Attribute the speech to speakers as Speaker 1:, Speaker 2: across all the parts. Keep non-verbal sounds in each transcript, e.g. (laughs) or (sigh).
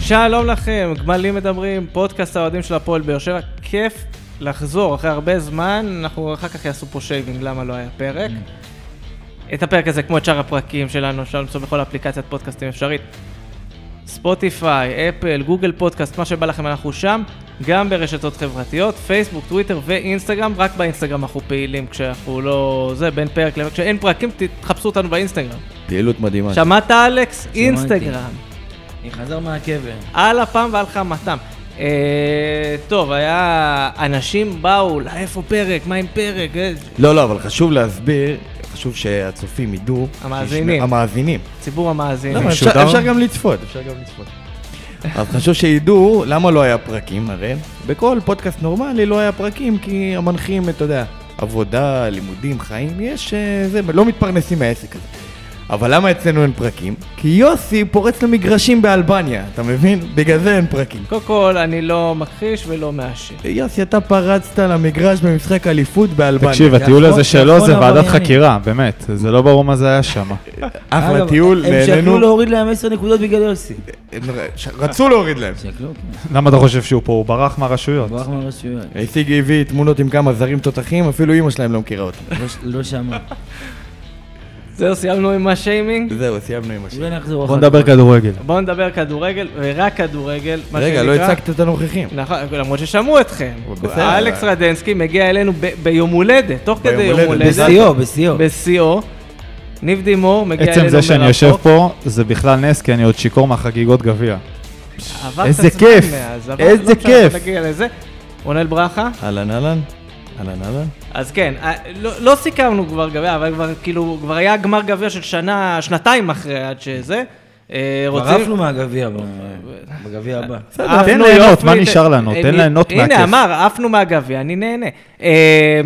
Speaker 1: שלום לכם, גמלים מדברים, פודקאסט האוהדים של הפועל באר שבע. כיף לחזור אחרי הרבה זמן, אנחנו אחר כך יעשו פה שייבינג, למה לא היה פרק. את הפרק הזה, כמו את שאר הפרקים שלנו, אפשר למצוא בכל אפליקציית פודקאסטים אפשרית. ספוטיפיי, אפל, גוגל פודקאסט, מה שבא לכם אנחנו שם, גם ברשתות חברתיות, פייסבוק, טוויטר ואינסטגרם, רק באינסטגרם אנחנו פעילים כשאנחנו לא... זה, בין פרק לפרק, כשאין פרקים תחפשו אותנו באינסטגרם.
Speaker 2: פעילות מדהימה.
Speaker 1: שמעת אלכס? אינסטגרם.
Speaker 3: אני חזר מהקבר.
Speaker 1: על אפם ועל חמתם. אה, טוב, היה... אנשים באו, "לא, איפה פרק? מה עם פרק? אה,
Speaker 2: לא, לא, אבל חשוב להסביר, חשוב שהצופים ידעו.
Speaker 1: המאזינים.
Speaker 2: שישמע- המאזינים.
Speaker 1: ציבור המאזינים.
Speaker 2: למה, אפשר
Speaker 3: משודר?
Speaker 2: אפשר גם לצפות, אפשר גם לצפות. אז חשוב שידעו למה לא היה פרקים, הרי בכל פודקאסט נורמלי לא היה פרקים, כי המנחים, אתה יודע, עבודה, לימודים, חיים, יש אה, זה, לא מתפרנסים מהעסק הזה. אבל למה אצלנו אין פרקים? כי יוסי פורץ למגרשים באלבניה, אתה מבין? בגלל זה אין פרקים.
Speaker 1: קודם כל, אני לא מכחיש ולא מאשר.
Speaker 2: יוסי, אתה פרצת למגרש במשחק אליפות באלבניה.
Speaker 4: תקשיב, הטיול הזה שלו
Speaker 3: נכון,
Speaker 4: זה ועדת
Speaker 3: עברייני.
Speaker 4: חקירה, באמת. זה לא ברור מה זה היה שם.
Speaker 2: אחלה
Speaker 3: אגב,
Speaker 2: טיול,
Speaker 3: הם שקלו
Speaker 2: נהנינו.
Speaker 3: להוריד להם 10 נקודות בגלל יוסי.
Speaker 2: הם ר- רצו להוריד להם.
Speaker 3: שקלו, כן.
Speaker 4: למה אתה חושב שהוא פה? הוא ברח מהרשויות.
Speaker 3: ברח מהרשויות.
Speaker 2: השיג הביא תמונות עם כמה זרים תותחים, אפילו אימא שלהם לא מכירה אותם.
Speaker 3: לא ש- לא שמע.
Speaker 1: זהו, סיימנו עם השיימינג.
Speaker 2: זהו, סיימנו עם השיר.
Speaker 3: אולי נחזור
Speaker 4: בוא
Speaker 3: אחר
Speaker 4: נדבר
Speaker 3: כך.
Speaker 4: כדורגל.
Speaker 1: בואו נדבר כדורגל, ורק כדורגל, מה שנקרא.
Speaker 2: רגע, לא הצגת את הנוכחים.
Speaker 1: נכון, למרות ששמעו אתכם.
Speaker 2: בסדר.
Speaker 1: אלכס רדנסקי מגיע אלינו ב- ביום הולדת, תוך
Speaker 2: ביום
Speaker 1: כדי יום
Speaker 2: הולדת,
Speaker 1: הולדת.
Speaker 3: בשיאו, בשיאו.
Speaker 1: בשיאו. ניב דימור מגיע אלינו
Speaker 4: עצם
Speaker 1: מרחוק.
Speaker 4: זה שאני יושב פה, זה בכלל נס, כי אני עוד שיכור מהחגיגות גביע.
Speaker 1: עבר את
Speaker 4: איזה
Speaker 1: הזמן
Speaker 4: כיף.
Speaker 1: מאז, אבל
Speaker 4: איזה
Speaker 1: לא משנה,
Speaker 4: כיף.
Speaker 1: נגיע לזה. רונל ברכה?
Speaker 2: אהלן אהלן. אהלן אהלן.
Speaker 1: אז כן, אה, לא, לא סיכמנו כבר גביע, אבל כבר כאילו, כבר היה גמר גביע של שנה, שנתיים אחרי עד שזה. אה,
Speaker 3: כבר
Speaker 1: רוצים...
Speaker 3: עפנו מהגביע ב- בגביע הבא.
Speaker 4: בסדר, תן
Speaker 1: עפנו,
Speaker 4: ליהנות,
Speaker 1: עפנו,
Speaker 4: מה
Speaker 1: הנה-
Speaker 4: נשאר לנו?
Speaker 1: אה,
Speaker 4: תן
Speaker 1: אה,
Speaker 4: ליהנות
Speaker 1: הנה,
Speaker 4: מהכיף.
Speaker 1: אמר, עפנו מהגביע, אני נהנה. אה,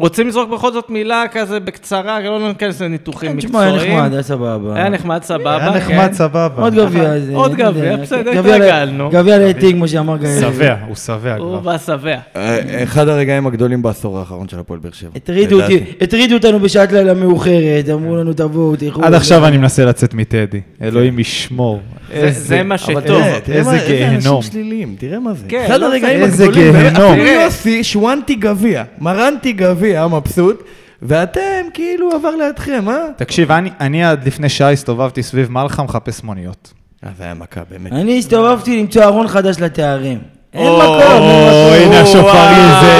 Speaker 1: רוצים לזרוק בכל זאת מילה כזה בקצרה, לא ניכנס לניתוחים
Speaker 3: אה, תשמע, היה
Speaker 1: מקצועיים.
Speaker 3: נחמד, היה סבבה.
Speaker 1: היה נחמד, סבבה.
Speaker 4: היה
Speaker 1: כן.
Speaker 4: נחמד, סבבה.
Speaker 3: עוד גביע.
Speaker 1: אבל-
Speaker 3: זה-
Speaker 1: עוד
Speaker 3: אתה יודע,
Speaker 1: גביע, בסדר,
Speaker 3: גביע ל-
Speaker 1: התרגלנו.
Speaker 3: גביע לעתים, כמו שאמר גיא.
Speaker 4: שבע, הוא שבע
Speaker 1: הוא
Speaker 4: כבר.
Speaker 1: בא שבע.
Speaker 2: אה, אחד הרגעים הגדולים בעשור האחרון של הפועל באר שבע.
Speaker 3: הטרידו
Speaker 2: לדעתי.
Speaker 3: אותי, הטרידו אותנו בשעת לילה מאוחרת, אמרו לנו תבואו, תלכו.
Speaker 4: עד עכשיו אני מנסה לצאת מטדי. אלוהים ישמור.
Speaker 1: זה- אה, זה מה
Speaker 2: אבל
Speaker 1: שטוב.
Speaker 2: כן, תראה, תראה
Speaker 4: איזה
Speaker 2: מה- איזה
Speaker 4: גיהנום.
Speaker 2: אנשים שליליים, תראה מה זה.
Speaker 1: כן,
Speaker 2: אחד
Speaker 1: לא
Speaker 2: הרגעים
Speaker 4: איזה
Speaker 2: הגדולים.
Speaker 4: גיהנום.
Speaker 2: אפילו
Speaker 1: תראה.
Speaker 2: יוסי, שוואנטי גביע, מרנטי גביע, מבסוט, ואתם כאילו עבר לידכם, אה?
Speaker 4: תקשיב, אני- אני עד לפני שעה הסתובבתי סביב מלחה מחפש מוניות.
Speaker 2: אה, זה היה מכה, באמת.
Speaker 3: אני הסתובבתי למצוא ארון חדש לתארים. אין
Speaker 2: או,
Speaker 3: מקום,
Speaker 4: או,
Speaker 3: אין מקום.
Speaker 4: הנה השופרים זה...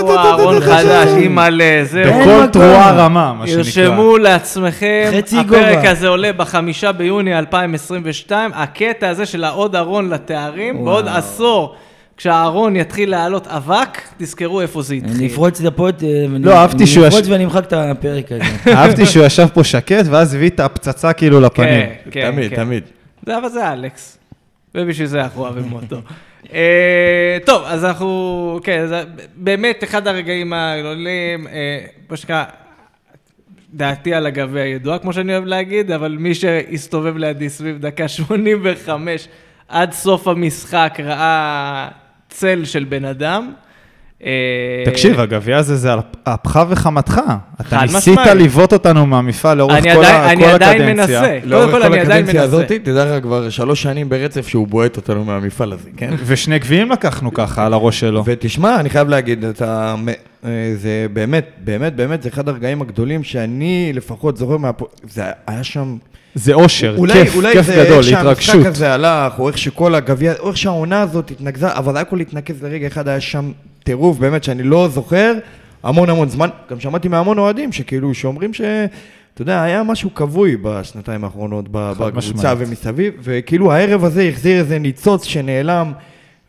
Speaker 1: וואו, וואו, ארון חדש, אימא'לה, זהו.
Speaker 3: אין
Speaker 4: בכל
Speaker 3: מקום.
Speaker 4: תרועה רמה, מה שנקרא.
Speaker 1: ירשמו לעצמכם,
Speaker 3: חצי
Speaker 1: הפרק
Speaker 3: גובה.
Speaker 1: הזה עולה בחמישה ביוני 2022, הקטע הזה של העוד ארון לתארים, בעוד עשור, כשהארון יתחיל לעלות אבק, תזכרו איפה זה
Speaker 3: אני
Speaker 1: התחיל.
Speaker 3: אפרוץ את הפוד, אה, ואני-
Speaker 4: לא, אהבתי שהוא
Speaker 3: אני אפרוץ
Speaker 4: יש-
Speaker 3: ואני אמחק את הפרק
Speaker 2: (laughs)
Speaker 3: הזה.
Speaker 4: אהבתי שהוא ישב פה שקט, ואז הביא את הפצצה כאילו לפנים.
Speaker 1: כן, כן,
Speaker 2: תמיד,
Speaker 1: כן.
Speaker 2: תמיד.
Speaker 1: זה אבל זה אלכס, ובשביל זה אנחנו אוהבים אותו. אה, טוב, אז אנחנו, כן, זה באמת אחד הרגעים הגדולים, אה, מה שנקרא, דעתי על הגביע ידועה, כמו שאני אוהב להגיד, אבל מי שהסתובב לידי סביב דקה 85 עד סוף המשחק ראה צל של בן אדם. אה,
Speaker 4: תקשיב, הגביע הזה זה על אפך וחמתך. אתה
Speaker 1: חד
Speaker 4: ניסית
Speaker 1: משמעית.
Speaker 4: לבעוט אותנו מהמפעל לאורך
Speaker 1: אני
Speaker 4: כל ה-
Speaker 1: עדיין- אני
Speaker 4: כל
Speaker 1: עדיין
Speaker 4: הקדנציה. לא.
Speaker 1: מנסה. קודם
Speaker 2: לאורך
Speaker 1: כל,
Speaker 2: לא, כל
Speaker 1: אני עדיין
Speaker 2: הקדנציה
Speaker 1: מנסה.
Speaker 2: הזאת, תדע לך כבר שלוש שנים ברצף שהוא בועט אותנו מהמפעל הזה, כן?
Speaker 4: ושני גביעים לקחנו ככה על הראש
Speaker 1: לא.
Speaker 4: שלו.
Speaker 2: ותשמע, אני חייב להגיד, אתה, אה, זה באמת, באמת, באמת, זה אחד הרגעים הגדולים שאני לפחות זוכר מהפועל, זה היה שם,
Speaker 4: זה אושר,
Speaker 2: אולי,
Speaker 4: כיף,
Speaker 2: אולי
Speaker 4: כיף
Speaker 2: זה
Speaker 4: גדול,
Speaker 2: איך
Speaker 4: התרגשות.
Speaker 2: שהמשחק הזה הלך, או איך שכל הגביע, או איך שהעונה הזאת התנקזה, אבל הכל התנקז לרגע אחד, היה שם טירוף, באמת, שאני לא זוכר המון המון זמן. גם שמעתי מהמון אוהדים שכאילו, שאומרים ש... אתה יודע, היה משהו כבוי בשנתיים האחרונות ב-
Speaker 4: חד
Speaker 2: בקבוצה
Speaker 4: משמעית.
Speaker 2: ומסביב, וכאילו הערב הזה החזיר איזה ניצוץ שנעלם,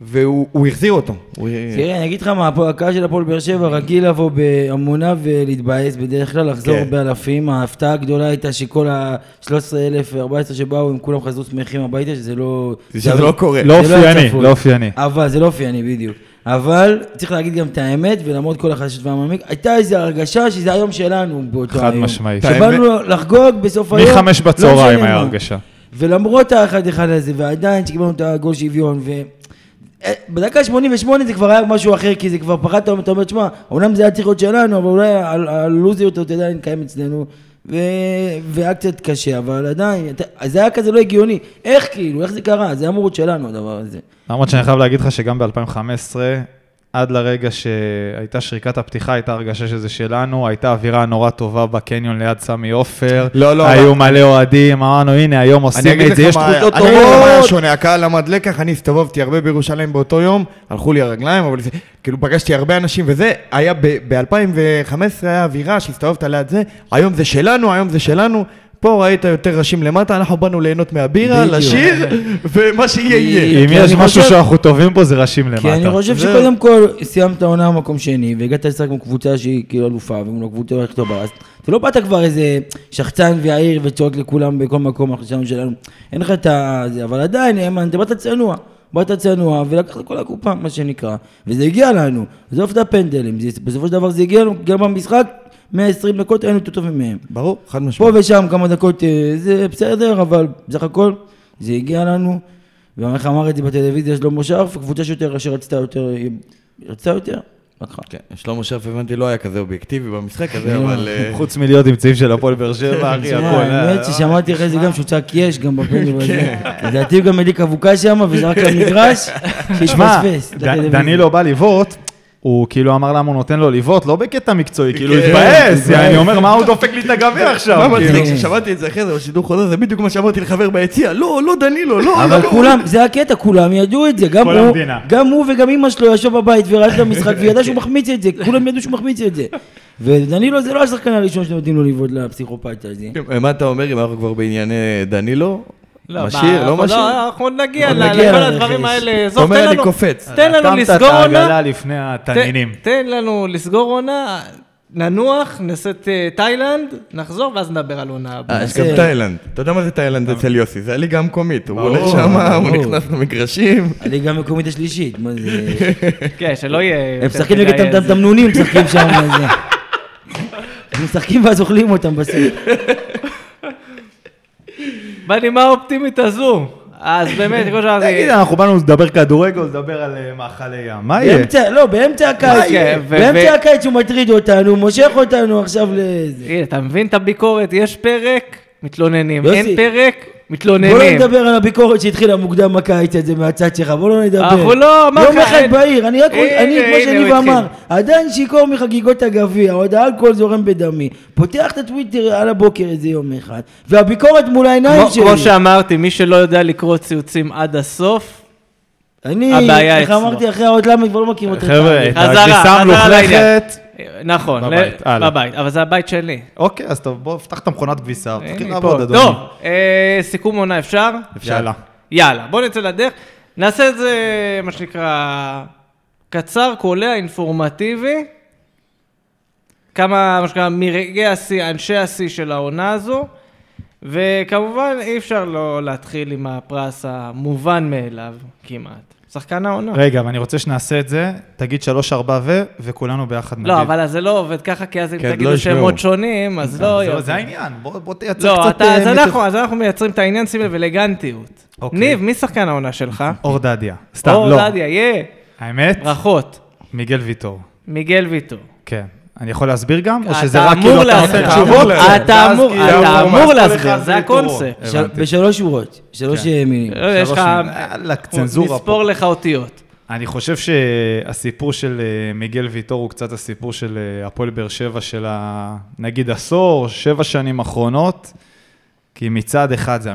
Speaker 2: והוא הוא החזיר אותו. הוא-
Speaker 3: תראה, אני אגיד לך מה, הפועל- הקהל של הפועל באר שבע רגיל לבוא בהמונה ולהתבאס, בדרך כלל לחזור
Speaker 2: כן.
Speaker 3: באלפים. ההפתעה הגדולה הייתה שכל ה-13,000, 14 שבאו, הם כולם חזרו שמחים הביתה, שזה לא...
Speaker 2: שזה לא קורה.
Speaker 4: לא
Speaker 3: זה לא היה
Speaker 4: אופייני,
Speaker 3: צפוי.
Speaker 4: לא אופייני.
Speaker 3: אבל זה לא אופייני בדיוק. אבל צריך להגיד גם את האמת, ולמרות כל החשש והמעמיק, הייתה איזו הרגשה שזה היום שלנו באותו
Speaker 4: חד
Speaker 3: היום.
Speaker 4: משמעית.
Speaker 3: שבאנו לחגוג בסוף היום.
Speaker 4: מחמש
Speaker 3: לא
Speaker 4: בצהריים
Speaker 3: משנה
Speaker 4: היה
Speaker 3: מה.
Speaker 4: הרגשה.
Speaker 3: ולמרות האחד אחד הזה, ועדיין שקיבלנו את הגול שוויון, ו... אה, בדקה ה-88 זה כבר היה משהו אחר, כי זה כבר פחדת, אתה אומר, תשמע, אומנם זה היה צריך להיות שלנו, אבל אולי ה- ה- הלוזיות הזאת עדיין קיימת אצלנו, ו... והיה קצת קשה, אבל עדיין, אתה- אז זה היה כזה לא הגיוני. איך כאילו, איך זה קרה? זה אמור להיות שלנו הדבר הזה.
Speaker 4: למרות שאני חייב להגיד לך שגם ב-2015, עד לרגע שהייתה שריקת הפתיחה, הייתה הרגשה שזה שלנו, הייתה אווירה נורא טובה בקניון ליד סמי עופר.
Speaker 2: לא, לא,
Speaker 4: היו
Speaker 2: אבל-
Speaker 4: מלא אוהדים, אמרנו, הנה, היום עושים את זה, יש
Speaker 2: מה-
Speaker 4: תחושות
Speaker 2: אני לא אגיד לך מה היה
Speaker 4: טובות.
Speaker 2: שונה, הקהל עמד לקח, אני הסתובבתי הרבה בירושלים באותו יום, הלכו לי הרגליים, אבל זה- כאילו פגשתי הרבה אנשים וזה, היה ב-2015 היה אווירה שהסתובבת ליד זה, היום זה שלנו, היום זה שלנו. פה ראית יותר ראשים למטה, אנחנו באנו ליהנות מהבירה,
Speaker 3: בדיוק.
Speaker 2: לשיר, ומה שיהיה יהיה.
Speaker 4: אם
Speaker 3: כי
Speaker 4: יש
Speaker 3: אני חושב-
Speaker 4: משהו שאנחנו טובים בו, זה ראשים למטה.
Speaker 3: כי אני חושב
Speaker 2: זהו.
Speaker 3: שקודם כל, סיימת עונה במקום שני, והגעת לשחק עם קבוצה שהיא כאילו אלופה, ומול הקבוצה הכי טובה, אז אתה לא באת כבר איזה שחצן ויעיר וצועק לכולם בכל מקום, אנחנו שלנו שלנו. אין לך את ה... זה, אבל עדיין, אמן, אתה באת צנוע. באת צנוע, ולקחת כל הקופה, מה שנקרא, וזה הגיע לנו. עזוב את הפנדלים, זה- בסופו של דבר זה הגיע לנו, גם במשחק, 120 דקות היינו יותר טובים מהם.
Speaker 2: ברור, חד
Speaker 3: פה
Speaker 2: משמעית.
Speaker 3: ושם כמה דקות אה, זה בסדר, אבל בסך הכל זה הגיע לנו. ואיך אמר את זה בטלוויזיה שלמה שרף, קבוצה שיותר אשר רצתה יותר, אה, רצתה יותר, לקחה.
Speaker 2: כן, שלמה שרף הבנתי לא היה כזה אובייקטיבי במשחק הזה,
Speaker 3: לא.
Speaker 2: אבל... אה,
Speaker 4: חוץ מלהיות עם צעיף של הפועל באר שבע, אחי,
Speaker 3: תשמע,
Speaker 4: הכל. אה, כן.
Speaker 3: האמת ששמעתי אחרי זה גם שהוא צעק יש, גם
Speaker 4: (laughs)
Speaker 3: בפנדל הזה. לדעתי הוא גם אלי קבוקה שם, וזרק למגרש,
Speaker 4: שמע,
Speaker 3: שהתפספס.
Speaker 4: ד-
Speaker 3: לטלוויזיה.
Speaker 4: דנילו בא לבעוט, הוא כאילו אמר למה הוא נותן לו לבעוט, לא בקטע מקצועי, כאילו
Speaker 2: כן,
Speaker 4: התבאס,
Speaker 2: התבאס.
Speaker 4: אני אומר, מה הוא דופק לי את הגביע
Speaker 2: מה
Speaker 4: עכשיו? כאילו.
Speaker 2: מצחיק, כששמעתי את לא, זה אחרי זה בשידור חוזר, זה בדיוק מה שאמרתי לחבר ביציע, לא, לא דנילו, לא, לא.
Speaker 3: אבל כולם, זה הקטע, כולם ידעו את זה, גם
Speaker 4: כל
Speaker 3: הוא,
Speaker 4: המדינה. כן.
Speaker 3: גם הוא וגם אימא שלו ישב בבית וראה את
Speaker 4: (laughs)
Speaker 3: המשחק וידע שהוא מחמיץ את זה, כולם ידעו שהוא מחמיץ את זה. ודנילו זה לא השחקן הראשון שנותנים לו לבעוט לפסיכופת הזה.
Speaker 2: כן, מה אתה אומר אם אנחנו כבר בענייני דנילו?
Speaker 1: לא,
Speaker 2: משאיר,
Speaker 1: מה,
Speaker 2: לא
Speaker 1: אנחנו-
Speaker 2: משאיר?
Speaker 1: אנחנו עוד נגיע
Speaker 3: עוד
Speaker 1: ל-
Speaker 3: נגיע
Speaker 1: לכל
Speaker 3: לרכש.
Speaker 1: הדברים האלה.
Speaker 2: אתה
Speaker 1: עזוב,
Speaker 2: אומר
Speaker 1: תן
Speaker 2: אני
Speaker 1: לנו-
Speaker 2: קופץ.
Speaker 1: תן לנו
Speaker 4: רתמת
Speaker 1: לסגור
Speaker 4: את העגלה
Speaker 1: עונה.
Speaker 4: לפני
Speaker 1: ת-
Speaker 4: התנינים.
Speaker 1: תן לנו לסגור עונה, ננוח, נעשה את אה, תאילנד, נחזור ואז נדבר על עונה הבאה.
Speaker 2: אה, יש גם
Speaker 3: זה-
Speaker 2: תאילנד. אתה יודע מה זה תאילנד
Speaker 1: אה.
Speaker 2: אצל יוסי? זה הליגה המקומית. הוא
Speaker 4: ברור,
Speaker 2: הולך שם, הוא
Speaker 3: ברור.
Speaker 2: נכנס למגרשים.
Speaker 3: הליגה המקומית השלישית, מה זה...
Speaker 1: (laughs)
Speaker 4: אה,
Speaker 1: כן, שלא יהיה...
Speaker 3: הם
Speaker 1: יותר
Speaker 3: משחקים
Speaker 1: מדי
Speaker 3: נגד
Speaker 1: איזה-
Speaker 3: הדמנונים, משחקים שם,
Speaker 1: (laughs)
Speaker 3: מה זה. הם משחקים ואז אוכלים אותם בסוף.
Speaker 1: בנימה האופטימית הזו. אז באמת, כמו שאמרתי,
Speaker 4: תגיד, אה. אנחנו באנו לדבר כדורגל, לדבר על אה, מאכלי ים, מה יהיה?
Speaker 3: באמצע, לא, באמצע הקיץ,
Speaker 1: אוקיי, ו-
Speaker 3: באמצע
Speaker 1: ו-
Speaker 3: הקיץ הוא מטריד אותנו, מושך אותנו עכשיו לזה.
Speaker 1: הנה, אתה מבין את הביקורת? יש פרק, מתלוננים.
Speaker 3: יוסי,
Speaker 1: אין פרק,
Speaker 3: בוא לא
Speaker 1: מתלוננים.
Speaker 3: נדבר על הביקורת שהתחילה מוקדם הקיץ הזה מהצד שלך, בוא לא נדבר.
Speaker 1: אנחנו לא, אמר
Speaker 3: יום
Speaker 1: לך,
Speaker 3: אחד
Speaker 1: אין-
Speaker 3: בעיר, אני רק,
Speaker 1: הנה,
Speaker 3: אני, כמו
Speaker 1: הנה,
Speaker 3: שאני
Speaker 1: הוא התחיל.
Speaker 3: ואמר, עדיין שיכור מחגיגות הגביע, עוד האלכוהול זורם בדמי. פותח את הטוויטר על הבוקר איזה יום אחד, והביקורת מול העיניים
Speaker 1: כמו-
Speaker 3: שלי.
Speaker 1: כמו שאמרתי, מי שלא יודע לקרוא ציוצים עד הסוף,
Speaker 3: אני,
Speaker 1: הבעיה
Speaker 3: איך
Speaker 1: אצלו.
Speaker 3: אמרתי, אחרי האות ל' כבר לא מכיר אותך.
Speaker 4: חבר'ה, את
Speaker 1: חזרה,
Speaker 4: הכביסה
Speaker 1: חזרה לעניין.
Speaker 4: המלוכלכת.
Speaker 1: נכון, ל-
Speaker 4: בבית, הלאה.
Speaker 1: בבית, אבל זה הבית שלי.
Speaker 4: אוקיי, אז טוב, בוא, פתח את המכונת כביסה, תתחיל
Speaker 1: הנה,
Speaker 4: לעבוד,
Speaker 1: פה.
Speaker 4: אדוני.
Speaker 1: טוב, אה, סיכום עונה אפשר?
Speaker 2: אפשר.
Speaker 4: יאללה.
Speaker 1: יאללה, בוא נצא לדרך. נעשה את זה, מה שנקרא, קצר, קולע, אינפורמטיבי. כמה, מה שנקרא, מרגעי השיא, אנשי השיא של העונה הזו. וכמובן, אי אפשר לא להתחיל עם הפרס המובן מאליו כמעט. שחקן העונה.
Speaker 4: רגע, ואני רוצה שנעשה את זה, תגיד שלוש, ארבע ו, וכולנו ביחד נגיד.
Speaker 1: לא, אבל אז זה לא עובד ככה, כי אז אם
Speaker 2: כן,
Speaker 1: תגידו
Speaker 2: לא
Speaker 1: שמות
Speaker 2: ישמעו.
Speaker 1: שונים, אז
Speaker 4: זה-
Speaker 1: לא... יהיה.
Speaker 4: אה, זה העניין, בוא בוא תייצר
Speaker 1: לא,
Speaker 4: קצת...
Speaker 1: אתה-
Speaker 4: אה,
Speaker 1: אז
Speaker 4: מתח-
Speaker 1: אנחנו- אז אנחנו מייצרים את העניין, שים לב, אלגנטיות.
Speaker 4: אוקיי.
Speaker 1: ניב, מי שחקן העונה שלך?
Speaker 4: אור דדיה. סתם,
Speaker 1: אור
Speaker 4: לא.
Speaker 1: דדיה, יהיה.
Speaker 4: האמת,
Speaker 1: ברכות.
Speaker 4: מיגל ויטור.
Speaker 1: מיגל ויטור.
Speaker 4: כן. אני יכול להסביר גם? או
Speaker 1: אתה
Speaker 4: שזה רק כאילו
Speaker 1: אמור
Speaker 4: אתה
Speaker 1: להסביר.
Speaker 4: נותן
Speaker 2: אתה
Speaker 4: תשובות?
Speaker 2: אמור להסביר.
Speaker 1: אתה
Speaker 4: ואז
Speaker 1: אמור-
Speaker 4: כאילו-
Speaker 1: אתה
Speaker 4: אז
Speaker 1: אמור
Speaker 4: כל
Speaker 1: להסביר,
Speaker 4: אחד
Speaker 1: זה
Speaker 4: בתורו.
Speaker 1: הקונספט.
Speaker 4: הבנתי.
Speaker 3: של- בשלוש שורות, שלוש אה, מילים.
Speaker 1: לא, יש לך...
Speaker 4: יאללה, צנזורה
Speaker 1: נספור
Speaker 4: פה.
Speaker 1: לך אותיות.
Speaker 4: אני חושב שהסיפור של אה, מיגל ויטור הוא קצת הסיפור של אה, הפועל באר שבע של ה... נגיד עשור, שבע שנים אחרונות, כי מצד אחד זה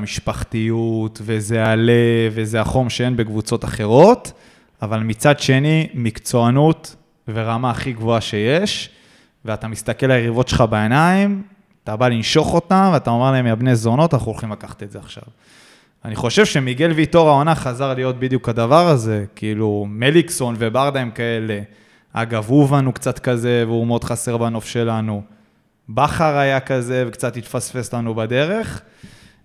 Speaker 4: המשפחתיות, וזה הלב, וזה החום שאין בקבוצות אחרות, אבל מצד שני, מקצוענות ורמה הכי גבוהה שיש, ואתה מסתכל ליריבות שלך בעיניים, אתה בא לנשוך אותם, ואתה אומר להם, יא בני זונות, אנחנו הולכים לקחת את זה עכשיו. אני חושב שמיגל ויטור העונה חזר להיות בדיוק הדבר הזה, כאילו מליקסון וברדה הם כאלה. אגב, אובן הוא קצת כזה, והוא מאוד חסר בנוף שלנו. בכר היה כזה, וקצת התפספס לנו בדרך.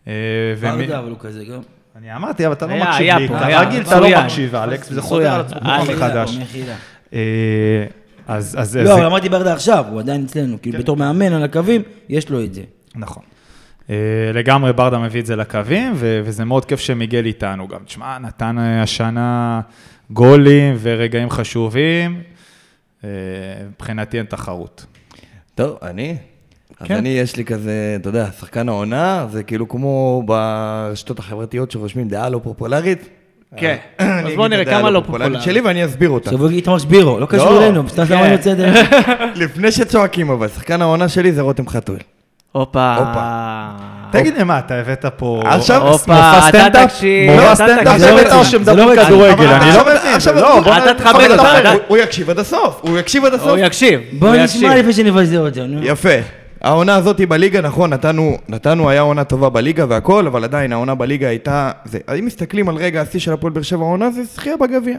Speaker 4: אה, ומי-
Speaker 3: ברדה, אבל הוא כזה גם.
Speaker 4: אני אמרתי, אבל אתה לא
Speaker 1: היה-
Speaker 4: מקשיב
Speaker 1: היה
Speaker 4: לי.
Speaker 1: פה, היה, אה,
Speaker 4: כרגיל, אתה לא
Speaker 1: מצוין.
Speaker 4: מקשיב, אלכס, וזה חוזר על עצמו
Speaker 1: מצוין.
Speaker 4: פעם
Speaker 1: אלכס,
Speaker 4: מחדש.
Speaker 3: מחילה.
Speaker 4: אה, אז אז- אז-
Speaker 3: לא, אבל אמרתי ברדה עכשיו, הוא עדיין אצלנו, כאילו בתור מאמן על הקווים, יש לו את זה.
Speaker 4: נכון. אה, לגמרי ברדה מביא את זה לקווים, ו- וזה מאוד כיף שמיגל איתנו גם. תשמע, נתן אה, השנה גולים ורגעים חשובים, אה, מבחינתי אין תחרות.
Speaker 2: טוב, אני? אז
Speaker 4: כן.
Speaker 2: אני, יש לי כזה, אתה יודע, שחקן העונה, זה כאילו כמו ברשתות החברתיות שרושמים דעה לא פופולרית.
Speaker 1: כן.
Speaker 2: אה. אני
Speaker 1: אז
Speaker 2: אגיד
Speaker 1: בואו
Speaker 2: את
Speaker 1: נראה
Speaker 2: הדעה
Speaker 1: כמה
Speaker 2: הלא
Speaker 1: לא פופולרית.
Speaker 2: שלי ואני אסביר אותה.
Speaker 3: עכשיו הוא יגיד איתמר שבירו, לא קשור
Speaker 2: לא,
Speaker 3: אלינו, סתם
Speaker 2: כן.
Speaker 1: (laughs)
Speaker 3: אמרנו בסדר.
Speaker 2: לפני שצועקים אבל, שחקן העונה שלי זה רותם חתואל.
Speaker 1: הופה.
Speaker 4: תגיד לי, מה, אתה הבאת פה...
Speaker 2: עכשיו,
Speaker 1: הופה,
Speaker 4: מופע
Speaker 1: אתה
Speaker 4: סטנדאפ?
Speaker 1: תקשיב,
Speaker 4: מופע
Speaker 1: אתה
Speaker 4: סטנדאפ
Speaker 1: תקשיב.
Speaker 3: זה
Speaker 4: זה
Speaker 3: לא
Speaker 4: בטח או
Speaker 3: רציני,
Speaker 4: שמדברים
Speaker 3: זה לא רציני.
Speaker 4: כדורגל, אני לא...
Speaker 2: עכשיו- עכשיו-
Speaker 4: לא, בוא
Speaker 1: אתה
Speaker 4: נ-
Speaker 1: תכבד
Speaker 4: תכבד
Speaker 1: אותו,
Speaker 4: אותו.
Speaker 1: אתה-
Speaker 2: הוא- הוא יקשיב עד הסוף, הוא יקשיב עד
Speaker 1: הוא
Speaker 2: הסוף.
Speaker 1: יקשיב.
Speaker 3: בוא
Speaker 1: הוא
Speaker 3: נשמע
Speaker 1: יקשיב.
Speaker 3: לפני שנבזה אותו, נו.
Speaker 2: יפה. העונה הזאת היא בליגה, נכון, נתנו, נתנו, היה עונה טובה בליגה והכל, אבל עדיין העונה בליגה הייתה... זה. אם מסתכלים על רגע השיא של הפועל באר שבע העונה, זה זכייה בגביע.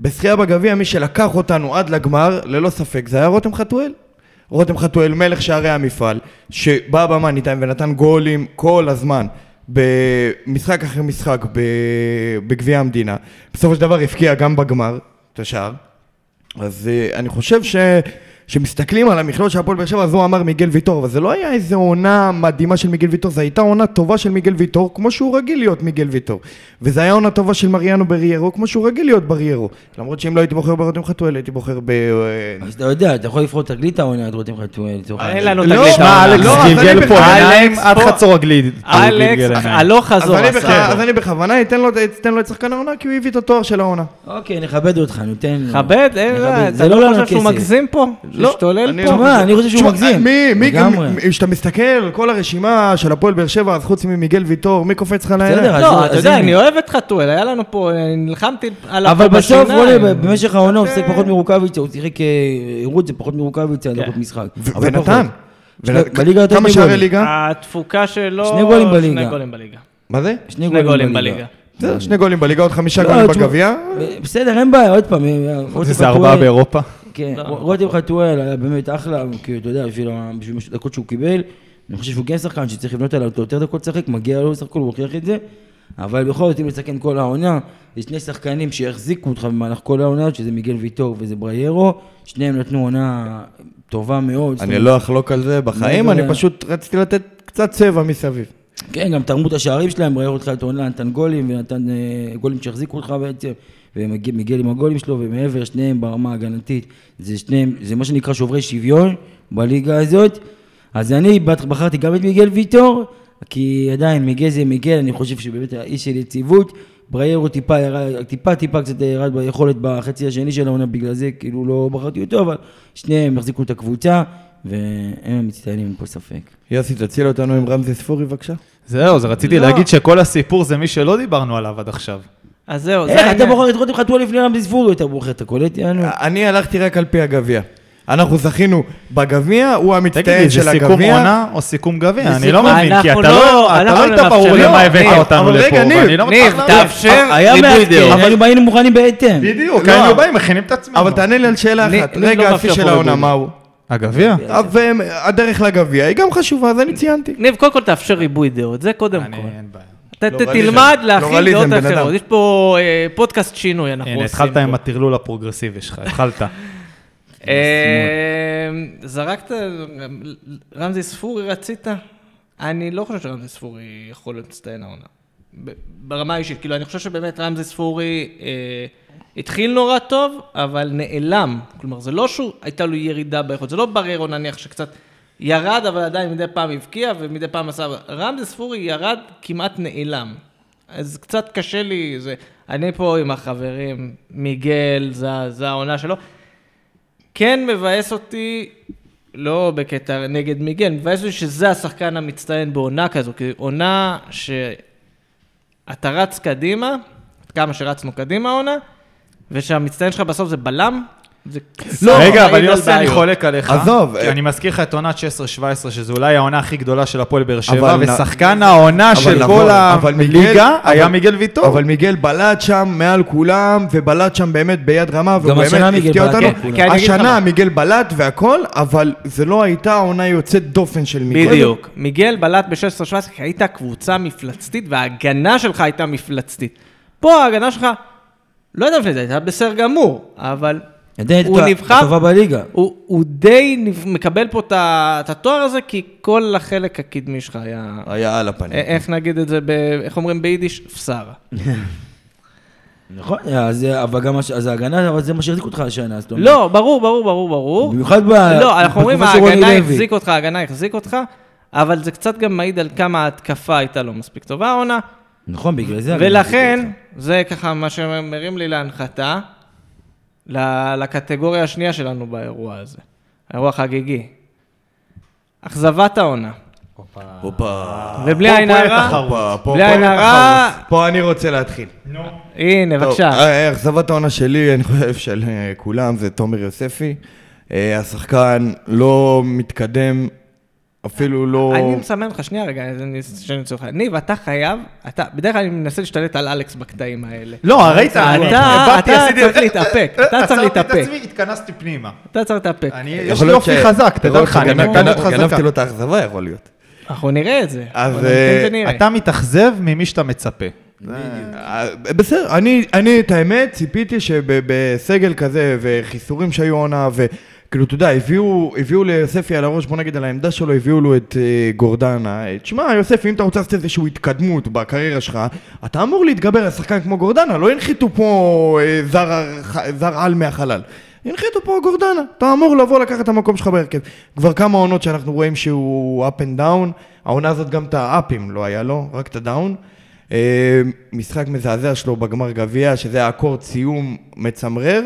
Speaker 2: בזכייה בגביע, מי שלקח אותנו עד לגמר, ללא ספק, זה היה רותם חתואל. רותם חתואל, מלך שערי המפעל, שבא במן איתם ונתן גולים כל הזמן, במשחק אחרי משחק ב- בגביע המדינה. בסופו של דבר הבקיע גם בגמר את השער. אז אה, אני חושב ש... כשמסתכלים על המכלול של הפועל באר שבע, אז הוא אמר מיגל ויטור, אבל זה לא היה איזו עונה מדהימה של מיגל ויטור, זו הייתה עונה טובה של מיגל ויטור, כמו שהוא רגיל להיות מיגל ויטור. וזו הייתה עונה טובה של מריאנו בריירו, כמו שהוא רגיל להיות בריירו. למרות שאם לא הייתי בוחר ברותם חתואל, הייתי בוחר ב... אה,
Speaker 3: אז אתה יודע, אתה יכול לבחור תגלית העונה, את רותם חתואל, לצורך
Speaker 1: אה, אין
Speaker 3: העניין.
Speaker 1: לנו
Speaker 2: לא,
Speaker 1: תגלית.
Speaker 4: שמע,
Speaker 1: העונה.
Speaker 4: אלכס
Speaker 2: לא, אז אני
Speaker 4: גלגל פה
Speaker 2: בכלל-
Speaker 4: עיניים
Speaker 1: אלכס
Speaker 4: עד
Speaker 1: פה-
Speaker 4: חצור הגליל. גלגל
Speaker 1: אלכס,
Speaker 4: עיניים.
Speaker 1: הלוך
Speaker 2: אז
Speaker 1: חזור.
Speaker 2: אני
Speaker 3: כן.
Speaker 2: בכ-
Speaker 1: עשה.
Speaker 2: אז אני בכוונה אתן לו- אתן לו את שחקן העונה, כי הוא הביא את התואר של העונה.
Speaker 3: אוקיי, נכבד אותך, ניתן לו.
Speaker 1: כבד, אה,
Speaker 3: נכבד.
Speaker 1: אתה
Speaker 3: זה לא
Speaker 1: לא
Speaker 3: לנו
Speaker 1: חושב שהוא
Speaker 3: כסף.
Speaker 1: מגזים פה?
Speaker 2: לא,
Speaker 1: להשתולל
Speaker 2: אני
Speaker 1: פה?
Speaker 2: לא
Speaker 3: תשמע, אני חושב שהוא
Speaker 2: תשמע,
Speaker 3: מגזים.
Speaker 2: מי, מי,
Speaker 3: לגמרי.
Speaker 2: מי- כשאתה מסתכל על כל הרשימה של הפועל באר שבע, אז חוץ ממיגל ויטור, מי קופץ לך לעיניים?
Speaker 3: בסדר, אז-
Speaker 1: לא, אתה
Speaker 3: אז
Speaker 1: יודע,
Speaker 3: הנה.
Speaker 1: אני אוהב את חתואל, היה לנו פה, אה, נלחמתי עליו
Speaker 3: אבל
Speaker 1: פה
Speaker 3: בסוף, רוני,
Speaker 1: בשיניים.
Speaker 3: במשך העונה הוא שיחק פחות מרוקאביצה, הוא שיחק אה, עירות, זה פחות מרוקאביצה,
Speaker 1: כן.
Speaker 3: דקות משחק.
Speaker 2: ו-
Speaker 3: אבל לא
Speaker 2: ונתן.
Speaker 3: פחות.
Speaker 2: ונ-
Speaker 3: שני- בליגה יותר
Speaker 2: כמה
Speaker 3: שני
Speaker 2: שערי
Speaker 3: גולים.
Speaker 2: ליגה?
Speaker 1: התפוקה שלו...
Speaker 3: שני גולים בליגה.
Speaker 1: שני גולים בליגה.
Speaker 2: מה זה?
Speaker 1: שני גולים בליגה.
Speaker 2: בסדר, שני גולים בליגה, עוד חמישה
Speaker 3: לא,
Speaker 2: גולים
Speaker 3: תשמע,
Speaker 2: בגביע.
Speaker 3: ב- בסדר, אין בעיה, עוד פעם. אה, רותם
Speaker 4: זה
Speaker 3: חתואל-
Speaker 4: ארבעה באירופה?
Speaker 3: כן,
Speaker 1: לא.
Speaker 3: רותם חתואל היה באמת אחלה, כי אתה יודע, בשביל ה- בשביל הדקות שהוא קיבל, אני חושב שהוא כן שחקן שצריך לבנות עליו יותר דקות לשחק, מגיע לו בסך הכל, הוא הוכיח את זה, אבל בכל זאת, אם לסכן כל העונה, יש שני שחקנים שהחזיקו אותך במהלך כל העונה, שזה מיגל ויטור וזה בריירו, שניהם נתנו עונה טובה מאוד. זאת
Speaker 2: אני
Speaker 3: אומרת,
Speaker 2: לא אחלוק על זה בחיים,
Speaker 3: לא
Speaker 2: אני
Speaker 3: יודע.
Speaker 2: פשוט רציתי לתת קצת צבע מסביב.
Speaker 3: כן, גם תרמו את השערים שלהם, ראינו אותך את אונליין, נתן גולים, ונתן אה, גולים שהחזיקו אותך בעצם, ומיגל עם הגולים שלו, ומעבר, שניהם ברמה ההגנתית, זה שניהם, זה מה שנקרא שוברי שוויון בליגה הזאת. אז אני בת- בחרתי גם את מיגל ויטור, כי עדיין מיגל זה מיגל, אני חושב שבאמת היה איש של יציבות. בריירו טיפה ירד, טיפה טיפה קצת ירד ביכולת בחצי השני של העונה, בגלל זה כאילו לא בחרתי אותו, אבל שניהם החזיקו את הקבוצה, והם מצטיינים, אין פה ספק.
Speaker 2: יוסי, תציל אותנו עם רמזי ספורי בבקשה.
Speaker 4: זהו, זה רציתי
Speaker 1: לא.
Speaker 4: להגיד שכל הסיפור זה מי שלא דיברנו עליו עד עכשיו.
Speaker 1: אז זהו, זה
Speaker 3: איך אה, אתה
Speaker 1: העניין.
Speaker 3: בוחר את רותם חתואל לפני רמזי ספורי, אתה בוחר, אתה קולט, יענו?
Speaker 2: אני הלכתי רק על פי הגביע. אנחנו זכינו בגביע, הוא
Speaker 4: תגיד לי,
Speaker 2: המצטיין
Speaker 4: זה
Speaker 2: של
Speaker 4: סיכום
Speaker 2: הגביע.
Speaker 4: עונה או סיכום גביע? אני
Speaker 1: סיכום-
Speaker 4: לא מבין, כי
Speaker 1: אנחנו
Speaker 4: אתה
Speaker 1: לא-
Speaker 4: לא אתה לא
Speaker 1: אנחנו לא
Speaker 4: היית ברור
Speaker 1: מאפשרים.
Speaker 4: למה הבאת
Speaker 1: ניב,
Speaker 4: אותנו
Speaker 2: אבל
Speaker 4: לפה,
Speaker 2: רגע, ניב,
Speaker 4: ואני לא
Speaker 1: ניב,
Speaker 4: מצליח להבין.
Speaker 1: תאפשר...
Speaker 2: היה
Speaker 1: ניב,
Speaker 2: מאתגר.
Speaker 1: ניב,
Speaker 3: אה, אבל אם היינו מוכנים בהתאם.
Speaker 4: בדיוק,
Speaker 2: לא.
Speaker 4: היינו באים, מכינים את עצמנו.
Speaker 2: אבל תענה לי על שאלה
Speaker 1: אני-
Speaker 2: אחת,
Speaker 1: אני לא
Speaker 2: רגע השיא
Speaker 1: מאפשר
Speaker 2: של
Speaker 1: פה
Speaker 2: העונה,
Speaker 1: לבודד.
Speaker 2: מהו?
Speaker 4: הגביע?
Speaker 1: לא.
Speaker 2: והדרך לגביע היא גם חשובה, אז אני ציינתי.
Speaker 1: ניב, קודם כל תאפשר ריבוי דעות, זה קודם
Speaker 4: אני,
Speaker 1: כל.
Speaker 4: אין בעיה.
Speaker 1: אתה
Speaker 2: לא
Speaker 1: ת-
Speaker 2: רליזם.
Speaker 1: תלמד
Speaker 2: לא
Speaker 1: להכין
Speaker 2: רליזם,
Speaker 1: דעות
Speaker 2: בן אדם.
Speaker 1: אחרות. יש פה אה, פודקאסט שינוי, אנחנו
Speaker 4: הנה,
Speaker 1: עושים.
Speaker 4: התחלת
Speaker 1: פה.
Speaker 4: עם הטרלול הפרוגרסיבי שלך,
Speaker 1: (laughs)
Speaker 4: התחלת.
Speaker 1: אה, זרקת, רמזי ספורי רצית? אני לא חושב שרמזי ספורי יכול להיות מצטיין העונה. ב- ברמה האישית, כאילו, אני חושב שבאמת רמזי ספורי אה, התחיל נורא טוב, אבל נעלם. כלומר, זה לא שהוא, הייתה לו ירידה ביכולת, זה לא בררו נניח שקצת ירד, אבל עדיין מדי פעם הבקיע ומדי פעם עשה... רמזי ספורי ירד, כמעט נעלם. אז קצת קשה לי, זה... אני פה עם החברים, מיגל, זה- זה העונה שלו. כן מבאס אותי, לא בקטע נגד מיגל, מבאס אותי שזה השחקן המצטיין בעונה כזו, כי עונה שאתה רץ קדימה, כמה שרצנו קדימה העונה, ושהמצטיין שלך בסוף זה בלם, זה קצת
Speaker 4: לא,
Speaker 2: לא,
Speaker 4: רגע,
Speaker 1: מעיד
Speaker 4: אבל
Speaker 1: על
Speaker 4: יוסי, אני
Speaker 1: בעיות.
Speaker 4: חולק עליך.
Speaker 2: עזוב,
Speaker 4: כי
Speaker 2: אה.
Speaker 4: אני מזכיר לך את עונת 16-17, שזו אולי העונה הכי גדולה של הפועל באר שבע,
Speaker 2: אבל נ-
Speaker 4: ושחקן העונה
Speaker 2: אבל
Speaker 4: של
Speaker 2: נכון,
Speaker 4: כל
Speaker 2: אבל מיגל-
Speaker 4: הליגה היה
Speaker 2: אבל-
Speaker 4: מיגל ויטור.
Speaker 2: אבל מיגל בלט שם מעל כולם, ובלט שם באמת ביד רמה, והוא
Speaker 3: גם
Speaker 2: באמת
Speaker 3: השנה מיגל
Speaker 2: הפתיע
Speaker 3: בלט
Speaker 2: אותנו.
Speaker 3: מעל כולם.
Speaker 1: כן, אני אגיד לך
Speaker 2: השנה
Speaker 1: מה.
Speaker 2: מיגל בלט והכל, אבל זה לא הייתה עונה יוצאת דופן של מיגל.
Speaker 1: בדיוק. מיגל בלט ב-16-17, כי היית קבוצה מפלצתית, וההגנה שלך הייתה מפלצתית. פה ההגנה שלך, לא יודע לפני זה, הייתה בסדר גמור, אבל
Speaker 3: עדיין
Speaker 1: הוא
Speaker 3: הייתה
Speaker 1: נבחר...
Speaker 3: הטובה בליגה.
Speaker 1: הוא, הוא די נב- מקבל פה את ה- את התואר הזה, כי כל החלק הקדמי שלך היה... אה,
Speaker 2: היה על
Speaker 1: א-
Speaker 2: הפנים.
Speaker 3: לא.
Speaker 1: איך נגיד את זה, ב, איך אומרים ביידיש? פסארה.
Speaker 3: נכון, אז, אבל גם, הש- אז ההגנה, אבל זה מה שהחזיק אותך השנה, זאת אומרת.
Speaker 1: לא, ברור, ברור, ברור, ברור.
Speaker 3: במיוחד ב...
Speaker 1: לא, אנחנו אומרים,
Speaker 3: בתקופה של רוני
Speaker 1: ההגנה
Speaker 3: לוי.
Speaker 1: החזיקה אותך, ההגנה החזיקה אותך, אבל זה קצת גם מעיד על כמה ההתקפה הייתה לא מספיק טובה העונה,
Speaker 3: נכון, בגלל זה... ההגנה החזיקה
Speaker 1: ולכן,
Speaker 3: אותך.
Speaker 1: זה ככה מה שמרים לי להנחתה, ל- לקטגוריה השנייה שלנו באירוע הזה, האירוע החגיגי. אכזבת העונה.
Speaker 3: אה,
Speaker 2: הופה.
Speaker 1: ובלי
Speaker 4: פה-
Speaker 1: עין
Speaker 4: פה
Speaker 1: הרע-
Speaker 4: יהיה תחרות.
Speaker 2: הופה, פה-
Speaker 3: לא,
Speaker 1: בלי
Speaker 2: פה
Speaker 1: עין
Speaker 2: אין
Speaker 1: הרע.
Speaker 2: תחרות. פה אני רוצה להתחיל.
Speaker 1: הנה,
Speaker 2: טוב,
Speaker 1: בבקשה.
Speaker 2: אה, אכזבת העונה שלי, אני חושב של אה, כולם, זה תומר יוספי. אה, השחקן לא מתקדם, אפילו לא...
Speaker 1: אני מסמן לך, שנייה רגע, אז אני- שאני אצא לך. ניב, אתה חייב, אתה, בדרך כלל אני מנסה להשתלט על אלכס בקטעים האלה.
Speaker 4: לא, ראית,
Speaker 1: אתה-
Speaker 4: אני-
Speaker 1: אתה
Speaker 4: באתי,
Speaker 1: צריך
Speaker 4: עשיתי-
Speaker 1: להתאפק, אתה צריך
Speaker 4: עצרתי את
Speaker 1: להתאפק.
Speaker 4: עצמי, התכנסתי פנימה.
Speaker 1: אתה צריך להתאפק.
Speaker 4: אני,
Speaker 2: אה, יכול
Speaker 4: יש לי
Speaker 2: להיות
Speaker 4: יופי
Speaker 2: ש-
Speaker 4: חזק,
Speaker 2: יכול
Speaker 4: תדע
Speaker 2: להיות
Speaker 4: לך, אני
Speaker 2: שגנב-
Speaker 4: מגן אותך
Speaker 2: גנב-
Speaker 4: חזקה.
Speaker 2: גנבתי לו את האכזבה, יכול להיות.
Speaker 1: אנחנו נראה את זה.
Speaker 2: אז,
Speaker 1: אבל ניתן
Speaker 2: אה,
Speaker 1: שנראה.
Speaker 4: אתה מתאכזב ממי שאתה מצפה.
Speaker 2: אה, בסדר, אני, אני, את האמת, ציפיתי שבסגל כזה, וחיסורים שהיו עונה, וכאילו, אתה יודע, הביאו, הביאו ליוספי על הראש, בוא נגיד, על העמדה שלו, הביאו לו את אה, גורדנה. אה, תשמע, יוספי, אם אתה רוצה לעשות איזושהי התקדמות בקריירה שלך, אתה אמור להתגבר על שחקן כמו גורדנה, לא הנחיתו פה אה, זר, הר- זר על מהחלל. הנחיתו פה גורדנה, אתה אמור לבוא לקחת את המקום שלך בהרכב. כבר כמה עונות שאנחנו רואים שהוא up and down, העונה הזאת גם את האפים לא היה לו, רק את הדאון. אה, משחק מזעזע שלו בגמר גביע, שזה היה אקורד סיום מצמרר,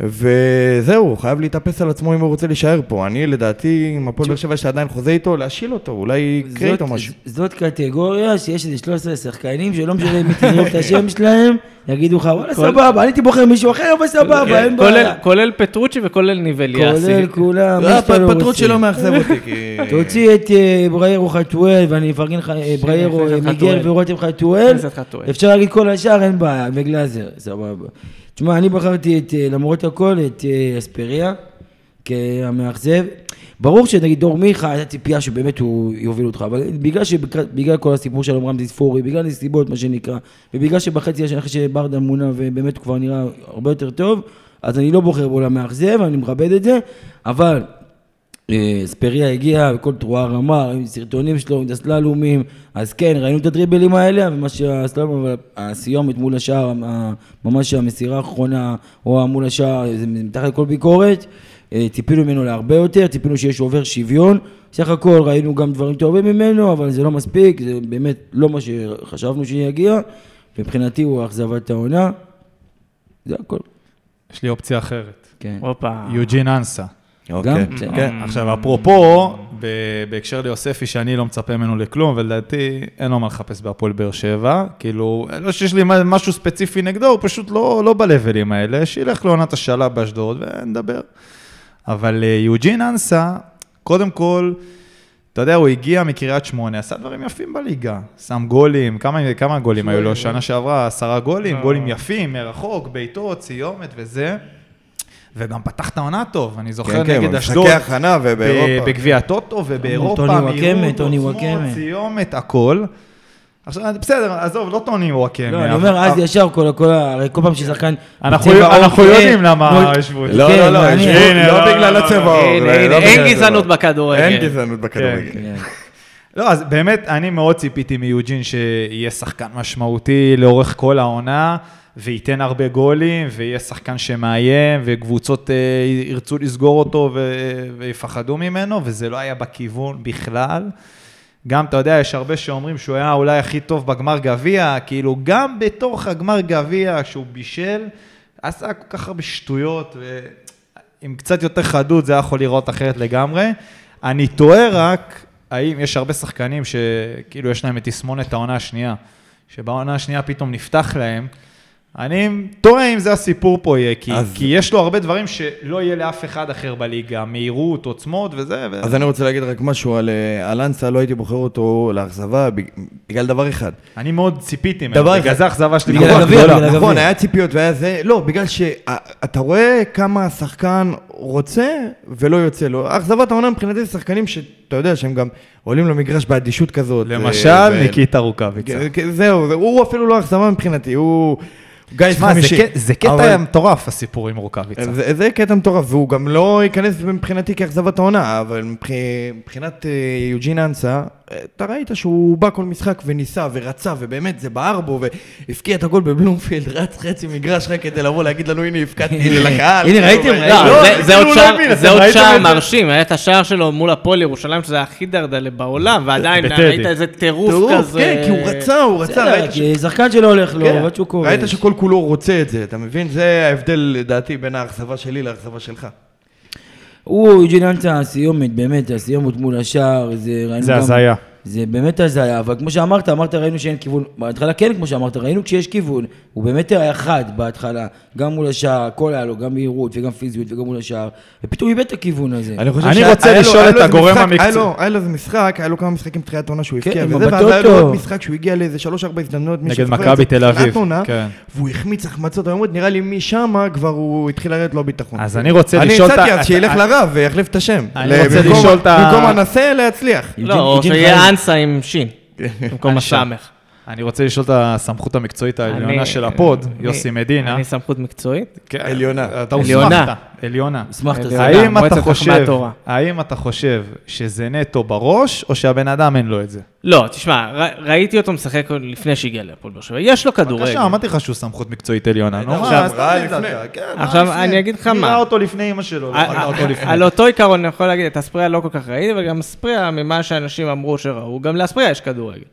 Speaker 2: וזהו, הוא חייב להתאפס על עצמו אם הוא רוצה להישאר פה. אני, לדעתי, עם הפועל באר שבע שעדיין חוזה איתו, להשיל אותו, אולי יקרה
Speaker 3: זאת-
Speaker 2: איתו משהו.
Speaker 3: ז- זאת קטגוריה שיש איזה 13 שחקנים שלא משנה מי תזרוק את השם שלהם, יגידו לך,
Speaker 1: כל-
Speaker 3: וואלה, סבבה, אני הייתי בוחר מישהו אחר, אבל סבבה,
Speaker 1: כן,
Speaker 3: אין
Speaker 1: כולל-
Speaker 3: בעיה.
Speaker 1: כולל פטרוצ'י וכולל ניבליאסי.
Speaker 3: כולל כולם,
Speaker 2: אה,
Speaker 3: מי שאתה לא
Speaker 2: פטרוט
Speaker 3: רוצה.
Speaker 2: שלא מאכזב אותי, כי...
Speaker 3: תוציא את אה, בריירו חתואל, ואני אפרגן לך, אה, בריירו,
Speaker 1: הכנסת
Speaker 3: אה, מיגל
Speaker 1: חתואל.
Speaker 3: ורותם חתואל.
Speaker 1: הכנסת חתואל.
Speaker 3: אפשר להגיד כל השאר, אין בעיה, וגלאזר, סבבה. תשמע, אני בחרתי את, אה, למרות הכל, את אה, אספריה כמאכזב. ברור שנגיד דור מיכה, הייתה ציפייה שבאמת הוא יוביל אותך, אבל בגלל, שבקר- בגלל כל הסיפור של רמזי ספורי, בגלל נסיבות, מה שנקרא, ובגלל שבחצי השנה אחרי שברדה מונה, ובאמת הוא כבר נראה הרבה יותר טוב, אז אני לא בוחר בו למאכזב, אני מכבד את זה, אבל אה, אספריה הגיע, וכל טרואר אמר, עם סרטונים שלו, עם הסללומים, אז כן, ראינו את הדריבלים האלה, ומה שהסללום, אבל הסיומת מול השער, ה- ממש המסירה האחרונה, או מול השער, זה מתחת לכל ביקורת. אה, ציפינו ממנו להרבה יותר, ציפינו שיש עובר שוויון. סך הכל ראינו גם דברים טובים ממנו, אבל זה לא מספיק, זה באמת לא מה שחשבנו שיגיע. מבחינתי הוא אכזבת העונה. זה הכל.
Speaker 4: (laughs) יש לי אופציה אחרת.
Speaker 1: אוקיי.
Speaker 3: כן.
Speaker 1: הופה.
Speaker 4: יוג'ין אנסה.
Speaker 2: אוקיי,
Speaker 3: גם?
Speaker 2: כן.
Speaker 4: עכשיו, אפרופו, ב- בהקשר ליוספי, שאני לא מצפה ממנו לכלום, ולדעתי אין לו מה לחפש בהפועל באר שבע, כאילו, לא שיש לי מה- משהו ספציפי נגדו, הוא פשוט לא, לא בלבלים האלה, שילך לעונת השאלה באשדוד ונדבר. אבל אה, יוג'ין אנסה, קודם כל, אתה יודע, הוא הגיע מקריית שמונה, עשה דברים יפים בליגה. שם גולים, כמה, כמה גולים היו לו? שנה שעברה, עשרה
Speaker 3: אה.
Speaker 4: גולים, גולים יפים, מרחוק, בעיטות, סיומת וזה. וגם פתח את העונה טוב, אני זוכר
Speaker 2: כן, כן,
Speaker 4: נגד
Speaker 2: במשחקי
Speaker 4: אשדוד.
Speaker 2: הכנה ובאירופה.
Speaker 4: ב- בגביע הטוטו ובאירופה,
Speaker 3: טוני וואקמה,
Speaker 4: מהירות,
Speaker 3: טוני
Speaker 4: עוצמות,
Speaker 3: וואקמה.
Speaker 4: סיומת, הכל. עכשיו, בסדר, עזוב, לא טוני וואקמה.
Speaker 3: לא, אני
Speaker 4: אבל-
Speaker 3: אומר, אז ישר כל, כל, ה- הרי כל פעם ששחקן...
Speaker 4: אנחנו-
Speaker 3: בצבע
Speaker 4: אנחנו
Speaker 3: אור,
Speaker 4: יודעים
Speaker 3: אה,
Speaker 4: למה
Speaker 3: מול-
Speaker 4: ישבו.
Speaker 2: לא,
Speaker 3: כן,
Speaker 2: לא, לא,
Speaker 3: מעניין.
Speaker 2: יש-
Speaker 4: הנה,
Speaker 2: לא
Speaker 4: לא,
Speaker 2: בגלל
Speaker 4: לא, לא.
Speaker 2: הצבע האור.
Speaker 1: הנה,
Speaker 2: לא
Speaker 1: הנה,
Speaker 2: בגלל
Speaker 1: אין
Speaker 2: הצבע
Speaker 1: גזענות
Speaker 2: האור.
Speaker 1: בכדורגל.
Speaker 2: אין גזענות בכדורגל.
Speaker 3: כן.
Speaker 4: לא, אז באמת, אני מאוד ציפיתי מיוג'ין שיהיה שחקן משמעותי לאורך כל העונה, וייתן הרבה גולים, ויהיה שחקן שמאיים, וקבוצות אה, ירצו לסגור אותו ו- ויפחדו ממנו, וזה לא היה בכיוון בכלל. גם, אתה יודע, יש הרבה שאומרים שהוא היה אולי הכי טוב בגמר גביע, כאילו, גם בתוך הגמר גביע, כשהוא בישל, עשה כל כך הרבה שטויות, ועם קצת יותר חדות זה היה יכול להיראות אחרת לגמרי. אני תוהה רק, האם יש הרבה שחקנים שכאילו יש להם את תסמונת העונה השנייה, שבעונה השנייה פתאום נפתח להם. אני תוהה אם זה הסיפור פה יהיה, כי,
Speaker 2: אז-
Speaker 4: אז... כי יש לו הרבה דברים שלא יהיה לאף אחד אחר בליגה, מהירות, עוצמות וזה. ו...
Speaker 2: אז אני רוצה להגיד רק משהו על אה, על אנסה, לא הייתי בוחר אותו לאכזבה בג- בגלל דבר אחד.
Speaker 4: אני מאוד ציפיתי ממנו,
Speaker 2: דבר
Speaker 4: בגלל
Speaker 2: אחד.
Speaker 4: זה האכזבה שלי
Speaker 3: בגלל
Speaker 4: כל כך
Speaker 3: הגביע,
Speaker 4: גדולה.
Speaker 3: בגלל
Speaker 2: נכון,
Speaker 3: הגביע.
Speaker 2: היה ציפיות והיה זה, לא, בגלל שאתה רואה כמה השחקן רוצה ולא יוצא לו. אכזבת העונה מבחינתי זה שחקנים שאתה יודע שהם גם עולים למגרש באדישות כזאת. אה,
Speaker 4: למשל,
Speaker 2: ו-
Speaker 4: ניקיטה רוקאביצה.
Speaker 2: כן, כן, זהו, זה- הוא אפילו לא אכזבה מבחינתי, הוא גיא
Speaker 4: תשמע, זה
Speaker 2: חמישי.
Speaker 4: קט- זה קטע
Speaker 2: אבל-
Speaker 4: מטורף, הסיפור עם רוקאביצה.
Speaker 2: זה, זה קטע מטורף, והוא גם לא ייכנס מבחינתי כאכזבת העונה, אבל מבח- מבחינת אה, יוג'ין אנסה, אתה ראית שהוא בא כל משחק וניסה ורצה, ובאמת זה בער בו, והפקיע את הגול בבלומפילד, רץ חצי מגרש רק כדי לבוא להגיד לנו, הנה הפקדתי
Speaker 1: (laughs)
Speaker 2: את זה לקהל.
Speaker 3: הנה, ראיתם?
Speaker 2: לא,
Speaker 3: לא,
Speaker 2: לא,
Speaker 1: זה-
Speaker 2: אני
Speaker 1: זה
Speaker 2: כאילו
Speaker 1: עוד
Speaker 2: לא
Speaker 1: שער-
Speaker 2: מבין, אתם
Speaker 1: זה עוד
Speaker 2: ראיתם
Speaker 1: שער
Speaker 2: את זה?
Speaker 1: מרשים, היה את השער שלו מול הפועל ירושלים, שזה הכי דרדלה בעולם, ועדיין
Speaker 4: בטדי.
Speaker 1: ראית איזה טירוף
Speaker 2: טירוף,
Speaker 1: כזה. לא,
Speaker 2: כן, כי הוא רצה, הוא רצה,
Speaker 3: בסדר,
Speaker 2: ראית ש-
Speaker 3: כי שחקן שלא הולך לו,
Speaker 2: כן.
Speaker 3: עד שהוא קורא.
Speaker 2: ראית שכל כולו רוצה את זה, אתה מבין? זה ההבדל לדעתי בין האכזבה שלי לאכזבה שלך.
Speaker 3: הוא, יוג'ין אנסה, הסיומת, באמת, הסיומת מול השער, זה ראינו
Speaker 4: זה
Speaker 3: גם...
Speaker 4: הזיה.
Speaker 3: זה באמת הזיה, אבל כמו שאמרת, אמרת ראינו שאין כיוון, בהתחלה כן, כמו שאמרת, ראינו כשיש כיוון, הוא באמת היה חד בהתחלה, גם מול השער, הכל היה לו, גם מהירות וגם פיזיות וגם מול השער, ופתאום איבד את הכיוון הזה.
Speaker 4: חושב אני שהיה- רוצה
Speaker 2: היה לו-
Speaker 4: לשאול
Speaker 2: היה
Speaker 4: את
Speaker 2: לו איזה
Speaker 4: הגורם
Speaker 2: משחק-
Speaker 4: המקצועי.
Speaker 2: היה לו- היה לו איזה משחק, היה לו כמה משחקים תחילת עונה שהוא
Speaker 3: כן,
Speaker 2: הבקיע
Speaker 3: עם
Speaker 2: וזה, ואז היה לו
Speaker 3: הבטוטו.
Speaker 2: עוד משחק שהוא הגיע לאיזה שלוש-ארבע הזדמנויות. מי
Speaker 4: נגד
Speaker 2: שזוכר את
Speaker 4: מכבי
Speaker 2: זה,
Speaker 4: תל
Speaker 2: תחילת
Speaker 4: אביב,
Speaker 2: עונה,
Speaker 4: כן.
Speaker 2: והוא החמיץ החמצות היום, נראה לי משם כבר הוא התחיל לרדת לו הביטחון.
Speaker 4: אז אני רוצה
Speaker 2: אני
Speaker 4: לשאול את
Speaker 2: הצעתי
Speaker 4: ה-
Speaker 2: אז שילך לרב ויחליף את השם.
Speaker 4: אני רוצה
Speaker 2: במקום-
Speaker 4: לשאול את ה-
Speaker 2: במקום אנסה להצליח.
Speaker 1: לא, או שיהיה אנסה עם שין, במקום הסמך.
Speaker 4: אני רוצה לשאול את הסמכות המקצועית העליונה
Speaker 1: אני- אה,
Speaker 4: של הפוד,
Speaker 1: אני-
Speaker 4: יוסי מדינה.
Speaker 1: אני סמכות מקצועית?
Speaker 4: כן,
Speaker 2: עליונה.
Speaker 4: אתה
Speaker 1: עליונה.
Speaker 4: הוסמכת. עליונה.
Speaker 3: אשמח את
Speaker 1: אה,
Speaker 3: זה.
Speaker 4: האם
Speaker 1: מועצת
Speaker 4: אתה
Speaker 1: חכמי
Speaker 4: חושב,
Speaker 1: התורה.
Speaker 4: האם אתה חושב שזה נטו בראש, או שהבן אדם אין לו את זה?
Speaker 1: לא, תשמע, ר- ראיתי אותו משחק לפני שהגיע להפועל באר שבע. יש לו כדורגל. אה,
Speaker 4: בבקשה, אמרתי לך שהוא סמכות מקצועית עליונה. נו, מה,
Speaker 2: עכשיו,
Speaker 4: אז
Speaker 2: ראה
Speaker 4: תגיד
Speaker 2: לפני,
Speaker 4: לך.
Speaker 2: כן, ראה
Speaker 1: עכשיו,
Speaker 2: לפני.
Speaker 1: אני אגיד לך
Speaker 4: מי ראה
Speaker 1: מה. אה,
Speaker 4: אותו לפני אמא שלו? לא ראה אותו לפני.
Speaker 1: על אותו עיקרון אני יכול להגיד, את הספריה לא כל כך ראיתי, אבל גם ספריה, ממה שאנשים אמרו שראו, גם לאספריה יש כדורגל.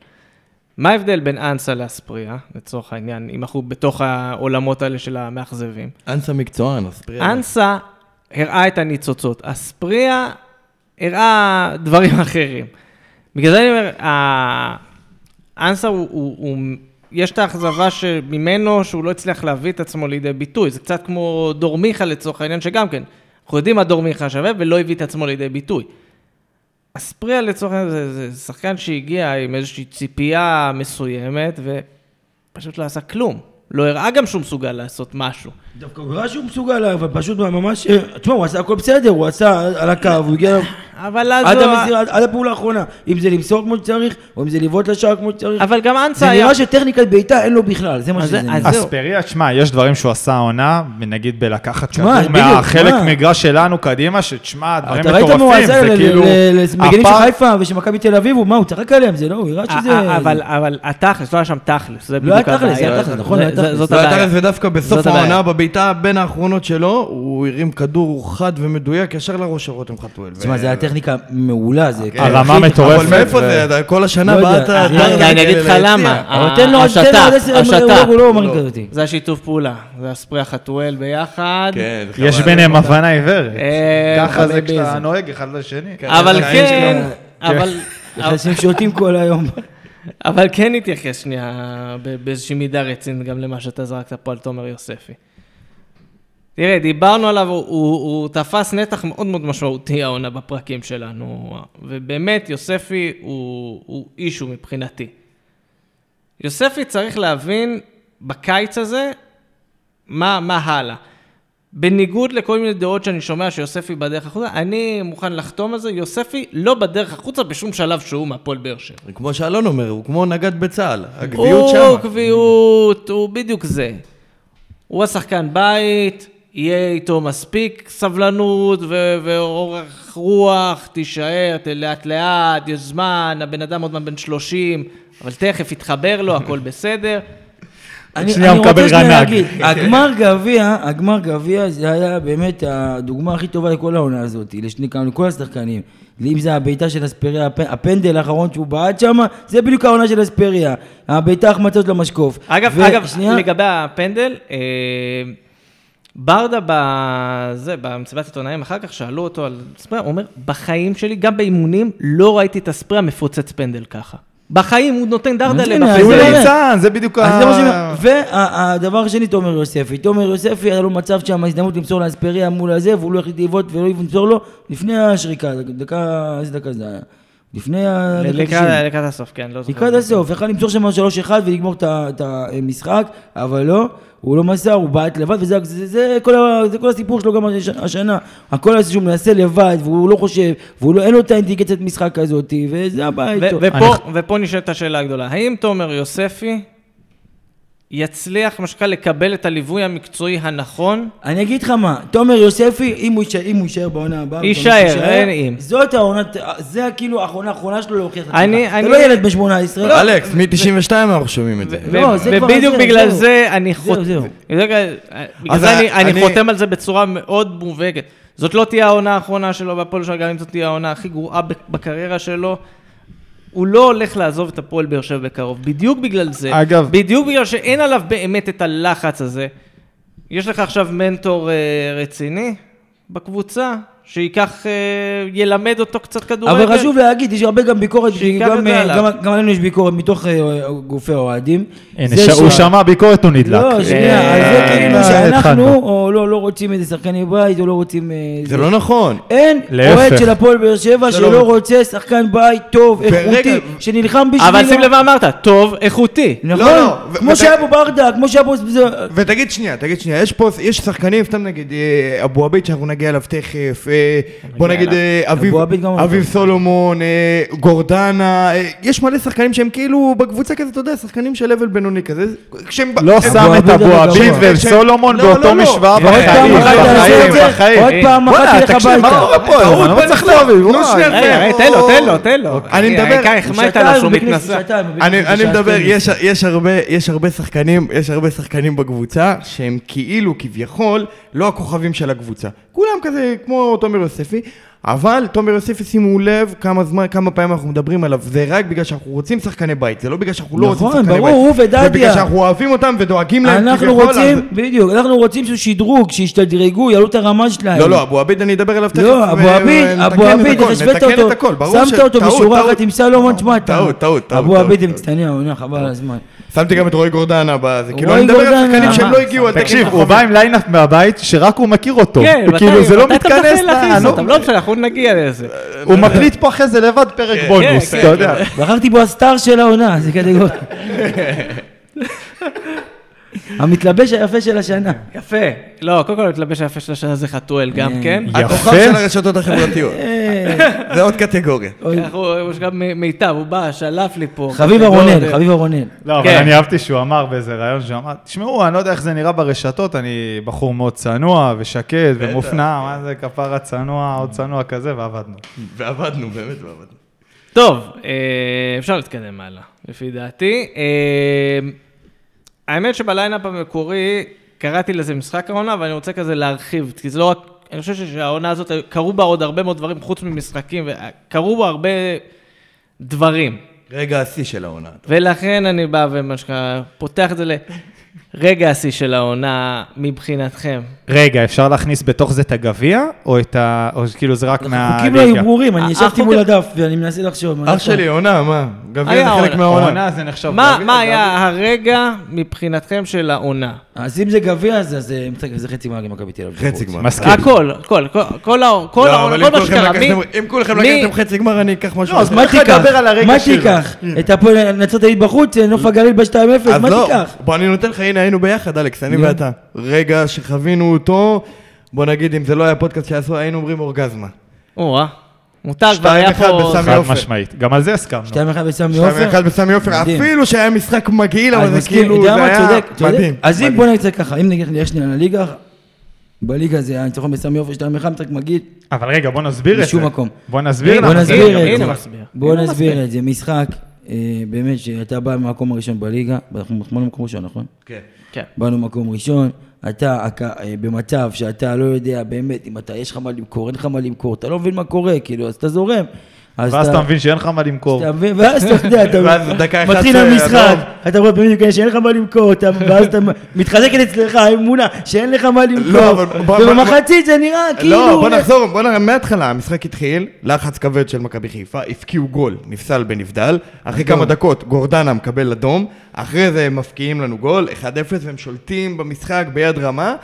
Speaker 1: מה ההבדל בין אנסה לאספריה, לצורך העניין, אם אנחנו בתוך העולמות האלה של המאכזבים?
Speaker 2: אנסה מקצוען, אז פריאלה.
Speaker 1: אנסה הראה את הניצוצות, אספריה הראה דברים אחרים. בגלל זה אני אומר, ה- אנסה הוא, הוא, הוא, יש את האכזבה ממנו שהוא לא הצליח להביא את עצמו לידי ביטוי. זה קצת כמו דור מיכה לצורך העניין, שגם כן, אנחנו יודעים מה דור מיכה שווה ולא הביא את עצמו לידי ביטוי. אספריה לצורך העניין זה, זה שחקן שהגיע עם איזושהי ציפייה מסוימת ופשוט לא עשה כלום. לא הראה גם שהוא מסוגל לעשות משהו.
Speaker 3: דווקא הוא ראה שהוא מסוגל, אבל פשוט ממש, אה, תשמע, הוא עשה הכל בסדר, הוא עשה על הקו, הוא הגיע...
Speaker 1: אבל אז לא, אה,
Speaker 3: עד
Speaker 1: הוא-
Speaker 3: המסירה, עד- עד הפעולה האחרונה, אם זה למסור כמו שצריך, או אם זה לבעוט לשער כמו שצריך.
Speaker 1: אבל גם
Speaker 3: זה
Speaker 1: אנסה היה...
Speaker 3: נראה שטכניקת בעיטה אין לו בכלל, זה מה
Speaker 1: אז
Speaker 3: שזה.
Speaker 1: זה-
Speaker 3: נראה.
Speaker 1: אז זהו.
Speaker 4: אספריה, שמע, יש דברים שהוא עשה העונה, נגיד בלקחת
Speaker 3: שמע,
Speaker 4: כדור
Speaker 3: בדיוק,
Speaker 4: מהחלק
Speaker 3: מה?
Speaker 4: מגרש שלנו קדימה, שתשמע, דברים
Speaker 3: אתה ראית מה הוא
Speaker 4: מטורפים,
Speaker 3: עשה
Speaker 4: זה
Speaker 3: ל-
Speaker 4: כאילו...
Speaker 3: ל- למגנים של
Speaker 4: הפער-
Speaker 3: חיפה ושל מכבי תל אביב, הוא- מה, הוא צחק עליהם, זה לא, הוא הראה
Speaker 1: אה,
Speaker 3: שזה...
Speaker 1: אה, אבל- אבל התכלס, לא היה שם תכלס, זה
Speaker 3: לא היה
Speaker 1: בדיוק הבעיה.
Speaker 3: תכלס, היה תכלס, נכון,
Speaker 1: זה-
Speaker 3: היה
Speaker 1: זה-
Speaker 3: תכלס.
Speaker 1: זאת
Speaker 2: לא
Speaker 1: הבעיה.
Speaker 2: הייתה רז ודווקא
Speaker 1: זאת
Speaker 2: בסוף
Speaker 1: הבעיה.
Speaker 2: העונה בבעיטה בין האחרונות שלו, הוא הרים כדור חד ומדויק ישר לראש של רותם חתואל.
Speaker 3: תשמע,
Speaker 2: ו-
Speaker 3: זו הייתה טכניקה מעולה,
Speaker 4: אה,
Speaker 3: זה... כאילו
Speaker 4: הרמה
Speaker 3: הכי-
Speaker 4: מטורפת.
Speaker 2: אבל מאיפה זה? אתה כל השנה
Speaker 3: לא יודע,
Speaker 2: בעטת...
Speaker 3: אה,
Speaker 2: אתה-
Speaker 1: אני- אני אגיד לך
Speaker 2: ליציע.
Speaker 1: למה. אה,
Speaker 3: אבל תן לו עוד
Speaker 1: השת"פ,
Speaker 3: תן לו עוד עשר,
Speaker 1: השת"פ.
Speaker 3: הוא לא- הוא לא מרגיש אותי.
Speaker 1: זה השיתוף פעולה, זה הספרי החתואל ביחד.
Speaker 2: כן, זה
Speaker 4: יש
Speaker 2: חבל.
Speaker 4: ביניהם הבנה עיוורת.
Speaker 1: אה,
Speaker 4: ככה זה
Speaker 1: חביבי
Speaker 4: כשאתה
Speaker 1: זה.
Speaker 4: נוהג אחד לשני.
Speaker 2: כן,
Speaker 1: אבל
Speaker 2: זה החיים
Speaker 1: כן, אבל...
Speaker 4: שלנו.
Speaker 1: אבל-
Speaker 3: אנשים שותים כל היום.
Speaker 1: אבל כן התייחס שנייה ב- באיזושהי מידה רצינית גם למה שאתה זרקת פה על תומר יוספי. תראה, דיברנו עליו, הוא, הוא, הוא תפס נתח מאוד מאוד משמעותי העונה בפרקים שלנו, ובאמת יוספי הוא, הוא אישו מבחינתי. יוספי צריך להבין בקיץ הזה מה, מה הלאה. בניגוד לכל מיני דעות שאני שומע שיוספי בדרך החוצה, אני מוכן לחתום על זה, יוספי לא בדרך החוצה בשום שלב שהוא מהפועל באר שבע.
Speaker 2: כמו שאלון אומר, הוא כמו נגד בצה"ל, הגביעות
Speaker 1: הוא
Speaker 2: שם.
Speaker 1: קביעות, הוא בדיוק זה. הוא השחקן בית, יהיה איתו מספיק סבלנות ו- ואורך רוח, תישאר, ת- לאט לאט, יש זמן, הבן אדם עוד מעט בן 30, אבל תכף יתחבר לו, הכל בסדר.
Speaker 3: אני
Speaker 4: שנייה
Speaker 3: אני
Speaker 4: הוא מקבל
Speaker 3: רוצה שנייה
Speaker 4: רנ"ג.
Speaker 3: להגיד, הגמר גביע, הגמר גביע זה היה באמת הדוגמה הכי טובה לכל העונה הזאת, לשני כמה, לכל השחקנים. אם זה הבעיטה של אספריה, הפ- הפנדל האחרון שהוא בעט שם, זה בדיוק העונה של אספריה. הבעיטה ההחמצות למשקוף.
Speaker 1: אגב,
Speaker 3: ו-
Speaker 1: אגב,
Speaker 3: שנייה,
Speaker 1: לגבי הפנדל, אה, ברדה בזה, במסיבת עיתונאים אחר כך, שאלו אותו על ספריה, הוא אומר, בחיים שלי, גם באימונים, לא ראיתי את הספריה מפוצץ פנדל ככה. בחיים, הוא נותן דרדלה
Speaker 3: הנה,
Speaker 4: כי הוא
Speaker 3: אז
Speaker 1: בפנדל.
Speaker 3: זה-
Speaker 4: ליצן, זה בדיוק
Speaker 3: אז זה מה שאני
Speaker 4: ה...
Speaker 3: אומר. והדבר השני, תומר יוספי. תומר יוספי, היה לו מצב שם, הזדמנות למסור לאספריה מול הזה, והוא לא החליט לבעוט ולא למסור לו, לפני השריקה, דקה, איזה דקה זה היה? לפני ה... דקה
Speaker 1: לקראת
Speaker 3: 90.
Speaker 1: לקראת הסוף, כן, לא זוכר.
Speaker 3: לקראת הסוף, יכל למצוא שם 3-1 ולגמור את ה- את המשחק, אבל לא, הוא לא מסר, הוא בעט לבד, וזה זה, זה, כל, ה- זה כל הסיפור שלו גם הש- השנה. הכל הזה שהוא מנסה לבד, והוא לא חושב, ואין לו את האינדיקציית משחק הזאת, וזה הבעיה
Speaker 1: ו-
Speaker 3: איתו.
Speaker 1: ופה- ופה נשאלת השאלה הגדולה, האם תומר יוספי יצליח, מה שנקרא, לקבל את הליווי המקצועי הנכון.
Speaker 3: אני אגיד לך מה, תומר יוספי, אם הוא יישאר- אם הוא יישאר בעונה הבאה,
Speaker 1: יישאר,
Speaker 3: ואתה אומר שהוא
Speaker 1: אין אם.
Speaker 3: זאת העונה, זה כאילו האחרונה האחרונה שלו להוכיח את
Speaker 1: אני-
Speaker 3: עצמך.
Speaker 1: אני-
Speaker 3: אתה לא ילד בן 18.
Speaker 2: אלכס, מ-92 אנחנו שומעים את זה.
Speaker 1: ו-
Speaker 3: לא, זה כבר-
Speaker 1: ובדיוק
Speaker 3: זהו,
Speaker 1: בגלל
Speaker 3: זהו.
Speaker 1: זה אני
Speaker 3: זהו,
Speaker 1: חותם,
Speaker 3: זהו.
Speaker 1: בגלל
Speaker 2: אז
Speaker 1: זה אני-
Speaker 2: ה-
Speaker 1: אני
Speaker 2: אני-
Speaker 1: חותם על זה בצורה מאוד מובהקת. זאת לא תהיה העונה האחרונה שלו בהפועל שלו, גם אם זאת תהיה העונה הכי גרועה בק- בקריירה שלו. הוא לא הולך לעזוב את הפועל באר שבע בקרוב, בדיוק בגלל זה.
Speaker 4: אגב-
Speaker 1: בדיוק בגלל שאין עליו באמת את הלחץ הזה. יש לך עכשיו מנטור אה, רציני בקבוצה, שייקח, אה, ילמד אותו קצת כדורגל.
Speaker 3: אבל חשוב להגיד, יש הרבה גם ביקורת,
Speaker 1: שייקח כן. את
Speaker 3: גם,
Speaker 1: זה
Speaker 3: אה,
Speaker 1: עליו.
Speaker 3: גם, גם עלינו יש ביקורת מתוך אה, אה, גופי האוהדים.
Speaker 4: הנה,
Speaker 3: זה
Speaker 4: ש- הוא
Speaker 3: שה-
Speaker 4: שמע ביקורת, הוא נדלק.
Speaker 3: לא, שנייה,
Speaker 2: אה,
Speaker 3: על זה כאילו
Speaker 4: אה,
Speaker 3: שאנחנו,
Speaker 4: התחלנו.
Speaker 3: או לא, לא רוצים איזה שחקן בית, או לא רוצים... אה,
Speaker 2: זה לא נכון.
Speaker 3: אין
Speaker 4: להפך.
Speaker 3: אוהד של הפועל באר שבע
Speaker 2: זה לא-
Speaker 3: שלא רוצה שחקן בית טוב,
Speaker 2: ורגע-
Speaker 3: איכותי, שנלחם בשבילו.
Speaker 1: אבל שים לב מה אמרת, טוב, איכותי.
Speaker 3: נכון,
Speaker 2: לא, לא, ו-
Speaker 3: כמו
Speaker 2: ות-
Speaker 3: שהיה פה ברדה, כמו שהיה פה... זה-
Speaker 2: ותגיד שנייה, תגיד שנייה, יש פה, יש שחקנים, סתם נגיד אה, אבו עביד שאנחנו נגיע אליו תכף, אה, בוא נגיד אה, אביב-
Speaker 3: אבו עביד גם הוא
Speaker 2: אביב
Speaker 3: טוב.
Speaker 2: סולומון, אה, גורדנה, אה, יש מלא שחקנים שהם כאילו בקבוצה כזה, אתה יודע, שחקנים של לבל בינוני כזה, כשהם... ב-
Speaker 4: לא
Speaker 2: הם-
Speaker 4: שם את
Speaker 3: עביד
Speaker 4: אבו
Speaker 3: הגבוה.
Speaker 4: עביד
Speaker 2: כן,
Speaker 4: ואל
Speaker 2: כן.
Speaker 4: סולומון
Speaker 2: לא, לא,
Speaker 4: באותו
Speaker 2: לא.
Speaker 4: משוואה
Speaker 2: ועוד
Speaker 4: בחיים,
Speaker 3: פעם אחת תעשה
Speaker 4: בחיים,
Speaker 3: את זה,
Speaker 4: בחיים.
Speaker 3: עוד פעם אחת
Speaker 4: וואלה,
Speaker 3: תלך
Speaker 4: תקשיב,
Speaker 3: הביטה.
Speaker 4: מה קורה פה היום? אני לא מצליח להבין,
Speaker 2: נו,
Speaker 4: וואי.
Speaker 2: שנייה,
Speaker 1: רגע, רגע, תן לו, תן לו, תן לו.
Speaker 2: אני מדבר-
Speaker 1: העיקר
Speaker 3: הוא
Speaker 1: החמאת
Speaker 3: שעתיים,
Speaker 1: לו שהוא
Speaker 3: הוא בכנסת
Speaker 1: מתנשא.
Speaker 3: שעתיים, הוא
Speaker 2: אני,
Speaker 3: בכנסת
Speaker 2: אני
Speaker 3: שעתיים.
Speaker 2: מדבר, יש, יש, הרבה, יש הרבה שחקנים, יש הרבה שחקנים בקבוצה שהם כאילו, כביכול, לא הכוכבים של הקבוצה. כולם כזה, כמו תומר יוספי, אבל תומר יוספי, שימו לב כמה זמן, כמה פעמים אנחנו מדברים עליו, זה רק בגלל שאנחנו רוצים שחקני בית, זה לא בגלל שאנחנו לא
Speaker 3: נכון,
Speaker 2: רוצים שחקני
Speaker 3: ברור,
Speaker 2: בית.
Speaker 3: הוא ודדיה.
Speaker 2: זה בגלל שאנחנו אוהבים אותם ודואגים להם
Speaker 3: אנחנו
Speaker 2: כביכול,
Speaker 3: רוצים, בדיוק, אנחנו רוצים איזשהו שדרוג, שישתדרגו, יעלו את הרמה שלהם.
Speaker 2: אז... לא, לא, אבו עביד, אני אדבר עליו תכף.
Speaker 3: לא, אבו
Speaker 2: ו-
Speaker 3: עביד,
Speaker 2: ונתקן
Speaker 3: אבו
Speaker 2: את
Speaker 3: עביד,
Speaker 2: הכל,
Speaker 3: השווית
Speaker 2: נתקן את
Speaker 3: אותו,
Speaker 2: הכל, ברור
Speaker 3: שמת אותו
Speaker 2: טעות,
Speaker 3: בשורה
Speaker 2: טעות.
Speaker 3: אחת עם סלומון, תשמע, אתה-
Speaker 2: טעות, טעות, טעות,
Speaker 3: אבו עביד
Speaker 2: טעות.
Speaker 3: הם קטנים, העונה, חבל על הזמן.
Speaker 2: שמתי גם את רועי גורדנה בזה, כאילו,
Speaker 3: רועי
Speaker 2: אני מדבר על
Speaker 3: גורדנה.
Speaker 2: שחקנים שהם לא
Speaker 1: מה?
Speaker 2: הגיעו על תקן
Speaker 4: תקשיב, הוא
Speaker 2: כוכבים.
Speaker 4: בא עם ליינאפ מהבית שרק הוא מכיר אותו.
Speaker 1: כן,
Speaker 4: הוא כאילו,
Speaker 1: מתי-
Speaker 4: זה לא
Speaker 1: מתי אתה
Speaker 4: מתכנס,
Speaker 1: מתחיל להכניס
Speaker 4: נו.
Speaker 1: אותם? לא משנה, אנחנו נגיע לזה.
Speaker 4: הוא מקליט פה אחרי זה לבד פרק בונוס,
Speaker 1: כן,
Speaker 4: אתה יודע.
Speaker 3: בחרתי בו הסטאר של העונה,
Speaker 2: (laughs)
Speaker 3: זה קטגוריה. המתלבש היפה של השנה.
Speaker 1: יפה. לא, קודם כל המתלבש היפה של השנה זה חתואל גם כן.
Speaker 4: יפה.
Speaker 2: הכוכב של הרשתות (laughs) החברתיות.
Speaker 3: אה,
Speaker 2: זה עוד קטגוריה.
Speaker 3: אוי.
Speaker 1: אנחנו, יש גם מ- מיטב, הוא בא, שלף לי פה.
Speaker 3: חביב
Speaker 1: קטגוריות.
Speaker 3: ארונל, חביב ארונל.
Speaker 4: לא, אבל
Speaker 1: כן.
Speaker 4: אני אהבתי שהוא אמר באיזה ראיון שהוא אמר, תשמעו, אני לא יודע איך זה נראה ברשתות, אני בחור מאוד צנוע ושקט ומופנע, מה זה כפרה צנוע, עוד צנוע כזה, ועבדנו.
Speaker 2: ועבדנו, באמת ועבדנו.
Speaker 1: טוב, אה, אפשר להתקדם הלאה, לפי דעתי. אה, האמת שבליינאפ המקורי, קראתי לזה משחק העונה, ואני רוצה כזה להרחיב, כי זה לא רק... אני חושב שהעונה הזאת, קרו בה עוד הרבה מאוד דברים חוץ ממשחקים, וקרו בה הרבה דברים.
Speaker 2: רגע השיא של העונה.
Speaker 1: ולכן אני בא ומה שנקרא, פותח את זה לרגע השיא של העונה מבחינתכם.
Speaker 4: רגע, אפשר להכניס בתוך זה את הגביע, או את ה... או כאילו זה רק
Speaker 2: אה,
Speaker 3: חוקים לא היו
Speaker 4: מהליגה?
Speaker 3: ברורים, אני ישבתי
Speaker 1: החוקים-
Speaker 3: מול הדף ואני מנסה לחשוב. מה
Speaker 2: אוקיי. אח
Speaker 3: נכון.
Speaker 2: שלי, עונה, מה?
Speaker 1: היה
Speaker 2: גביע זה
Speaker 1: עונה.
Speaker 2: חלק מהעונה.
Speaker 4: העונה זה נחשב
Speaker 1: מה
Speaker 4: גביע,
Speaker 1: מה
Speaker 4: גביע.
Speaker 1: היה הרגע מבחינתכם של העונה?
Speaker 3: אז אם זה גביע, אז- אז אה, משחק- זה חצי גמר למכבי תל אביב.
Speaker 2: חצי גמר.
Speaker 4: מסכים.
Speaker 1: הכל, הכל, כל- כל העונה, כל
Speaker 2: כן. לא,
Speaker 1: העונה,
Speaker 2: אבל
Speaker 1: כל
Speaker 2: אם
Speaker 1: מה
Speaker 2: כולכם
Speaker 1: שקרה.
Speaker 2: לקחתם-
Speaker 1: מי-
Speaker 2: אם כולכם
Speaker 1: מי-
Speaker 2: לקחתם חצי גמר, אני אקח משהו.
Speaker 4: לא, אז
Speaker 2: אחר.
Speaker 3: מה
Speaker 4: איך
Speaker 3: תיקח?
Speaker 4: לדבר על הרגע
Speaker 3: מה
Speaker 4: שלו?
Speaker 3: תיקח? את הפועל נצרת עילית בחוץ, נוף הגליל ב-2-0,
Speaker 2: אז
Speaker 3: מה
Speaker 2: כן. לא,
Speaker 3: תיקח?
Speaker 2: בוא אני נותן לך, הנה היינו ביחד, אלכס, אני
Speaker 3: נו.
Speaker 2: ואתה. רגע שחווינו אותו, בוא נגיד, אם זה לא היה פודקאסט שעשו, היינו אומרים אורגזמה.
Speaker 1: או-אה, מותר, כבר
Speaker 2: שתיים
Speaker 1: היה
Speaker 2: אחד
Speaker 1: פה...
Speaker 2: בסמי
Speaker 4: חד
Speaker 2: עופר.
Speaker 4: משמעית, גם על זה הסכמנו.
Speaker 3: 2-1 בסמי
Speaker 2: שתיים
Speaker 3: עופר.
Speaker 2: אחד בסמי עופר,
Speaker 3: מדהים.
Speaker 2: אפילו שהיה משחק מגעיל,
Speaker 3: אז
Speaker 2: אבל זה
Speaker 3: מסכים,
Speaker 2: כאילו,
Speaker 3: יודע
Speaker 2: זה
Speaker 3: מה?
Speaker 2: היה
Speaker 3: צודק, צודק.
Speaker 2: מדהים.
Speaker 3: אז אם
Speaker 2: מדהים.
Speaker 3: בוא נגיד ככה, אם נגיד נלך שנייה לליגה, בליגה זה היה ניצחון בסמי עופר 2-1, משחק מגעיל,
Speaker 4: אבל רגע, בוא נסביר את זה.
Speaker 3: בשום מקום.
Speaker 4: בוא נסביר
Speaker 3: בוא
Speaker 4: לך.
Speaker 3: נסביר
Speaker 1: הנה,
Speaker 3: את
Speaker 1: הנה
Speaker 3: זה.
Speaker 1: מסביר.
Speaker 3: בוא
Speaker 1: הנה
Speaker 3: נסביר
Speaker 1: מסביר.
Speaker 3: את זה. משחק, אה, באמת, שאתה בא מהמקום הראשון בליגה, אנחנו מחמנו מקום ראשון, נכון?
Speaker 2: כן.
Speaker 1: כן.
Speaker 3: באנו מקום ראשון, אתה הק- אה, במצב שאתה לא יודע באמת אם אתה, יש לך מה למכור, אין לך מה למכור, אתה לא מבין מה קורה, כאילו, אז אתה זורם. אז
Speaker 4: ואז אתה מבין שאין לך מה למכור.
Speaker 3: אתה מבין? ואז אתה יודע,
Speaker 2: ואז
Speaker 3: אתה
Speaker 2: דקה אה, לא?
Speaker 3: מתחיל
Speaker 2: 11,
Speaker 3: המשחק,
Speaker 2: אדום.
Speaker 3: אתה רואה פעמים כאלה שאין לך מה למכור, אתה- ואז אתה מתחזקת אצלך האמונה שאין לך מה למכור,
Speaker 2: לא, אבל בוא- בוא-
Speaker 3: ובמחצית זה נראה כאילו...
Speaker 2: לא, בוא נחזור, בוא נראה, מההתחלה, המשחק התחיל, לחץ כבד של מכבי חיפה, הפקיעו גול, נפסל בנבדל, אחרי כמה דקות גורדנה מקבל אדום, אחרי זה הם מפקיעים לנו גול, 1-0, והם שולטים במשחק ביד רמה,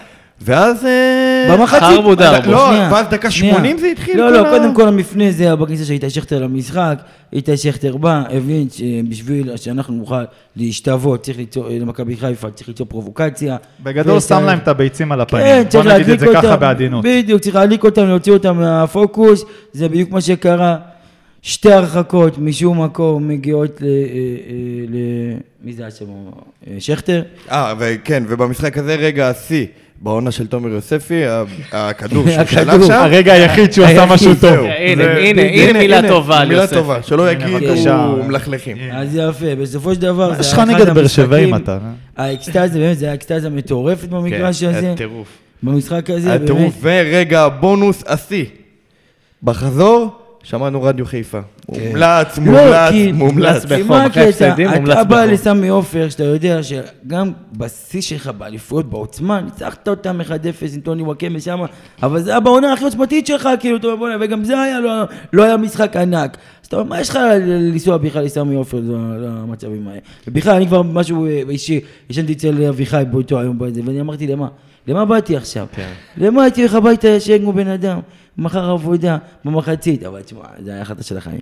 Speaker 2: ואז... אה,
Speaker 3: במחצית. אוקיי.
Speaker 1: חרבו דרבו.
Speaker 2: לא,
Speaker 3: שנייה,
Speaker 2: ואז דקה
Speaker 3: שנייה.
Speaker 2: 80 זה התחיל?
Speaker 3: לא, לא,
Speaker 2: ה-
Speaker 3: קודם כל המפנה זה היה בכניסה של איתי שכטר למשחק, איתי שכטר בא, הבין שבשביל שאנחנו נוכל להשתוות, צריך ליצור, למכבי חיפה, צריך ליצור פרובוקציה.
Speaker 4: בגדול
Speaker 3: וצריך-
Speaker 4: שם להם את הביצים על
Speaker 3: כן,
Speaker 4: הפנים. בוא
Speaker 3: צריך
Speaker 4: נגיד את
Speaker 3: להדליק
Speaker 4: זה
Speaker 3: אותם.
Speaker 4: ככה בעדינות.
Speaker 3: בדיוק, צריך להדליק אותם, להוציא אותם מהפוקוס, זה בדיוק מה שקרה. שתי הרחקות משום מקום מגיעות ל... אה, אה, ל- מי זה היה שם? אה, שכטר?
Speaker 2: אה, וכן, ובמשחק הזה רגע השיא, בעונה של תומר יוספי, ה- הכדור שהוא שלח
Speaker 3: הכדור.
Speaker 2: שם.
Speaker 4: כאילו, הרגע היחיד שהוא עשה
Speaker 3: היחיד,
Speaker 4: משהו
Speaker 3: זהו.
Speaker 4: טוב.
Speaker 1: הנה,
Speaker 4: זה-
Speaker 1: הנה, הנה מילה טובה על
Speaker 2: מילה
Speaker 1: יוספי.
Speaker 2: טובה, שלא
Speaker 4: הנה,
Speaker 2: יגידו
Speaker 4: בבקשה.
Speaker 2: מלכלכים.
Speaker 3: אז יפה, בסופו של דבר
Speaker 4: כן. מה יש
Speaker 3: זה
Speaker 4: לך
Speaker 3: היה אחד
Speaker 4: נגד באר
Speaker 3: המשחקים-
Speaker 4: שבעים אתה? כן, אה?
Speaker 3: האקסטזה, באמת, זה היה אקסטזה מטורפת במגרש הזה.
Speaker 2: הטירוף.
Speaker 3: במשחק הזה, באמת.
Speaker 2: הטירוף, ורגע הבונוס השיא. בחזור, שמענו רדיו חיפה. מומלץ,
Speaker 3: לא,
Speaker 2: מומלץ, מומלץ.
Speaker 1: בחום, אחרי הפסדים, מומלץ
Speaker 3: אתה בא
Speaker 1: בחום.
Speaker 3: לסמי עופר, שאתה יודע שגם בשיא שלך באליפויות, בעוצמה, ניצחת אותם 1-0 עם טוני וואקמה שם, אבל זה היה בעונה הכי עוצמתית שלך, כאילו, אתה אומר, "בוא'נה", וגם זה היה, לא- לא היה משחק ענק. אז אתה אומר, מה יש לך ל- לנסוע בכלל לסמי עופר ל- למצבים האלה? ובכלל, אני כבר משהו אה, אישי, ישנתי אצל אביחי באותו היום, בזה, ואני אמרתי, למה? למה באתי עכשיו?
Speaker 2: כן.
Speaker 3: למה הייתי הולך הביתה שיהיה כמו בן אדם? מחר עבודה, במחצית. אבל תשמע, זה היה החלטה של החיים.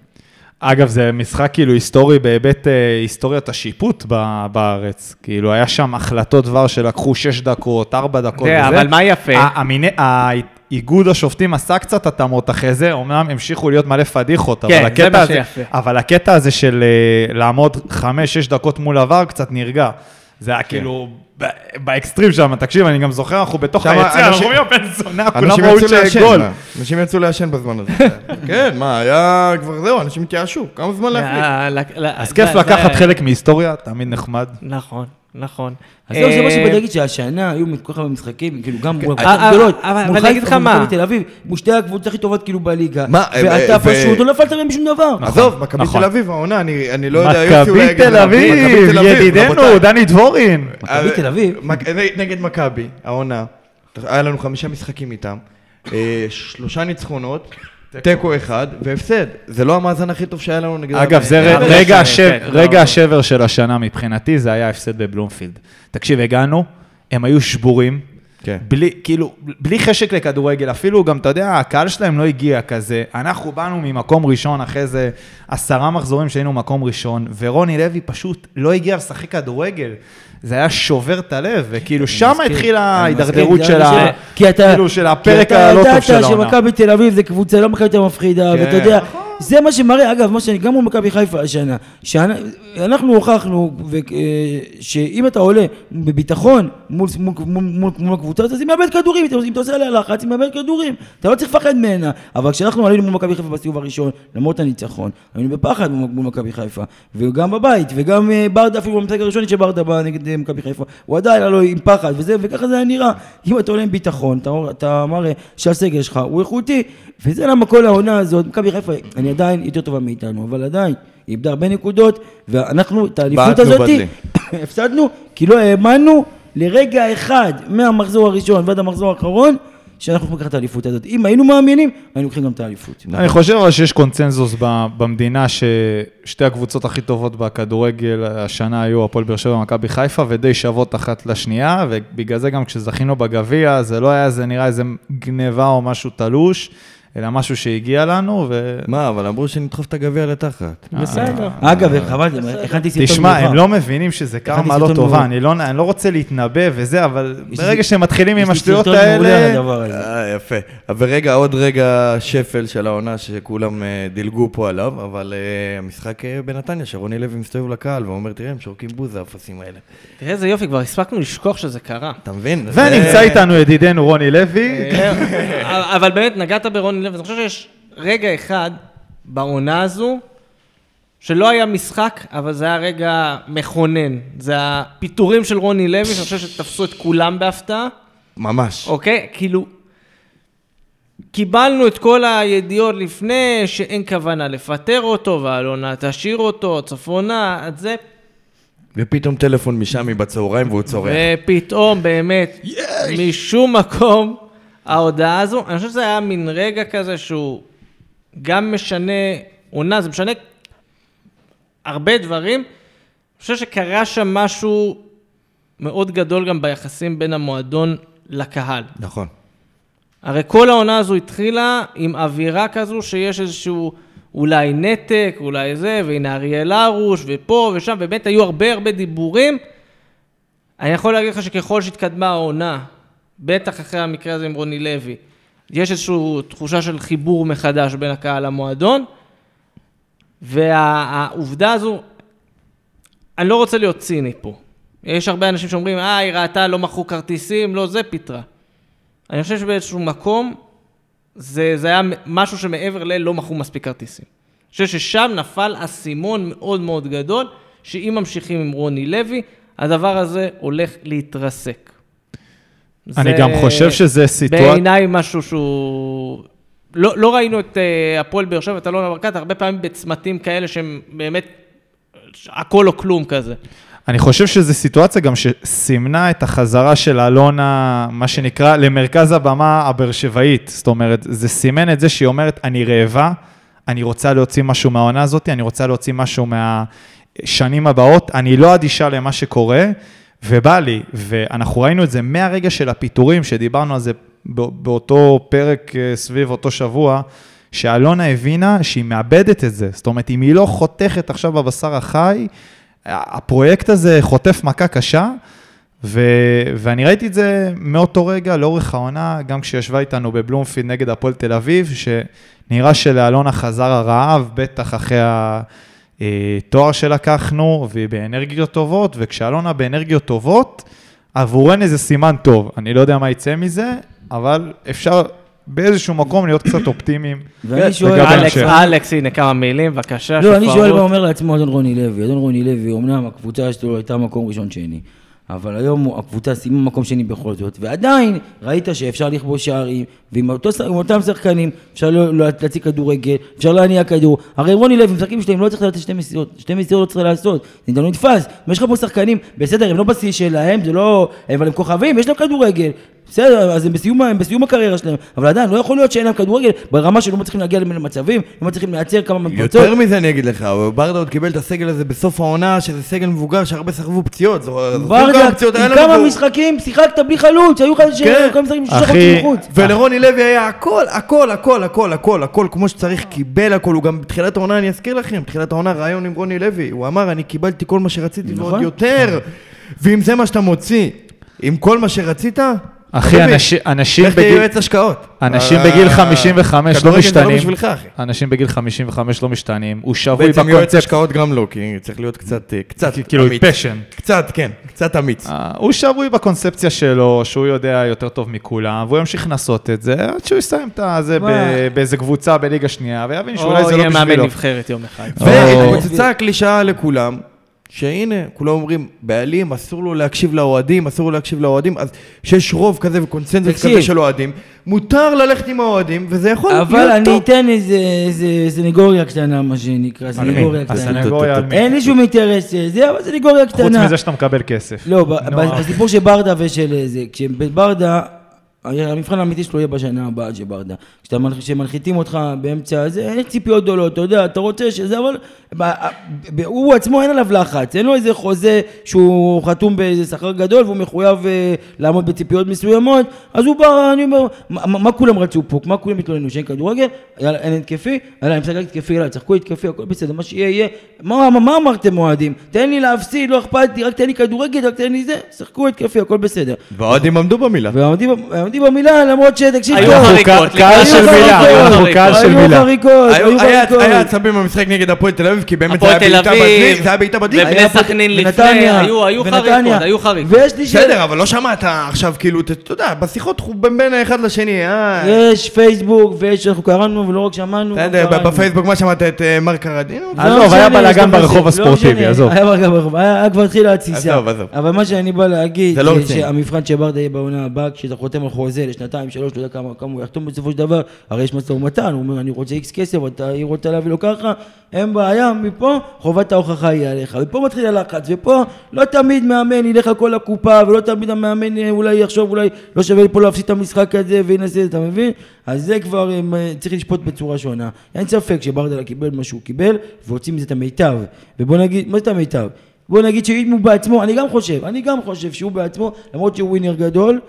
Speaker 4: אגב, זה משחק כאילו היסטורי בהיבט אה, היסטוריית השיפוט ב- בארץ. כאילו, היה שם החלטות דבר שלקחו 6 דקות, 4 דקות
Speaker 1: זה, אבל מה יפה?
Speaker 4: ה- המיני- האיגוד השופטים עשה קצת התאמות אחרי זה, אמנם המשיכו להיות מלא פדיחות, אבל
Speaker 1: כן, זה
Speaker 4: הקטע
Speaker 1: מה
Speaker 4: הזה-
Speaker 1: שיפה.
Speaker 4: אבל הקטע הזה של אה, לעמוד 5-6 דקות מול עבר קצת נרגע. זה
Speaker 1: כן.
Speaker 4: היה כאילו... ב- באקסטרים שם, תקשיב, אני גם זוכר, אנחנו בתוך
Speaker 2: שם
Speaker 4: היציע, אנחנו
Speaker 2: אנשים-
Speaker 4: אומרים, בן זונה, כולם
Speaker 2: אנשים
Speaker 4: ראו
Speaker 2: יצאו
Speaker 4: את
Speaker 2: לעשן,
Speaker 4: גול.
Speaker 2: מה? אנשים יצאו לעשן בזמן הזה. לא (laughs) כן, מה, היה כבר זהו, אנשים התייאשו, כמה זמן לא, להחליט.
Speaker 1: אה, לק- ל-
Speaker 4: אז
Speaker 1: זה-
Speaker 4: כיף
Speaker 1: זה-
Speaker 4: לקחת חלק מהיסטוריה, תמיד נחמד.
Speaker 1: נכון, נכון.
Speaker 3: אז זהו, זה מה
Speaker 1: אה,
Speaker 3: שבדגית שהשנה היו כל כך הרבה משחקים, כאילו גם מול
Speaker 1: אה, אה,
Speaker 3: הקבוצות הגדולות,
Speaker 1: אבל- אבל
Speaker 3: מול
Speaker 1: אני אגיד לך
Speaker 3: חיפה, מול
Speaker 1: מה.
Speaker 3: מכבי תל אביב, מול שתי הקבוצות הכי טובות כאילו בליגה,
Speaker 2: מה, אה,
Speaker 3: ואתה
Speaker 2: ו-
Speaker 3: פשוט לא נפלת מהם בשום דבר.
Speaker 2: עזוב, מכבי
Speaker 4: נכון.
Speaker 2: תל אביב, העונה, אני אני לא יודע, יוסי אולי
Speaker 4: מכבי
Speaker 2: יגיד
Speaker 4: תל
Speaker 2: לנו, מכבי
Speaker 4: אביב,
Speaker 2: תל אביב,
Speaker 4: ידידנו,
Speaker 2: רבותיי. אה,
Speaker 4: דני דבורין.
Speaker 3: מכבי תל אביב.
Speaker 2: מק- נ- נגד מכבי, העונה. היה לנו חמישה משחקים איתם, אה, שלושה ניצחונות, תיקו אחד, והפסד. זה לא המאזן הכי טוב שהיה לנו נגד...
Speaker 4: אגב, זה ר-
Speaker 1: אבל-
Speaker 4: רגע
Speaker 1: אבל-
Speaker 4: השב-
Speaker 1: כן,
Speaker 4: רגע
Speaker 1: לא-
Speaker 4: השבר של השנה מבחינתי, זה היה ההפסד בבלומפילד. תקשיב, הגענו, הם היו שבורים.
Speaker 2: כן.
Speaker 4: בלי, כאילו, בלי חשק לכדורגל, אפילו גם, אתה יודע, הקהל שלהם לא הגיע כזה. אנחנו באנו ממקום ראשון, אחרי זה עשרה מחזורים שהיינו מקום ראשון, ורוני לוי פשוט לא הגיע לשחק כדורגל. זה היה שובר את הלב, וכאילו, שם
Speaker 3: מסכים.
Speaker 4: התחילה
Speaker 3: כן, אני מסכים,
Speaker 4: ההידרדרות
Speaker 3: זה
Speaker 4: של
Speaker 3: היה
Speaker 4: ה...
Speaker 3: בשביל- כי אתה-
Speaker 4: כאילו, של הפרק
Speaker 3: כי
Speaker 4: הלא טוב של
Speaker 3: אתה
Speaker 4: העונה.
Speaker 3: ידעת שמכבי תל אביב זה קבוצה לא מכבי יותר מפחידה,
Speaker 2: כן,
Speaker 3: ואתה יודע, זה מה שמראה, אגב, מה שאני, גם מול מכבי חיפה השנה, שאנחנו הוכחנו ו- אה, שאם אתה עולה בביטחון מול- מול- מול מול- מול הקבוצה הזאת, אז היא מאבדת כדורים, אם אתה- אם אתה עושה עליה לחץ, היא מאבדת כדורים, אתה לא צריך לפחד ממנה, אבל כשאנחנו עלינו מול מכבי חיפה בסיבוב הראשון, למרות הניצחון, היינו בפחד מול מול מכבי חיפה, וגם בבית, וגם אה, ברדה, אפילו במשחק הראשון שברדה בא נגד אה, מכבי חיפה, הוא עדיין עלה לו עם פחד, וזה, וככה זה היה נראה. אם אתה עולה עם ביטחון, אתה, אתה מראה שהסגל שלך הוא איכותי, וזה למה כל העונה הזאת, מכבי חיפה, אני עדיין יותר טובה מאיתנו, אבל עדיין, היא איבדה הרבה נקודות, ואנחנו, את האליפות
Speaker 2: בעטנו
Speaker 3: הזאת,
Speaker 2: בדלי.
Speaker 3: (coughs) הפסדנו, כי לא האמנו לרגע אחד, מהמחזור הראשון ועד המחזור האחרון, שאנחנו יכולים לקחת את האליפות הזאת. אם היינו מאמינים, היינו לוקחים גם את האליפות.
Speaker 2: נכון.
Speaker 4: אני חושב אבל שיש קונצנזוס ב- במדינה ששתי הקבוצות הכי טובות בכדורגל השנה היו הפועל באר שבע ומכבי חיפה, ודי שוות אחת לשנייה, ובגלל זה גם כשזכינו בגביע, זה לא היה איזה נראה איזה גניבה או משהו תלוש, אלא משהו שהגיע לנו, ו...
Speaker 2: מה, אבל אמרו שנדחוף את הגביע לתחת.
Speaker 1: בסדר.
Speaker 3: אגב, חבל, הכנתי סרטון
Speaker 4: תשמע, הם לא מבינים שזה קרמה לא
Speaker 3: סרטון
Speaker 4: טובה,
Speaker 3: מעולה.
Speaker 4: אני לא, אני לא רוצה להתנבא וזה, אבל
Speaker 3: יש לי-
Speaker 4: ברגע שהם מתחילים עם
Speaker 3: יש לי
Speaker 4: השטויות
Speaker 3: סרטון מעולה על
Speaker 4: האלה...
Speaker 3: הדבר הזה.
Speaker 2: אה, יפה. ורגע, עוד רגע שפל של העונה שכולם אה, דילגו פה עליו, אבל אה, המשחק אה, בנתניה, שרוני לוי מסתובב לקהל ואומר, תראה, הם שורקים בוז, האפסים האלה.
Speaker 1: תראה איזה יופי, כבר הספקנו לשכוח שזה קרה.
Speaker 2: אתה מבין? אה,
Speaker 4: ונמצא
Speaker 2: זה-
Speaker 4: איתנו ידידנו רוני לוי.
Speaker 1: אה, (laughs) אבל באמת, נגעת ברוני לוי, אז אני חושב שיש רגע אחד בעונה הזו, שלא היה משחק, אבל זה היה רגע מכונן. זה הפיטורים של רוני לוי, שאני חושב שתפסו את כולם בהפתעה,
Speaker 2: ממש.
Speaker 1: אוקיי? כאילו, קיבלנו את כל הידיעות לפני, שאין כוונה לפטר אותו, ואלונה תשאיר אותו, צפונה, את זה.
Speaker 2: ופתאום טלפון משמי בצהריים והוא צורח.
Speaker 1: ופתאום באמת, משום מקום, ההודעה הזו, אני חושב שזה היה מין רגע כזה שהוא גם משנה עונה, זה משנה הרבה דברים. אני חושב שקרה שם משהו מאוד גדול גם ביחסים בין המועדון לקהל.
Speaker 2: נכון.
Speaker 1: הרי כל העונה הזו התחילה עם אווירה כזו שיש איזשהו אולי נתק, אולי זה, והנה אריאל הרוש, ופה ושם, באמת היו הרבה הרבה דיבורים. אני יכול להגיד לך שככל שהתקדמה העונה, בטח אחרי המקרה הזה עם רוני לוי, יש איזושהי תחושה של חיבור מחדש בין הקהל למועדון, והעובדה הזו, אני לא רוצה להיות ציני פה. יש הרבה אנשים שאומרים, אה, היא ראתה, לא מכרו כרטיסים, לא, זה פיתרה. אני חושב שבאיזשהו מקום, זה, זה היה משהו שמעבר ללא מכרו מספיק כרטיסים. אני חושב ששם נפל אסימון מאוד מאוד גדול, שאם ממשיכים עם רוני לוי, הדבר הזה הולך להתרסק.
Speaker 4: אני
Speaker 1: זה-
Speaker 4: גם חושב שזה סיטואציה...
Speaker 1: בעיניי משהו שהוא... לא, לא ראינו את אה, הפועל באר שבע, את אלונה ברקת, הרבה פעמים בצמתים כאלה שהם באמת הכל או כלום כזה.
Speaker 4: אני חושב שזו סיטואציה גם שסימנה את החזרה של אלונה, מה שנקרא, למרכז הבמה הבאר שבעית. זאת אומרת, זה סימן את זה שהיא אומרת, אני רעבה, אני רוצה להוציא משהו מהעונה הזאת, אני רוצה להוציא משהו מהשנים הבאות, אני לא אדישה למה שקורה, ובא לי. ואנחנו ראינו את זה מהרגע של הפיטורים, שדיברנו על זה בא- באותו פרק אה, סביב אותו שבוע, שאלונה הבינה שהיא מאבדת את זה. זאת אומרת, אם היא לא חותכת עכשיו בבשר החי, הפרויקט הזה חוטף מכה קשה, ו, ואני ראיתי את זה מאותו רגע, לאורך העונה, גם כשישבה איתנו בבלומפילד נגד הפועל תל אביב, שנראה שלאלונה חזר הרעב, בטח אחרי התואר שלקחנו, והיא באנרגיות טובות, וכשאלונה באנרגיות טובות, עבורנו זה סימן טוב. אני לא יודע מה יצא מזה, אבל אפשר באיזשהו מקום להיות קצת אופטימיים.
Speaker 3: ואני שואל...
Speaker 4: לגבי
Speaker 1: אלכס,
Speaker 4: ההמשך.
Speaker 1: אלכס, הנה כמה מילים, בבקשה.
Speaker 3: לא, אני
Speaker 1: שפרות.
Speaker 3: שואל ואומר לעצמו אדון רוני לוי. אדון רוני לוי, אמנם הקבוצה שלו הייתה מקום ראשון שני, אבל היום הוא- הקבוצה סיימה מקום שני בכל זאת, ועדיין ראית שאפשר לכבוש שערים, ועם אותו, ש- עם אותם שחקנים אפשר לא- לא- להציג כדורגל, אפשר להניע כדור. הרי רוני לוי, משחקים שלהם לא צריך לתת שתי מסירות, שתי מסירות לא צריך לעשות, זה גם לא נתפס. יש לך פה שחקנים, בסדר, הם לא בשיא שלהם, זה לא... אבל הם כוכבים, יש להם כדורגל. בסדר, אז הם בסיום, ה- הם בסיום הקריירה שלהם, אבל עדיין לא יכול להיות שאין להם כדורגל ברמה שלא מצליחים להגיע למצבים, לא מצליחים לייצר כמה מפרצות.
Speaker 2: יותר מזה אני אגיד לך, אבל ברדה עוד קיבל את הסגל הזה בסוף העונה, שזה סגל מבוגר שהרבה סחבו פציעות. זוכר- זוכרים
Speaker 3: ברדה,
Speaker 2: כמה פציעות היה
Speaker 3: עם
Speaker 2: לנו
Speaker 3: כמה
Speaker 2: והוא-
Speaker 3: משחקים שיחקת בלי חלוץ, היו לך ש-
Speaker 2: כן.
Speaker 3: כמה משחקים עם שישה
Speaker 4: אחי,
Speaker 3: חודשים מחוץ.
Speaker 2: ולרוני לוי היה הכל, הכל, הכל, הכל, הכל, הכל כמו שצריך, קיבל הכל, הוא גם בתחילת העונה, אני אזכיר לכם, בתחילת העונה ראיון עם רוני לוי, הוא אמר, אני קיבלתי כל מה שרציתי ועוד
Speaker 3: נכון.
Speaker 2: יותר, ואם זה מה שאתה מוציא, עם כל מה שרצית,
Speaker 4: אחי,
Speaker 2: תביא.
Speaker 4: אנשי- אנשים
Speaker 2: לך תהיה
Speaker 4: בגיל-
Speaker 2: יועץ השקעות.
Speaker 4: אנשים
Speaker 2: אה,
Speaker 4: בגיל 55 לא
Speaker 2: כדורגל זה
Speaker 4: משתנים.
Speaker 2: בשבילך, אחי.
Speaker 4: אנשים בגיל 55 לא משתנים, הוא שבוי
Speaker 2: בעצם יועץ
Speaker 4: בקונספט.
Speaker 2: השקעות גם לא, כי צריך להיות קצת, אה, קצת
Speaker 4: כאילו,
Speaker 2: אמיץ.
Speaker 4: passion.
Speaker 2: קצת, כן, קצת אמיץ.
Speaker 4: אה, הוא שבוי בקונספציה שלו, שהוא יודע יותר טוב מכולם, והוא ימשיך לנסות את זה, עד שהוא יסיים את זה
Speaker 3: מה?
Speaker 4: באיזה קבוצה בליגה שנייה, ויבין שאולי
Speaker 1: או
Speaker 4: זה לא
Speaker 1: יהיה מאמן
Speaker 4: בשבילו.
Speaker 1: נבחרת יום אחד.
Speaker 2: והתפוצצה הקלישאה לכולם, שהנה, כולם אומרים, בעלים, אסור לו להקשיב לאוהדים, אסור לו להקשיב לאוהדים, אז כשיש רוב כזה וקונצנזוס
Speaker 3: תקשיב.
Speaker 2: כזה של אוהדים, מותר ללכת עם האוהדים, וזה יכול להיות לא טוב.
Speaker 3: אבל אני אתן איזה איזה סנגוריה קטנה, מה שנקרא,
Speaker 4: כן,
Speaker 3: סנגוריה קטנה.
Speaker 4: הסנגוריה על מי?
Speaker 3: אין לי שום אינטרס, אה, זה, אבל סנגוריה קטנה.
Speaker 4: חוץ מזה שאתה מקבל כסף.
Speaker 3: לא, ב-
Speaker 4: נו,
Speaker 3: ב-
Speaker 4: אה.
Speaker 3: בסיפור של ברדה ושל אה, זה, כשברדה, המבחן האמיתי שלו יהיה בשנה הבאה של ברדה. כשאתה מנח- כשמנחיתים אותך באמצע הזה, אין ציפיות גדולות, אתה יודע, אתה רוצה שזה, אבל ב- ב- ב- הוא עצמו אין עליו לחץ, אין לו איזה חוזה שהוא חתום באיזה שכר גדול והוא מחויב אה, לעמוד בציפיות מסוימות, אז הוא בא, אני אומר, מה- מה מה כולם רצו פה, מה כולם התלוננו, שאין כדורגל, יאללה, אין התקפי, יאללה, משחק התקפי, יאללה, תשחקו התקפי, הכל בסדר, מה שיהיה יהיה. מה, מה, מה אמרתם אוהדים? תן לי להפסיד, לא אכפת לי, רק תן לי כדורגל, רק תן לי זה, שחקו התקפי, הכל בסדר.
Speaker 2: והאוהדים עמדו במילה.
Speaker 3: ועומדים עומדים במילה, למרות שתקשיב,
Speaker 1: היו
Speaker 3: טוב,
Speaker 1: חריקות,
Speaker 4: קהל-
Speaker 1: לקראת
Speaker 4: קהל של
Speaker 1: הסוף
Speaker 4: מילה,
Speaker 1: היו
Speaker 4: אנחנו קהל
Speaker 1: חריקות.
Speaker 4: של מילה.
Speaker 3: היו חריקות, היו
Speaker 2: היו- היה
Speaker 3: חריקות.
Speaker 2: היה עצבים במשחק נגד הפועל תל אביב, כי באמת זה
Speaker 1: הפועל
Speaker 2: היה
Speaker 1: תל
Speaker 2: בעיטה בדלי,
Speaker 1: אביב,
Speaker 2: זה היה בעיטה בדלי.
Speaker 1: ובני
Speaker 3: היה פה-
Speaker 1: סכנין לפני,
Speaker 3: ונתניה,
Speaker 1: היו- היו
Speaker 3: ונתניה.
Speaker 1: חריקות, היו חריקות.
Speaker 3: ויש לי שאלה.
Speaker 2: בסדר, אבל לא שמעת עכשיו, כאילו, אתה אתה יודע, בשיחות חו- בין בין האחד לשני, אה...
Speaker 3: יש פייסבוק, ויש, אנחנו קראנו ולא רק שמענו.
Speaker 2: בסדר,
Speaker 3: קראנו.
Speaker 2: בפייסבוק מה שמעת את אה, מר קרדינו?
Speaker 3: זה לא
Speaker 4: עזוב, היה
Speaker 3: משנה,
Speaker 4: בלאגן
Speaker 3: יש גם
Speaker 4: ברחוב
Speaker 3: זה. לא
Speaker 4: הספורטיבי,
Speaker 3: משנה,
Speaker 4: עזוב.
Speaker 3: היה בלאגן ברחוב, היה היה כבר התחילה התסיסה.
Speaker 2: עזוב, עזוב.
Speaker 3: אבל מה שאני בא להגיד,
Speaker 2: זה לא
Speaker 3: זה
Speaker 2: רציני.
Speaker 3: שהמבחן שברדה יהיה בעונה הבאה, כשאתה חותם על חוזה לשנתיים, שלוש, לא יודע כמה כמה הוא יחתום בסופו של דבר, הרי יש משא ומתן, הוא אומר, אני רוצה איקס כסף, אתה היא רוצה להביא לו ככה, אין בעיה, מפה חובת ההוכחה היא עליך. ופה מתחיל הלחץ, ופה לא תמיד מאמן ילך על כל הקופה, ולא תמיד המאמן אה, אולי יחשוב, אולי לא שווה לי פה להפסיד את המשחק הזה, וינסה, אתה מבין? אז זה כבר אה, צריך לשפוט בצורה שונה. אין ספק שברדלה קיבל מה שהוא קיבל, והוציא מזה את המיטב. ובוא נגיד, מה זה את המיטב? בוא נגיד שאם הוא בעצמו, אני גם חושב, אני גם חושב שהוא בעצמו, למרות שהוא ווינר גדול,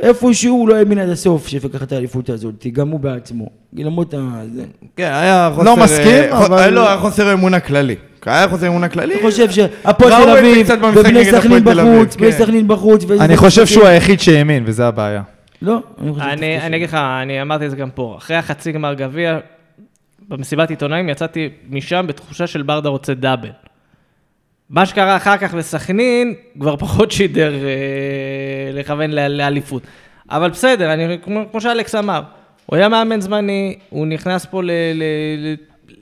Speaker 3: איפשהו הוא לא האמין עד הסוף שיפקח את האליפות הזאת, כי גם הוא בעצמו. למרות ה... זה.
Speaker 2: כן, היה חוסר...
Speaker 4: לא מסכים,
Speaker 2: אה, חו-
Speaker 4: אבל-
Speaker 2: אה, לא, היה חוסר אמונה כללי. היה חוסר אמונה כללי.
Speaker 3: אני חושב שהפועל תל
Speaker 2: ראו את זה
Speaker 3: אביב,
Speaker 2: קצת במשחק
Speaker 3: ובני
Speaker 2: נגד הפועל
Speaker 3: סכנין
Speaker 2: תל אביב,
Speaker 3: בחוץ, בני
Speaker 2: כן.
Speaker 3: סכנין בחוץ, ואיזה-
Speaker 4: אני חושב שהוא היחיד שהאמין, וזה הבעיה.
Speaker 3: לא, אני חושב...
Speaker 1: אני אני אגיד לך, אני אמרתי את זה גם פה, אחרי החצי גמר גביע, במסיבת עיתונאים, יצאתי משם בתחושה של ברדה רוצה דאבל. מה שקרה אחר כך לסכנין, כבר פחות שידר אה, לכוון לא- לאליפות. אבל בסדר, אני, כמו, כמו שאלכס אמר, הוא היה מאמן זמני, הוא נכנס פה ל... ל, ל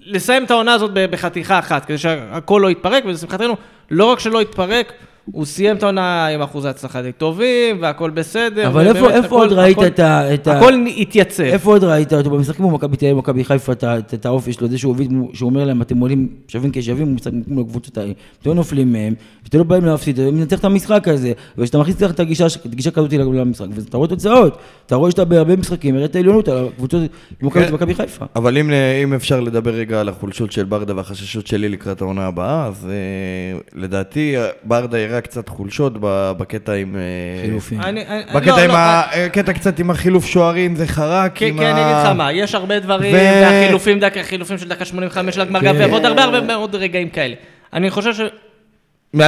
Speaker 1: לסיים את העונה הזאת ב- בחתיכה אחת, כדי שהכל לא יתפרק, ולשמחתנו, לא רק שלא יתפרק, הוא סיים את העונה עם אחוזי הצלחה די טובים, והכל בסדר.
Speaker 3: אבל איפה-
Speaker 1: ובאמת,
Speaker 3: איפה
Speaker 1: הכל-
Speaker 3: עוד ראית
Speaker 1: הכל-
Speaker 3: את ה- את ה-
Speaker 1: הכל התייצב.
Speaker 3: איפה עוד ראית אותו? במשחק כמו מכבי תל אביב, מכבי חיפה, את ה- את את האופי שלו, זה שהוא הביא- שהוא אומר להם, אתם עולים שווים כשווים, הוא משחק כמו לקבוצות האלה, אתם לא נופלים מהם, ואתם לא באים להפסיד, אתה מנצח את המשחק הזה, וכשאתה מכניס לך את הגישה ש- את הגישה כזאת למשחק, ואתה רואה תוצאות, אתה רואה שאתה בהרבה משחקים, הראית עליונות על הקבוצות כמו מכבי-
Speaker 2: כן.
Speaker 3: מכבי חיפה.
Speaker 2: אבל אם, אה, אם אפשר לדבר רגע על החולשות של ברדה והחששות שלי לקראת העונה הבאה, אז אה, לדעתי ברדה הראה קצת חולשות ב- בקטע עם... אה,
Speaker 3: חילופים.
Speaker 1: אני- אני-
Speaker 2: בקטע
Speaker 1: לא,
Speaker 2: עם
Speaker 1: לא,
Speaker 2: ה... אה, קטע קצת עם החילוף שוערים, זה חרק
Speaker 1: כן,
Speaker 2: עם
Speaker 1: כן,
Speaker 2: ה...
Speaker 1: אני אגיד לך מה, יש הרבה דברים,
Speaker 2: ו-
Speaker 1: והחילופים דק- החילופים של דקה 85 לגמר גב, ועוד הרבה הרבה מאוד רגעים כאלה. אני חושב שנשאיר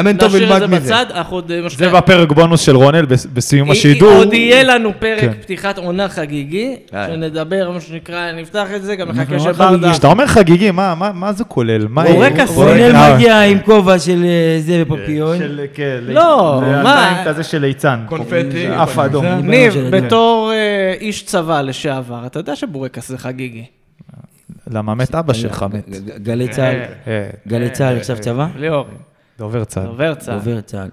Speaker 2: מאמן טוב
Speaker 1: את
Speaker 2: ילמד
Speaker 1: זה
Speaker 2: מזה.
Speaker 1: בצד, אנחנו עוד... אה,
Speaker 4: זה
Speaker 1: משקיע-
Speaker 4: בפרק בונוס של רונל בס- בסיום
Speaker 1: אי-
Speaker 4: השידור.
Speaker 1: אה, עוד יהיה לנו פרק
Speaker 4: כן.
Speaker 1: פתיחת עונה חגיגי,
Speaker 2: אה.
Speaker 1: שנדבר, מה שנקרא, נפתח את זה, גם נחכה
Speaker 3: מאוד
Speaker 1: שברדה...
Speaker 3: חגיגי.
Speaker 4: כשאתה אומר לא חגיגי, מה- מה מה זה כולל? מה-
Speaker 1: הוא רקע
Speaker 4: הוא-
Speaker 1: סגל
Speaker 4: אה,
Speaker 3: רונל מגיע עם כובע של אה, זה ופפיון.
Speaker 4: של, כן,
Speaker 1: לא,
Speaker 4: זה
Speaker 1: מה?
Speaker 4: עדיין כזה של ליצן.
Speaker 2: קונפטי. לא
Speaker 4: אף אדום.
Speaker 1: ניב,
Speaker 3: של הדרך.
Speaker 1: בתור אה, איש צבא לשעבר, אתה יודע שבורקס זה חגיגי.
Speaker 4: למה מת אבא שלך מת?
Speaker 3: ג- גלי צה"ל,
Speaker 4: אה,
Speaker 3: גלי צה"ל עכשיו צבא?
Speaker 1: ליאור,
Speaker 4: דובר צה"ל.
Speaker 1: דובר צה"ל.
Speaker 3: דובר צה"ל.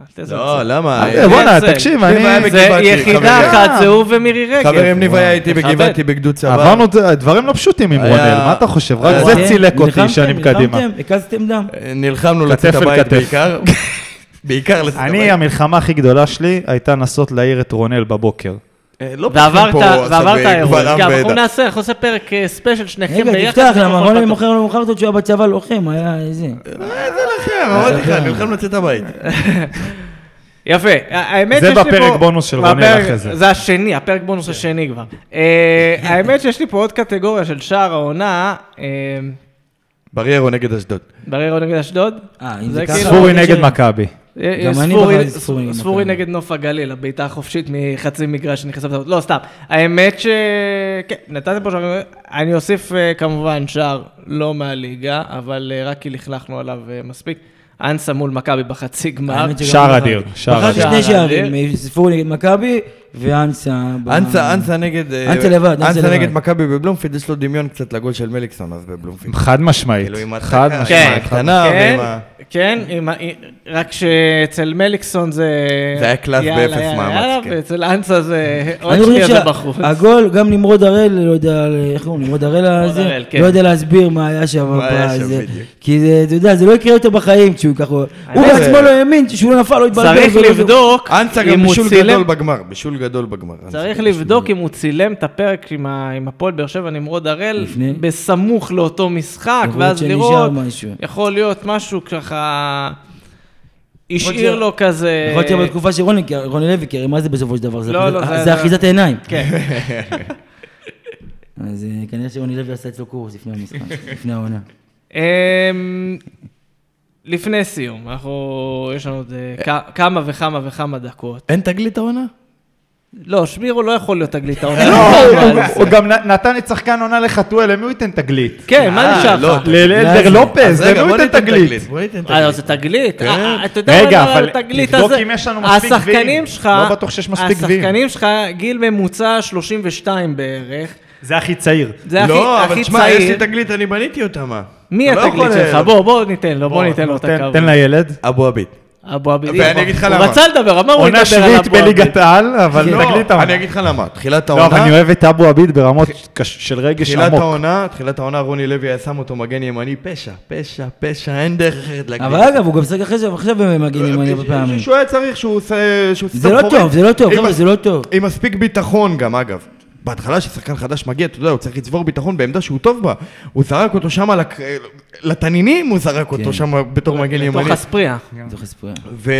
Speaker 1: אל תזלזל.
Speaker 2: לא, למה?
Speaker 4: אה, בואנה,
Speaker 1: זה-
Speaker 4: תקשיב,
Speaker 2: זה בעיה
Speaker 4: אני...
Speaker 2: בגלל-
Speaker 1: זה
Speaker 2: בגבעתי,
Speaker 1: יחידה
Speaker 2: חברים.
Speaker 1: אחת, זה הוא ומירי רגב.
Speaker 2: חברים, ניב היה איתי
Speaker 1: כן, תכבד.
Speaker 2: בגבעתי בגדוד צבא.
Speaker 4: עברנו את זה, דברים לא פשוטים עם
Speaker 2: היה-
Speaker 4: רונל, מה אתה חושב? רק
Speaker 1: אה,
Speaker 2: היה-
Speaker 1: כן,
Speaker 4: זה צילק אותי
Speaker 3: אוקיי? נלחמתם,
Speaker 4: שנים קדימה.
Speaker 3: נלחמתם, הקזתם דם.
Speaker 2: אה, נלחמנו
Speaker 4: כתף
Speaker 2: לצאת
Speaker 4: אל
Speaker 2: הבית
Speaker 4: כתף.
Speaker 2: בעיקר. בעיקר לצאת
Speaker 4: אני,
Speaker 2: הבית.
Speaker 4: המלחמה הכי גדולה שלי הייתה לנסות להעיר את רונל בבוקר.
Speaker 2: אה, לא פותחים
Speaker 1: ועברת,
Speaker 2: פה עכשיו
Speaker 1: ועברת אירוע.
Speaker 2: גבל עם
Speaker 1: גם
Speaker 2: ועדה.
Speaker 1: אנחנו נעשה, אנחנו נעשה פרק אה, ספיישל שניכם ביחד.
Speaker 3: רגע, תפתח, למה
Speaker 1: אנחנו
Speaker 3: רונן
Speaker 1: נפתח.
Speaker 3: מוכר לא מוכר אותו שהוא היה בצבא לוחם, היה איזה...
Speaker 2: איזה
Speaker 3: כן,
Speaker 2: לכם, אמרתי לך, נלחם לצאת הבית.
Speaker 1: יפה, ה- האמת
Speaker 4: זה
Speaker 1: שיש לי פה...
Speaker 4: בפרק בונוס של רונן
Speaker 1: בפרק-
Speaker 4: אחרי זה. כן.
Speaker 1: זה השני, הפרק בונוס השני כבר. אה, האמת שיש לי פה עוד קטגוריה של שער העונה, אה,
Speaker 2: בריירו נגד אשדוד.
Speaker 1: בריירו נגד אשדוד.
Speaker 3: אה, אם
Speaker 1: זה
Speaker 3: זה ככה...
Speaker 1: כאילו-
Speaker 4: ספורי נגד מכבי.
Speaker 1: אה,
Speaker 3: גם אני
Speaker 1: ספורי-
Speaker 3: בחרתי ספורי,
Speaker 1: ספורי
Speaker 3: מכבי.
Speaker 1: נגד נוף הגליל, הבעיטה החופשית מחצי מגרש שנכנסה בטעות. לא, סתם. האמת ש... כן, נתתם פה שערים. אני אוסיף אה, כמובן שער לא מהליגה, אבל אה, רק כי לכלכנו עליו אה, מספיק. אנסה מול מכבי בחצי גמר.
Speaker 3: האמת שגם
Speaker 4: שער
Speaker 3: אני
Speaker 4: אדיר,
Speaker 3: בחרתי.
Speaker 4: שער
Speaker 3: בחרתי
Speaker 1: אדיר.
Speaker 3: שני
Speaker 1: שער אדיר.
Speaker 3: שערים, ספורי נגד מכבי ואנסה. ב-
Speaker 2: אנסה, אנסה נגד... אה,
Speaker 3: אנסה לבד, אנסה
Speaker 2: אנסה
Speaker 3: לבד.
Speaker 2: נגד מכבי בבלומפילד, יש לו דמיון קצת לגול של מליקסון אז
Speaker 4: (laughs)
Speaker 2: בבלומפילד.
Speaker 4: חד משמעית.
Speaker 2: כאילו, עם
Speaker 4: חד
Speaker 2: הדקה,
Speaker 1: כן,
Speaker 4: משמעית.
Speaker 2: עם הקטנה
Speaker 1: כן,
Speaker 2: ועם ה-
Speaker 1: כן, עם ה- רק שאצל מליקסון זה...
Speaker 2: זה היה קלף
Speaker 1: יאללה,
Speaker 2: באפס
Speaker 1: יאללה,
Speaker 2: מאמץ,
Speaker 1: יאללה,
Speaker 2: כן.
Speaker 1: ואצל אנסה זה... עוד
Speaker 3: אני
Speaker 1: שנייה
Speaker 3: חושב
Speaker 1: זה בחוץ.
Speaker 3: שהגול, גם נמרוד הראל, לא יודע, איך קוראים לו, נמרוד הראל הזה,
Speaker 1: הראל, כן.
Speaker 3: לא יודע להסביר מה היה שם.
Speaker 2: מה היה
Speaker 3: בזה.
Speaker 2: שם בדיוק.
Speaker 3: כי זה, אתה יודע, זה לא יקרה יותר בחיים כשהוא ככה... הוא
Speaker 1: זה-
Speaker 3: בעצמו לא האמין שהוא לא נפל, לא התבלבל.
Speaker 1: צריך
Speaker 3: ולא-
Speaker 1: לבדוק
Speaker 2: אנסה
Speaker 1: אם
Speaker 2: גם
Speaker 1: הוא
Speaker 2: בישול
Speaker 1: צילם-
Speaker 2: גדול בגמר, בישול גדול בגמר. אנסה.
Speaker 1: צריך לבדוק אם הוא צילם את הפרק עם ה- עם הפועל באר שבע נמרוד הראל,
Speaker 3: לפני?
Speaker 1: בסמוך לאותו משחק,
Speaker 3: יכול להיות
Speaker 1: ואז
Speaker 3: שנשאר
Speaker 1: לראות,
Speaker 3: משהו.
Speaker 1: יכול להיות משהו ככה, השאיר
Speaker 3: להיות
Speaker 1: לו כזה...
Speaker 3: יכול להיות שבתקופה של רוני, כי- רוני לוי, כי הרי מה זה בסופו של דבר? זה
Speaker 1: לא,
Speaker 3: אחיזת-
Speaker 1: לא, זה-
Speaker 3: זה
Speaker 1: זה-
Speaker 3: אחיזת עיניים.
Speaker 1: כן,
Speaker 3: אז אה, כנראה שרוני לוי עשה אצלו קורס לפני המשחק, לפני העונה.
Speaker 1: אמ, לפני סיום, אנחנו, יש לנו עוד אה, כ- כמה וכמה וכמה דקות.
Speaker 2: אין תגלית העונה?
Speaker 1: לא, שמירו לא יכול להיות תגלית העונה.
Speaker 4: לא,
Speaker 1: אבל-
Speaker 4: הוא- הוא גם נ- נתן את שחקן עונה לחתואל, למי הוא ייתן תגלית?
Speaker 1: כן, מה
Speaker 2: אה,
Speaker 1: נשאר
Speaker 2: לא,
Speaker 1: לך?
Speaker 4: לאלדר
Speaker 3: אז
Speaker 4: לופז,
Speaker 2: אז רגע,
Speaker 4: למי
Speaker 2: בוא
Speaker 4: הוא ייתן
Speaker 2: ניתן
Speaker 4: תגלית?
Speaker 2: בוא ניתן
Speaker 1: אה, לא,
Speaker 2: תגלית.
Speaker 1: זה תגלית.
Speaker 2: כן.
Speaker 1: אה, אתה יודע
Speaker 4: רגע,
Speaker 1: מה
Speaker 4: אבל
Speaker 1: התגלית
Speaker 4: לבדוק
Speaker 1: הזה?
Speaker 4: אם יש לנו מספיק
Speaker 1: השחקנים
Speaker 4: גביעים.
Speaker 1: שלך,
Speaker 4: לא בטוח שיש מספיק גביעים.
Speaker 1: השחקנים שלך, גיל ממוצע 32 בערך.
Speaker 4: זה הכי צעיר.
Speaker 1: זה הכי
Speaker 2: לא, אבל
Speaker 1: הכי
Speaker 2: תשמע, יש לי
Speaker 1: צעיר.
Speaker 2: תגלית, אני בניתי אותה, מה?
Speaker 1: מי
Speaker 2: אתה לא
Speaker 1: התגלית
Speaker 2: יכול-
Speaker 1: שלך? בוא, בוא ניתן לו, בוא ניתן לו את
Speaker 4: אה, תן-
Speaker 1: הכבוד.
Speaker 4: תן לילד.
Speaker 2: אבו עביד.
Speaker 1: אבו עביד.
Speaker 2: ואני אגיד לך
Speaker 1: הוא
Speaker 2: למה.
Speaker 1: רצה לדבר, אמר הוא
Speaker 4: עונה
Speaker 1: ידבר על
Speaker 4: שביעית
Speaker 1: אבו
Speaker 4: בליגת
Speaker 1: עביד.
Speaker 4: העל, אבל
Speaker 2: לא,
Speaker 4: תגלית העונה.
Speaker 2: אני אגיד לך למה, תחילת
Speaker 4: לא, אבל
Speaker 2: העונה,
Speaker 4: אני אוהב את אבו עביד ברמות קש- של רגש
Speaker 2: תחילת
Speaker 4: עמוק.
Speaker 2: העונה, תחילת העונה רוני לוי היה שם אותו מגן ימני, פשע, פשע, פשע, אין דרך אחרת להגדיר.
Speaker 3: אבל אגב, הוא גם שחק אחרי זה, עכשיו הם מגינים עליו הרבה פעמים.
Speaker 2: אה, שהוא היה צריך שהוא עושה... שהוא
Speaker 3: זה
Speaker 2: סתם
Speaker 3: לא
Speaker 2: חורג.
Speaker 3: טוב, זה לא טוב,
Speaker 2: עם
Speaker 3: חבר'ה,
Speaker 2: מס-
Speaker 3: זה לא טוב.
Speaker 2: עם מספיק ביטחון גם, אגב. בהתחלה כששחקן חדש מגיע, אתה יודע, הוא צריך לצבור ביטחון בעמדה שהוא טוב בה. הוא זרק אותו שם לק... לתנינים, הוא זרק
Speaker 3: כן. אה,
Speaker 2: אותו שם בתור מגן
Speaker 1: לתוך
Speaker 2: ימני.
Speaker 1: הספריה.
Speaker 3: זה חספויה.
Speaker 2: ו...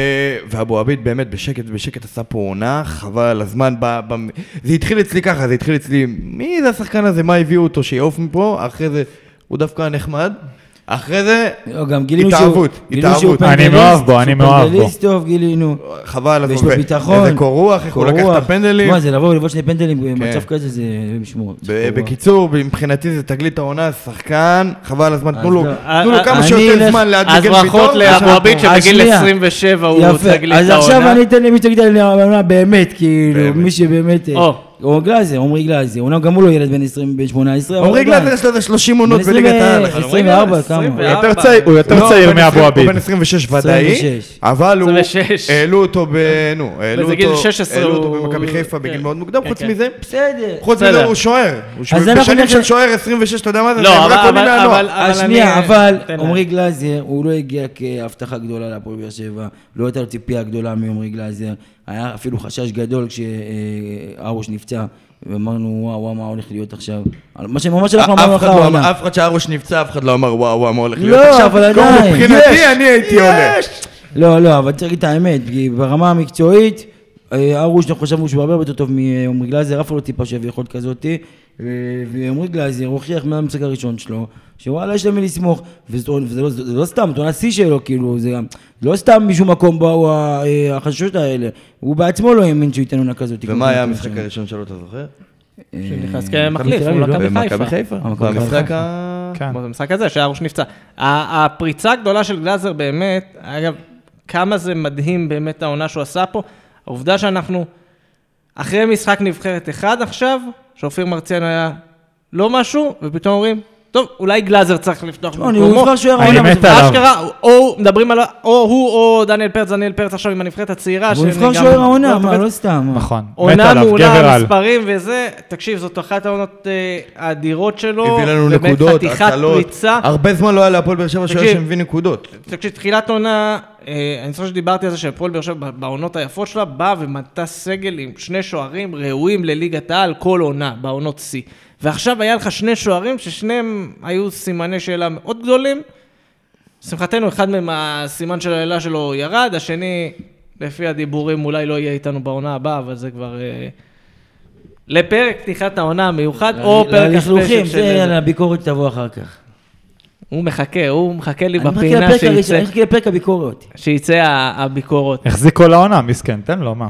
Speaker 2: ואבו עביד באמת בשקט בשקט עשה פה עונה, חבל על הזמן, ב... ב... זה התחיל אצלי ככה, זה התחיל אצלי, מי זה השחקן הזה, מה הביאו אותו, שיעוף מפה, אחרי זה הוא דווקא נחמד. אחרי זה,
Speaker 3: לא, גם גילינו שהוא...
Speaker 2: התאהבות,
Speaker 3: גילינו שהוא
Speaker 2: התאהבות.
Speaker 4: אני
Speaker 3: פנדליסט,
Speaker 4: מאוהב בו, אני
Speaker 3: שהוא
Speaker 4: מאוהב בו.
Speaker 3: פנדליסט טוב, גילינו.
Speaker 2: חבל, על
Speaker 3: ויש
Speaker 2: הזמן.
Speaker 3: לו ביטחון.
Speaker 2: לא איזה קור רוח, איך הוא
Speaker 3: קור
Speaker 2: לקח את
Speaker 3: רוח.
Speaker 2: הפנדלים.
Speaker 3: מה, זה לבוא ולבוא שני פנדלים במצב
Speaker 2: כן.
Speaker 3: כזה, זה משמורת.
Speaker 2: ב- בקיצור, מבחינתי זה תגלית העונה, שחקן, חבל על הזמן,
Speaker 3: אז
Speaker 2: תנו לו
Speaker 3: לא.
Speaker 2: תנו לו
Speaker 1: אה,
Speaker 2: כמה
Speaker 3: אני
Speaker 2: שיותר
Speaker 3: אלך-
Speaker 2: זמן ליד
Speaker 1: אז
Speaker 2: מגן
Speaker 1: ברכות
Speaker 2: ויטור.
Speaker 1: לאבו עביד
Speaker 3: אז
Speaker 1: שבגיל
Speaker 3: שנייה.
Speaker 1: 27 הוא תגלית
Speaker 3: אז
Speaker 1: העונה.
Speaker 3: עכשיו אני אתן למי שתגיד לי העונה באמת, כאילו,
Speaker 2: באמת.
Speaker 3: מי שבאמת... אה,
Speaker 1: או.
Speaker 3: או גלאזר, עמרי גלאזר, אומנם גם הוא לא ילד בן 20, בן 18, אבל
Speaker 2: עמרי
Speaker 3: עדיין.
Speaker 2: גלאזר יש לו איזה 30 עונות
Speaker 3: בן
Speaker 2: בליגת העל.
Speaker 3: 20, 24, כמה?
Speaker 4: הוא
Speaker 1: 24.
Speaker 4: יותר צעיר- הוא
Speaker 2: לא,
Speaker 4: יותר
Speaker 2: הוא
Speaker 4: צעיר
Speaker 2: בן 20,
Speaker 4: מאבו
Speaker 2: הוא
Speaker 4: עביד.
Speaker 2: בן 26 ודאי,
Speaker 3: 26.
Speaker 2: אבל הוא,
Speaker 1: 26.
Speaker 2: העלו אותו ב... נו, העלו
Speaker 1: בגיל
Speaker 2: אותו
Speaker 1: 16
Speaker 2: העלו אותו
Speaker 1: הוא-
Speaker 2: במכבי חיפה בגיל
Speaker 1: כן.
Speaker 2: מאוד מוקדם,
Speaker 1: כן,
Speaker 2: חוץ
Speaker 1: כן.
Speaker 2: מזה,
Speaker 3: בסדר.
Speaker 2: חוץ
Speaker 1: בסדר.
Speaker 2: מזה הוא שוער. הוא שוער-
Speaker 3: אנחנו
Speaker 2: בשנים של
Speaker 3: נלך-
Speaker 2: שוער 26, אתה יודע מה זה?
Speaker 1: לא,
Speaker 2: זה רק
Speaker 1: אבל-
Speaker 2: עולים
Speaker 1: אבל-
Speaker 2: מהנוער.
Speaker 1: אבל-
Speaker 3: אז
Speaker 1: אני-
Speaker 3: אה, שנייה, אבל
Speaker 1: תן לה.
Speaker 3: עמרי גלאזר, הוא לא הגיע כהבטחה גדולה להפועל באר שבע, לא הייתה לו ציפייה גדולה מעמרי גלאזר, היה אפילו חשש גדול כשארוש נפצע, ואמרנו, וואו, וואו, מה הולך להיות עכשיו? על- מה שממש אנחנו אמרנו
Speaker 2: אף
Speaker 3: אחרי
Speaker 2: אחד לא אמר,
Speaker 3: העונה.
Speaker 2: אף אחד שהרוש נפצע, אף אחד לא אמר וואו וואו מה הולך
Speaker 3: לא,
Speaker 2: להיות עכשיו.
Speaker 3: אבל
Speaker 2: כאילו,
Speaker 3: עדיין,
Speaker 2: מבחינתי אני הייתי עולה.
Speaker 3: לא, לא, אבל צריך להגיד את האמת, כי ברמה המקצועית, אה, ארוש, אנחנו חשבנו שהוא הרבה הרבה יותר טוב מעמרי גלאזר, אף אחד לא טיפה שיביא יכולת כזאתי, אה, ועמרי גלאזר הוכיח מהמשחק הראשון שלו, שוואלה, יש למי לסמוך, וזה וזה לא- זה לא סתם, זו עונת שיא שלו, כאילו, זה גם, לא סתם משום מקום באו ה- אה, החששות האלה, הוא בעצמו לא האמין שהוא ייתן עונה אה, כזאת.
Speaker 2: ומה היה המשחק הראשון שלו, אתה זוכר?
Speaker 1: שנכנס כמחליף,
Speaker 3: מכבי תל
Speaker 1: הוא
Speaker 3: אביב, לא?
Speaker 1: מכבי
Speaker 2: במכבי
Speaker 1: חיפה.
Speaker 2: חיפה.
Speaker 3: אה, מכבי
Speaker 2: במשחק
Speaker 3: חיפה.
Speaker 2: ה...
Speaker 4: כן.
Speaker 1: כמו במשחק הזה, שהרוש נפצע. ה- הפריצה הגדולה של גלאזר באמת, אגב, כמה זה מדהים באמת העונה שהוא עשה פה, העובדה שאנחנו אחרי משחק נבחרת אחד עכשיו, שאופיר מרציאן היה לא משהו, ופתאום אומרים, טוב, אולי גלאזר צריך לפתוח
Speaker 3: לא, אני- הוא נבחר שהוא היה
Speaker 4: אני
Speaker 3: עונה,
Speaker 4: מת
Speaker 3: אבל-
Speaker 4: עליו.
Speaker 1: אשכרה, או מדברים על, או הוא או דניאל פרץ, דניאל פרץ עכשיו עם הנבחרת הצעירה.
Speaker 3: הוא
Speaker 1: שאני
Speaker 3: נבחר
Speaker 1: גם-
Speaker 3: שוער העונה,
Speaker 1: לא
Speaker 3: מה,
Speaker 1: תופס-
Speaker 3: לא סתם.
Speaker 4: נכון. מת
Speaker 1: עונה
Speaker 4: עליו, גבר
Speaker 1: מעולה,
Speaker 4: על.
Speaker 1: מספרים וזה, תקשיב, זאת אחת העונות אה, האדירות שלו.
Speaker 2: הביא לנו
Speaker 1: באמת
Speaker 2: נקודות,
Speaker 1: חתיכת
Speaker 2: הצלות.
Speaker 1: פריצה.
Speaker 2: הרבה זמן לא היה להפועל באר שבע שוער
Speaker 1: תקשיב.
Speaker 2: שמביא נקודות.
Speaker 1: תקשיב, תחילת עונה, אה, אני זוכר שדיברתי על זה שהפועל באר שבע בעונות היפות שלה, באה ומנתה סגל עם שני שוערים ראויים לליגת העל כל עונה, בעונות שיא. ועכשיו היה לך שני שוערים ששניהם היו סימני שאלה מאוד גדולים. לשמחתנו, אחד מהם הסימן של האלה שלו ירד, השני, לפי הדיבורים, אולי לא יהיה איתנו בעונה הבאה, אבל זה כבר... אה, לפרק פתיחת העונה המיוחד, או פרק
Speaker 3: ללכלוכים,
Speaker 1: הספיישל
Speaker 3: אה, זה
Speaker 1: של...
Speaker 3: יאללה, הביקורת תבוא אחר כך.
Speaker 1: הוא מחכה, הוא מחכה לי
Speaker 3: אני מחכה
Speaker 1: בפינה
Speaker 3: לפרק הראשון,
Speaker 1: שיצא-
Speaker 3: אני מחכה לפרק הביקורת.
Speaker 1: שיצא ה- הביקורות.
Speaker 4: החזיק כל העונה, מסכן, תן לו, מה?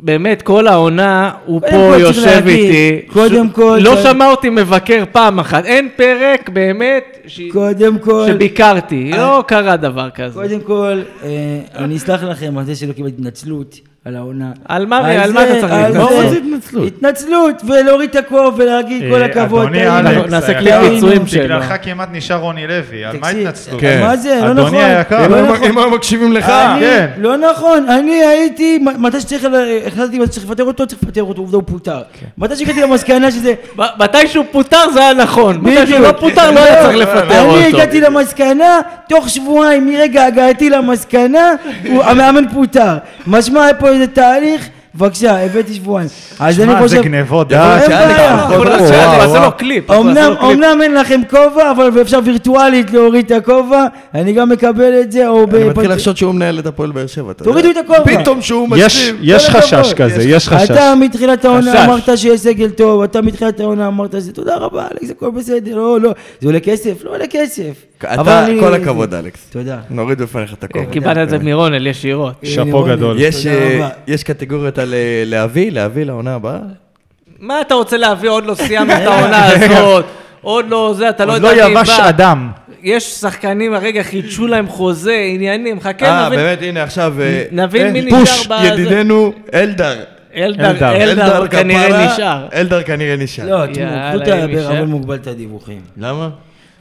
Speaker 1: באמת, כל העונה הוא
Speaker 3: קודם
Speaker 1: פה
Speaker 3: כל צריך
Speaker 1: יושב
Speaker 3: להגיד,
Speaker 1: איתי.
Speaker 3: קודם
Speaker 1: ש-
Speaker 3: כל
Speaker 1: לא
Speaker 3: צריך-
Speaker 1: שמע אותי מבקר פעם אחת. אין פרק, באמת, ש-
Speaker 3: קודם כל,
Speaker 1: שביקרתי.
Speaker 3: אה.
Speaker 1: לא קרה דבר כזה.
Speaker 3: קודם כל, אה, אני אסלח לכם על זה שלא קיבלתי התנצלות על העונה.
Speaker 1: על מה- על מה אתה
Speaker 3: זה-
Speaker 1: צריך
Speaker 3: על
Speaker 1: להתנצל?
Speaker 3: זה-
Speaker 1: מה זה
Speaker 2: התנצלות?
Speaker 3: התנצלות, ולהוריד את הכובע ולהגיד כל
Speaker 4: אה,
Speaker 3: הכבוד.
Speaker 4: אדוני
Speaker 3: טעינו.
Speaker 4: אלכס,
Speaker 1: נעשה
Speaker 4: היקר,
Speaker 1: קליפ ביצועים שלו.
Speaker 4: בגללך כמעט נשאר רוני לוי, על מה
Speaker 3: תקשיב,
Speaker 4: התנצלות?
Speaker 2: כן.
Speaker 3: מה זה? לא נכון.
Speaker 4: אדוני היקר.
Speaker 3: לא
Speaker 2: אם
Speaker 3: נכון.
Speaker 2: היו- אם היו מקשיבים לך,
Speaker 4: אה,
Speaker 3: אני-
Speaker 4: כן.
Speaker 3: לא נכון, אני הייתי, מ- מתי שצריך, ל- החלטתי מתי שצריך לפטר אותו, צריך לפטר אותו, עובדה הוא פוטר.
Speaker 1: כן.
Speaker 3: מתי שהגעתי למסקנה שזה,
Speaker 1: ב- מתי שהוא פוטר זה היה נכון. מתי שהוא
Speaker 3: בדיוק.
Speaker 1: לא פוטר לא היה צריך לפטר אותו.
Speaker 3: אני הגעתי למסקנה, תוך שבועיים מרגע הגעתי למסקנה, הוא- המאמן פוטר. משמע, היה פה איזה תהליך, בבקשה, הבאתי שבועיים. אז אני
Speaker 4: מה,
Speaker 3: חושב...
Speaker 4: זה גנבות
Speaker 2: יכול
Speaker 4: דעת?
Speaker 2: להיות
Speaker 3: אין
Speaker 2: שהיה לך
Speaker 3: בעיה.
Speaker 2: אחות
Speaker 1: אנחנו
Speaker 2: וואו,
Speaker 1: נעשה-
Speaker 2: וואו,
Speaker 1: נעשה
Speaker 2: וואו.
Speaker 1: לו קליפ. אנחנו נעשה
Speaker 3: אמנם,
Speaker 1: לו קליפ.
Speaker 3: אמנם אין לכם כובע, אבל אפשר וירטואלית להוריד את הכובע, אני גם מקבל את זה, או...
Speaker 2: אני
Speaker 3: בפנט-
Speaker 2: מתחיל לחשוד שהוא מנהל את הפועל באר שבע. אתה יודע.
Speaker 3: תורידו את הכובע.
Speaker 2: פתאום שהוא
Speaker 4: יש-
Speaker 2: מצליב.
Speaker 4: יש
Speaker 2: כל הכבוד.
Speaker 4: חשש כזה, יש חשש.
Speaker 3: אתה מתחילת
Speaker 4: חשש.
Speaker 3: העונה אמרת שיש סגל טוב, אתה מתחילת העונה אמרת שזה תודה רבה, אלכס, הכל בסדר, לא, לא, זה עולה כסף? לא עולה כסף. אבל
Speaker 2: אתה,
Speaker 3: אני-
Speaker 2: כל הכבוד, אלכס.
Speaker 3: תודה.
Speaker 2: נוריד בפניך את הכובע.
Speaker 1: אה, כן, קיבלת את זה מרונל ישירות.
Speaker 4: שאפו
Speaker 3: רוני,
Speaker 4: גדול.
Speaker 2: יש,
Speaker 3: תודה
Speaker 2: אה,
Speaker 3: רבה.
Speaker 2: יש קטגוריות על אה, להביא, להביא לעונה הבאה.
Speaker 1: מה אתה רוצה להביא? עוד
Speaker 3: (laughs)
Speaker 1: לא סיימנו את העונה הזאת. עוד לא זה, אתה לא
Speaker 4: עוד
Speaker 1: יודע
Speaker 4: לא
Speaker 1: מי בא.
Speaker 4: יבש אדם.
Speaker 1: יש שחקנים הרגע חידשו להם חוזה, עניינים, חכה,
Speaker 2: אה,
Speaker 1: נבין-
Speaker 2: באמת, הנה עכשיו... אה,
Speaker 1: נבין
Speaker 2: אה,
Speaker 1: מי נשאר
Speaker 2: פוש,
Speaker 1: בזה.
Speaker 2: ידידנו אלדר.
Speaker 1: אלדר,
Speaker 4: אלדר, כן,
Speaker 1: אלדר כנראה
Speaker 2: כפרה,
Speaker 1: נשאר.
Speaker 2: אלדר כנראה נשאר.
Speaker 3: לא, תראו,
Speaker 1: יאללה,
Speaker 3: קחו את
Speaker 1: אם
Speaker 3: בערבון
Speaker 1: יישאר.
Speaker 3: מוגבל את הדיווחים.
Speaker 2: למה?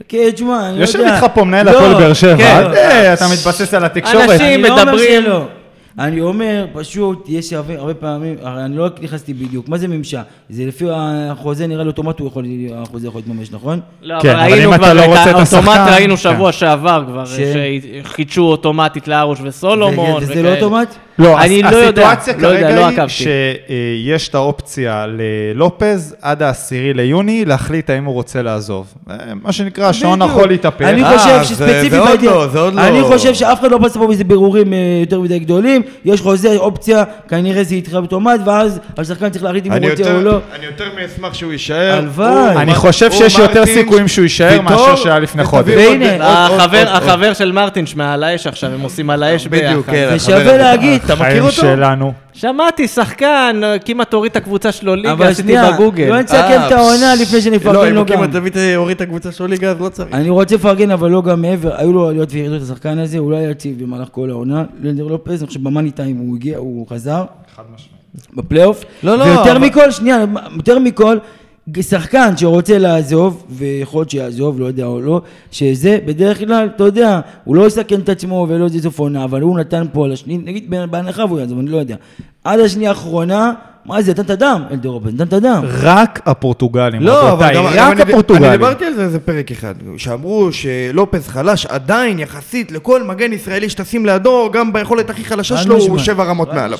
Speaker 3: כן, תשמע, אני לא
Speaker 4: יושב
Speaker 3: יודע.
Speaker 4: איתך פה מנהל
Speaker 3: לא,
Speaker 4: הפועל באר שבע,
Speaker 1: כן.
Speaker 4: אל ת- אתה מתבסס על התקשורת.
Speaker 1: אנשים-
Speaker 3: אני לא אומר
Speaker 1: מדברים.
Speaker 3: שלא. אני אומר, פשוט, יש הרבה, הרבה פעמים, הרי אני לא רק נכנסתי בדיוק, מה זה ממשק? זה לפי החוזה, נראה לי אוטומט הוא יכול, החוזה יכול להתממש, נכון?
Speaker 1: לא,
Speaker 4: כן,
Speaker 1: אבל
Speaker 4: אבל
Speaker 1: ראינו
Speaker 4: אם אתה
Speaker 1: כבר,
Speaker 4: לא
Speaker 1: את
Speaker 4: רוצה את
Speaker 1: האוטומט
Speaker 4: השחקן,
Speaker 1: ראינו
Speaker 4: כן.
Speaker 1: שבוע שעבר כבר,
Speaker 3: ש-
Speaker 1: שחידשו אוטומטית לארוש וסולומון.
Speaker 3: וזה
Speaker 1: וכאלה.
Speaker 3: לא אוטומט?
Speaker 4: לא,
Speaker 1: אני
Speaker 4: הס-
Speaker 1: לא יודע,
Speaker 4: הסיטואציה
Speaker 1: לא יודע,
Speaker 4: כרגע
Speaker 1: לא
Speaker 4: היא
Speaker 1: עקבתי.
Speaker 4: שיש את האופציה ללופז עד העשירי ליוני להחליט האם הוא רוצה לעזוב. אה, מה שנקרא, השעון
Speaker 3: בדיוק.
Speaker 4: החול יתהפך.
Speaker 3: אני
Speaker 2: אה,
Speaker 3: חושב
Speaker 2: זה-
Speaker 3: שספציפית,
Speaker 2: זה עוד
Speaker 3: הייתי-
Speaker 2: לא, זה עוד לא.
Speaker 3: אני חושב שאף אחד לא פסה פה מזה בירורים אה, יותר מדי גדולים, יש חוזה, אופציה, כנראה זה יתחייב אוטומט, ואז השחקן צריך להחליט אם הוא
Speaker 2: אני
Speaker 3: רוצה
Speaker 2: יותר-
Speaker 3: או לא.
Speaker 2: אני יותר מאשמח שהוא יישאר.
Speaker 3: הלוואי.
Speaker 2: הוא-
Speaker 4: אני
Speaker 2: הוא-
Speaker 4: חושב
Speaker 2: הוא
Speaker 4: שיש יותר
Speaker 2: מרטינש,
Speaker 4: סיכויים שהוא יישאר
Speaker 2: ויטור,
Speaker 4: מאשר שהיה לפני
Speaker 2: ותביאו
Speaker 4: חודש.
Speaker 2: עוד-
Speaker 3: והנה,
Speaker 2: עוד- עוד-
Speaker 1: החבר-
Speaker 2: עוד-
Speaker 1: החבר של מרטינש מעל האש עכשיו, הם עושים על האש
Speaker 2: בדיוק,
Speaker 1: ביחד.
Speaker 2: כן.
Speaker 3: אה, אוקיי, זה
Speaker 2: החבר
Speaker 3: שווה
Speaker 2: הזה.
Speaker 3: להגיד,
Speaker 2: אתה מכיר
Speaker 4: חיים
Speaker 2: אותו?
Speaker 4: שלנו.
Speaker 1: שמעתי, שחקן, אה, כמעט הוריד את הקבוצה שלו ליגה,
Speaker 3: אבל
Speaker 1: עשיתי
Speaker 3: שנייה,
Speaker 1: בגוגל.
Speaker 3: לא נסכם את
Speaker 2: אה,
Speaker 3: העונה
Speaker 2: פש-
Speaker 3: לפני
Speaker 2: לא,
Speaker 3: שנפרגן
Speaker 2: אם
Speaker 3: לו
Speaker 2: הוא
Speaker 3: גם.
Speaker 2: כמעט תביא את הוריד את הקבוצה של הליגה, אז לא צריך.
Speaker 3: אני רוצה לפרגן, אבל לא גם מעבר, היו לו עליות וירידות לשחקן הזה, הוא לא היה יציב במהלך כל העונה. לנדר לופז, אני חושב במאני טיים הוא הגיע, הוא חזר. בפלייאוף.
Speaker 2: לא, לא,
Speaker 3: ויותר
Speaker 2: אבל-
Speaker 3: מכל, שנייה, יותר מכל, שחקן שרוצה לעזוב, ויכול להיות שיעזוב, לא יודע או לא, שזה בדרך כלל, אתה יודע, הוא לא יסכן את עצמו ולא זה סוף עונה, אבל הוא נתן פה על השני, נגיד בהנחה והוא יעזוב, אני לא יודע. עד השנייה האחרונה, מה זה, נתן את הדם, אלדר רופז, נתן את הדם.
Speaker 4: רק הפורטוגלים,
Speaker 2: לא, אבל
Speaker 4: רבותיי,
Speaker 2: גם- גם
Speaker 4: רק
Speaker 2: אני-
Speaker 4: הפורטוגלים.
Speaker 2: אני דיברתי על זה איזה פרק אחד, שאמרו שלופז חלש עדיין יחסית לכל מגן ישראלי שתשים לידו, גם ביכולת הכי חלשה
Speaker 3: חד
Speaker 2: שלו הוא
Speaker 3: משמעית.
Speaker 2: שבע רמות מעליו.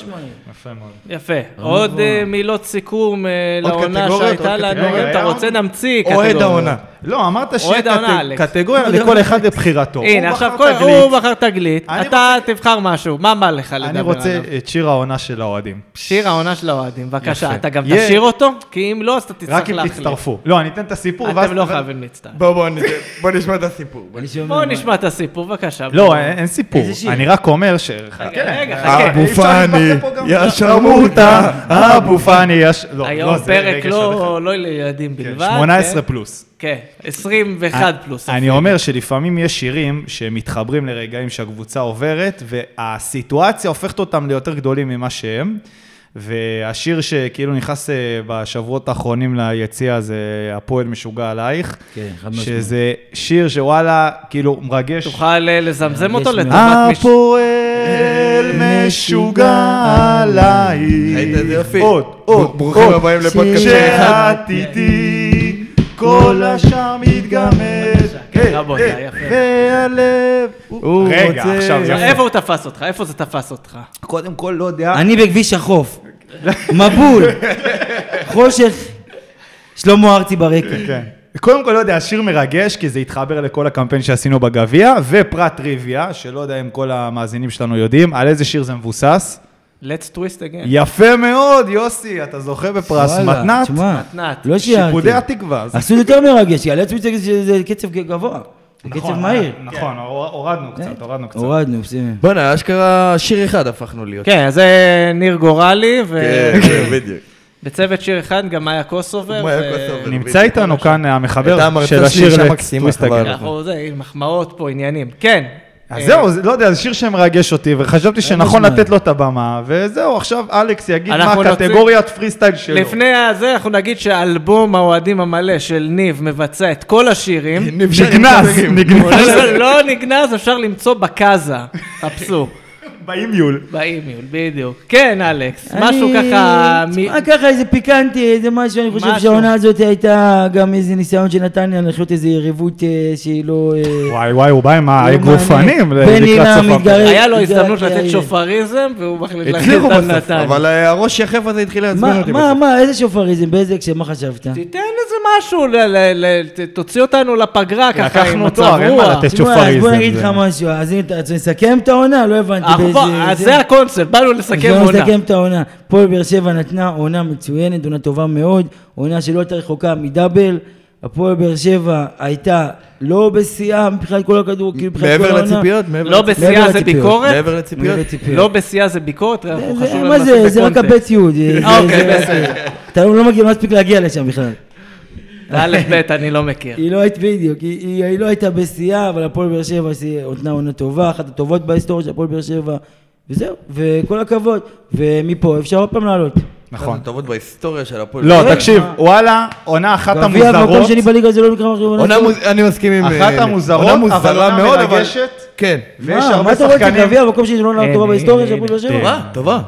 Speaker 4: יפה מאוד.
Speaker 1: יפה. עוד אה, מילות סיכום אה,
Speaker 2: עוד
Speaker 1: לעונה
Speaker 2: קטגוריות,
Speaker 1: שהייתה
Speaker 2: עוד
Speaker 1: לנו,
Speaker 4: קטגוריות.
Speaker 1: אם
Speaker 4: רגע,
Speaker 1: אתה
Speaker 4: היה
Speaker 1: רוצה
Speaker 4: עוד?
Speaker 1: נמציא
Speaker 2: אוהד העונה.
Speaker 4: לא, אמרת
Speaker 1: אוהד העונה,
Speaker 4: שיהיה
Speaker 1: אלכס.
Speaker 4: קטגוריה לכל אחד לבחירתו.
Speaker 1: הנה,
Speaker 4: הוא
Speaker 1: עכשיו
Speaker 4: בחר
Speaker 1: כל-
Speaker 4: תגלית.
Speaker 1: הוא בחר תגלית,
Speaker 4: אני
Speaker 1: אתה תבחר משהו, מה בא לך
Speaker 4: אני
Speaker 1: לדבר
Speaker 4: רוצה
Speaker 1: עליו?
Speaker 4: את שיר העונה של האוהדים.
Speaker 1: שיר העונה של האוהדים, בבקשה,
Speaker 4: יפה.
Speaker 1: אתה גם
Speaker 4: יהיה-
Speaker 1: תשאיר אותו? כי אם לא, אז אתה תצטרך
Speaker 4: רק אם
Speaker 1: להחליט.
Speaker 4: תצטרפו. לא, אני אתן את הסיפור, ואז...
Speaker 1: אתם לא חייבים להצטרף.
Speaker 2: בואו בואו נ- בואו נשמע את הסיפור. בואו
Speaker 3: אני שומע,
Speaker 1: בואו
Speaker 3: מה-
Speaker 1: נשמע את הסיפור, בבקשה.
Speaker 4: לא, אין אין סיפור.
Speaker 3: איזה שיר?
Speaker 4: אני רק אומר ש...
Speaker 1: רגע, רגע,
Speaker 4: אה,
Speaker 1: חכה.
Speaker 4: אי אפשר
Speaker 2: פאני,
Speaker 4: להתבטא פה גם-
Speaker 2: יא
Speaker 4: לא,
Speaker 1: (laughs)
Speaker 2: שרמוטה.
Speaker 4: אבו פאני, יש... לא,
Speaker 1: היום
Speaker 4: לא, זה
Speaker 1: פרק
Speaker 4: רגע של אחד.
Speaker 1: לא לא לילדים
Speaker 4: כן,
Speaker 1: בלבד.
Speaker 4: 18
Speaker 1: כן.
Speaker 4: פלוס.
Speaker 1: כן, 21 פלוס.
Speaker 4: אני אומר שלפעמים יש שירים שמתחברים לרגעים שהקבוצה עוברת, והסיטואציה הופכת אותם ליותר גדולים ממה שהם. והשיר שכאילו נכנס אה, בשבועות האחרונים ליציע זה הפועל משוגע עלייך.
Speaker 3: כן, חד משמעית.
Speaker 4: שזה שיר שוואלה, כאילו מרגש.
Speaker 1: תוכל אה, לזמזם אותו
Speaker 3: יש מאוד.
Speaker 1: לטובת מישהו.
Speaker 4: הפועל משוגע עלייך.
Speaker 2: ראית איזה יופי?
Speaker 4: עוד, עוד,
Speaker 2: ברוכים
Speaker 4: עוד.
Speaker 2: הבאים לפודקאסט של אחד.
Speaker 4: כשאת איתי, כל השאר מתגמד. אה,
Speaker 1: כן, רבותיי, יפה.
Speaker 4: והלב הוא רוצה... רגע, עכשיו
Speaker 1: איפה הוא תפס אותך? איפה זה תפס אותך?
Speaker 4: קודם כל, לא יודע.
Speaker 3: אני בכביש החוף, מבול, חושך, שלמה ארצי ברקע.
Speaker 4: כן. קודם כל, לא יודע, השיר מרגש, כי זה התחבר לכל הקמפיין שעשינו בגביע, ופרט טריוויה, שלא יודע אם כל המאזינים שלנו יודעים, על איזה שיר זה מבוסס.
Speaker 1: Let's twist
Speaker 4: כן.
Speaker 1: again.
Speaker 4: יפה מאוד, יוסי, אתה זוכה בפרס
Speaker 3: וואלה,
Speaker 4: מתנת.
Speaker 3: תשמע,
Speaker 1: מתנת.
Speaker 3: לא
Speaker 4: שיפודי
Speaker 3: שיערתי.
Speaker 4: התקווה. זה-
Speaker 3: עשו יותר מרגש, יעלה עצמי שזה קצב גבוה, זה קצב
Speaker 4: נכון,
Speaker 3: מהיר. כן.
Speaker 4: נכון, הור- הורדנו קצת, הורדנו קצת.
Speaker 3: הורדנו, בסדר.
Speaker 2: בואנה, אשכרה שיר אחד הפכנו להיות.
Speaker 1: כן, אז זה ניר גורלי,
Speaker 2: כן, כן, בדיוק.
Speaker 1: ובצוות שיר אחד גם מאיה קוסובר. אה,
Speaker 2: מאיה
Speaker 1: ו-
Speaker 2: קוסובר.
Speaker 4: נמצא איתנו כאן
Speaker 2: הייתה
Speaker 4: המחבר
Speaker 2: המרצה
Speaker 4: של
Speaker 2: שלי
Speaker 4: השיר
Speaker 2: אישה
Speaker 4: "Let's
Speaker 2: מקסימה,
Speaker 4: Twist Again".
Speaker 2: חבל.
Speaker 1: אנחנו זה, עם מחמאות פה, עניינים. כן.
Speaker 4: אז
Speaker 1: אה,
Speaker 4: זהו, זה- לא יודע, זה שיר שמרגש אותי,
Speaker 3: אה,
Speaker 4: וחשבתי שנכון
Speaker 3: משמעית.
Speaker 4: לתת לו את הבמה, וזהו, עכשיו אלכס יגיד מה
Speaker 1: אנחנו נוציא-
Speaker 4: הקטגוריית פרי סטייל שלו.
Speaker 1: לפני הזה אנחנו נגיד שאלבום האוהדים המלא של ניב מבצע את כל השירים.
Speaker 4: נגנז, נגנז.
Speaker 1: אבל (laughs) לא נגנז, אפשר למצוא בקאזה, חפשו,
Speaker 4: באימיול.
Speaker 1: (laughs) באימיול, בדיוק. כן, אלכס,
Speaker 3: אני-
Speaker 1: משהו ככה... מ-
Speaker 3: תשמע, ככה איזה פיקנטי, איזה משהו, אני חושב
Speaker 1: משהו.
Speaker 3: שהעונה הזאת הייתה גם איזה ניסיון של נתניה לחיות איזו יריבות אה, שהיא לא... אה,
Speaker 4: וואי וואי, הוא בא עם האגרופנים
Speaker 3: מעניין. בן
Speaker 4: לקראת
Speaker 3: הילה
Speaker 4: סוף הפרק.
Speaker 3: מתגרש.
Speaker 1: היה לו
Speaker 3: זה-
Speaker 1: הזדמנות
Speaker 3: זה-
Speaker 1: לתת
Speaker 3: זה-
Speaker 1: שופריזם, והוא מחליט להגיד
Speaker 2: הצליחו
Speaker 1: את
Speaker 2: בסוף,
Speaker 1: נתן.
Speaker 2: אבל הראש יחף הזה התחיל
Speaker 3: מה-
Speaker 2: לעצבן אותי.
Speaker 3: מה, מה, איזה שופריזם, באיזה הקשר, מה חשבת?
Speaker 1: תיתן איזה משהו, ל- ל- ל- ת- תוציא אותנו לפגרה ככה עם
Speaker 4: לקחנו
Speaker 1: מצב
Speaker 4: תואר, אין מה
Speaker 1: רוח.
Speaker 4: לתת.
Speaker 3: תשמע, אז
Speaker 4: שופריזם
Speaker 3: בוא נגיד
Speaker 4: זה-
Speaker 3: לך משהו, אז אם אתה רוצה לסכם את העונה, לא הבנתי
Speaker 1: אנחנו
Speaker 3: באיזה...
Speaker 1: אה, בוא- אז זה הקונספט, באנו לסכם
Speaker 3: בואו
Speaker 1: עונה.
Speaker 3: נסכם את העונה. הפועל באר שבע נתנה עונה מצוינת, עונה טובה מאוד, עונה שלא הייתה רחוקה מדאבל. הפועל באר שבע הייתה לא בשיאה מבחינת כל הכדור, כאילו מבחינת כל
Speaker 2: מעבר
Speaker 3: העונה.
Speaker 2: לציפיות? מעבר
Speaker 1: לא
Speaker 2: לציפיות?
Speaker 1: בשיאה זה
Speaker 3: לציפיות.
Speaker 1: ביקורת?
Speaker 2: מעבר לציפיות?
Speaker 3: מעבר לציפיות.
Speaker 1: לא בשיאה זה ביקורת?
Speaker 3: זה-
Speaker 1: אנחנו
Speaker 3: זה-
Speaker 1: חשוב לנו
Speaker 3: מה זה,
Speaker 1: לעשות
Speaker 3: זה רק
Speaker 1: בקונטקסט.
Speaker 3: הבית יוד. זה-
Speaker 1: אה,
Speaker 3: זה-
Speaker 1: אוקיי,
Speaker 3: זה-
Speaker 1: בסדר.
Speaker 3: אתה לא מגיע, לא מספיק להגיע לשם בכלל.
Speaker 1: (laughs) לאלף בית אני לא
Speaker 3: (laughs)
Speaker 1: מכיר.
Speaker 3: היא לא הייתה בדיוק, היא- היא היא לא הייתה בשיאה, אבל הפועל באר שבע נתנה עונה טובה, אחת הטובות בהיסטוריה של הפועל באר שבע, וזהו, וכל הכבוד. ומפה אפשר עוד פעם לעלות.
Speaker 4: נכון.
Speaker 2: הטובות בהיסטוריה של הפועל.
Speaker 4: לא,
Speaker 3: אה,
Speaker 4: תקשיב,
Speaker 3: מה?
Speaker 4: וואלה, עונה אחת
Speaker 3: גביע במקום
Speaker 4: המוזרות.
Speaker 3: שני בליגה זה לא נקרא משהו.
Speaker 2: עונה מוז... אני מסכים עם...
Speaker 4: אחת
Speaker 2: אה,
Speaker 4: המוזרות,
Speaker 2: עונה מוזרה
Speaker 4: אבל עונה
Speaker 2: מאוד, אבל-
Speaker 4: מרגשת.
Speaker 2: כן.
Speaker 4: ויש
Speaker 3: מה,
Speaker 4: הרבה
Speaker 3: מה אתה רואה את
Speaker 4: שחקנים-
Speaker 3: הגביע במקום שני זה לא עונה
Speaker 1: הנה,
Speaker 3: טובה בהיסטוריה של
Speaker 1: הנה,
Speaker 3: הפועל באר שבע?
Speaker 2: טובה, טובה.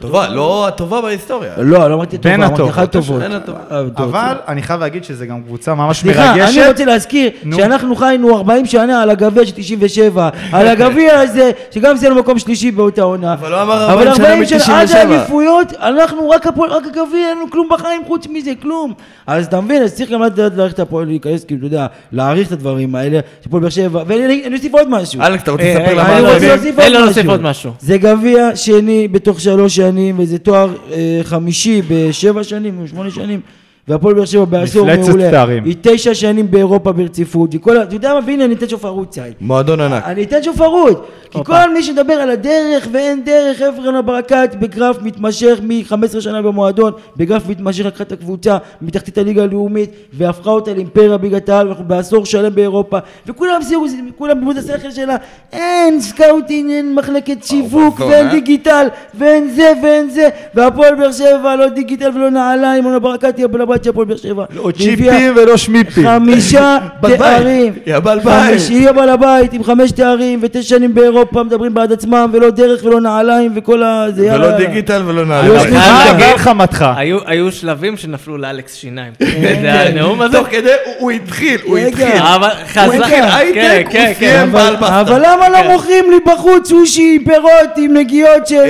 Speaker 2: טובה, לא הטובה בהיסטוריה.
Speaker 3: לא, לא אמרתי
Speaker 4: בין
Speaker 3: טובה, אמרתי
Speaker 4: הטובות.
Speaker 3: אחת אה, טובות.
Speaker 2: בין הטובות.
Speaker 4: אבל אני חייב להגיד שזה גם קבוצה ממש
Speaker 3: סליחה, אני
Speaker 4: מרגשת.
Speaker 3: רוצה להזכיר
Speaker 4: נו.
Speaker 3: שאנחנו חיינו 40 שנה על הגביע של
Speaker 4: (laughs)
Speaker 3: 97, על
Speaker 4: אוקיי.
Speaker 3: הגביע הזה, שגם סיימנו מקום שלישי באותה עונה.
Speaker 2: אבל לא אמר 40 שנה
Speaker 3: אבל 40 שנה עד
Speaker 2: מ- 97.
Speaker 3: האליפויות, אנחנו רק הפועל, רק הגביע, אין לנו כלום בחיים חוץ מזה, כלום. אז אתה מבין, אז צריך גם לדעת להעריך את הפועל, להיכנס, כאילו, אתה יודע, להעריך את הדברים האלה, שפועל באר שבע, ואני אוסיף עוד משהו.
Speaker 2: אלכס, אתה רוצה
Speaker 1: אה,
Speaker 2: לספר
Speaker 1: אה,
Speaker 2: למה...
Speaker 3: אני
Speaker 1: אבל
Speaker 3: רוצה
Speaker 1: אם-
Speaker 3: להוסיף
Speaker 1: אין
Speaker 3: עוד
Speaker 1: לו להוסיף
Speaker 3: משהו.
Speaker 1: עוד משהו.
Speaker 3: זה גביע שני בתוך שלוש שנים, וזה תואר אה, חמישי בשבע שנים, או שמונה שנים. והפועל באר שבע בעשור מעולה.
Speaker 4: מפלצת תארים.
Speaker 3: היא תשע שנים באירופה ברציפות. היא כל ה... אתה יודע מה? והנה אני אתן שופרות, שי.
Speaker 2: מועדון ענק.
Speaker 3: אני אתן שופרות. כי כל מי שמדבר על הדרך ואין דרך, עברן הברקת בגרף מתמשך מ-15 שנה במועדון, בגרף מתמשך לקחה את הקבוצה מתחתית הליגה הלאומית והפכה אותה לאימפריה ביגת העל, ואנחנו בעשור שלם באירופה, וכולם זהו, כולם בלימוד השכל שלה, אין סקאוטינג, אין מחלקת שיווק,
Speaker 2: אובדון,
Speaker 3: ואין
Speaker 2: אה?
Speaker 3: דיגיטל, ואין זה ואין זה, והפועל באר שבע לא דיגיטל ולא נעליים, עונה ברקת היא הבעל הבית של הפועל באר שבע.
Speaker 4: לא
Speaker 3: והיא הביאה
Speaker 4: צ'יפים ולא שמיפים.
Speaker 3: חמישה
Speaker 2: בת בית.
Speaker 3: תארים.
Speaker 2: היא הבעל בית.
Speaker 3: חמיש- היא הבעל הבית עם חמש תארים ותשע שנים באירופה מדברים בעד עצמם ולא דרך ולא נעליים וכל ה... זה יאללה.
Speaker 2: ולא דיגיטל ולא
Speaker 3: לא,
Speaker 2: נעליים.
Speaker 3: סליחה.
Speaker 4: מה
Speaker 1: אני-
Speaker 4: גל חמתך?
Speaker 1: היו- היו שלבים שנפלו לאלכס שיניים.
Speaker 3: כן,
Speaker 1: (laughs) זה הנאום הזה.
Speaker 2: תוך כדי, הוא- הוא התחיל, הוא
Speaker 3: רגע.
Speaker 2: התחיל.
Speaker 1: אבל חזק,
Speaker 3: כן.
Speaker 2: התחיל הייטק, הוא סיים
Speaker 3: אבל-
Speaker 2: באלבסטה.
Speaker 3: אבל למה לא
Speaker 1: כן.
Speaker 3: מוכרים לי בחוץ סושי עם פירות עם נגיעות של... כן,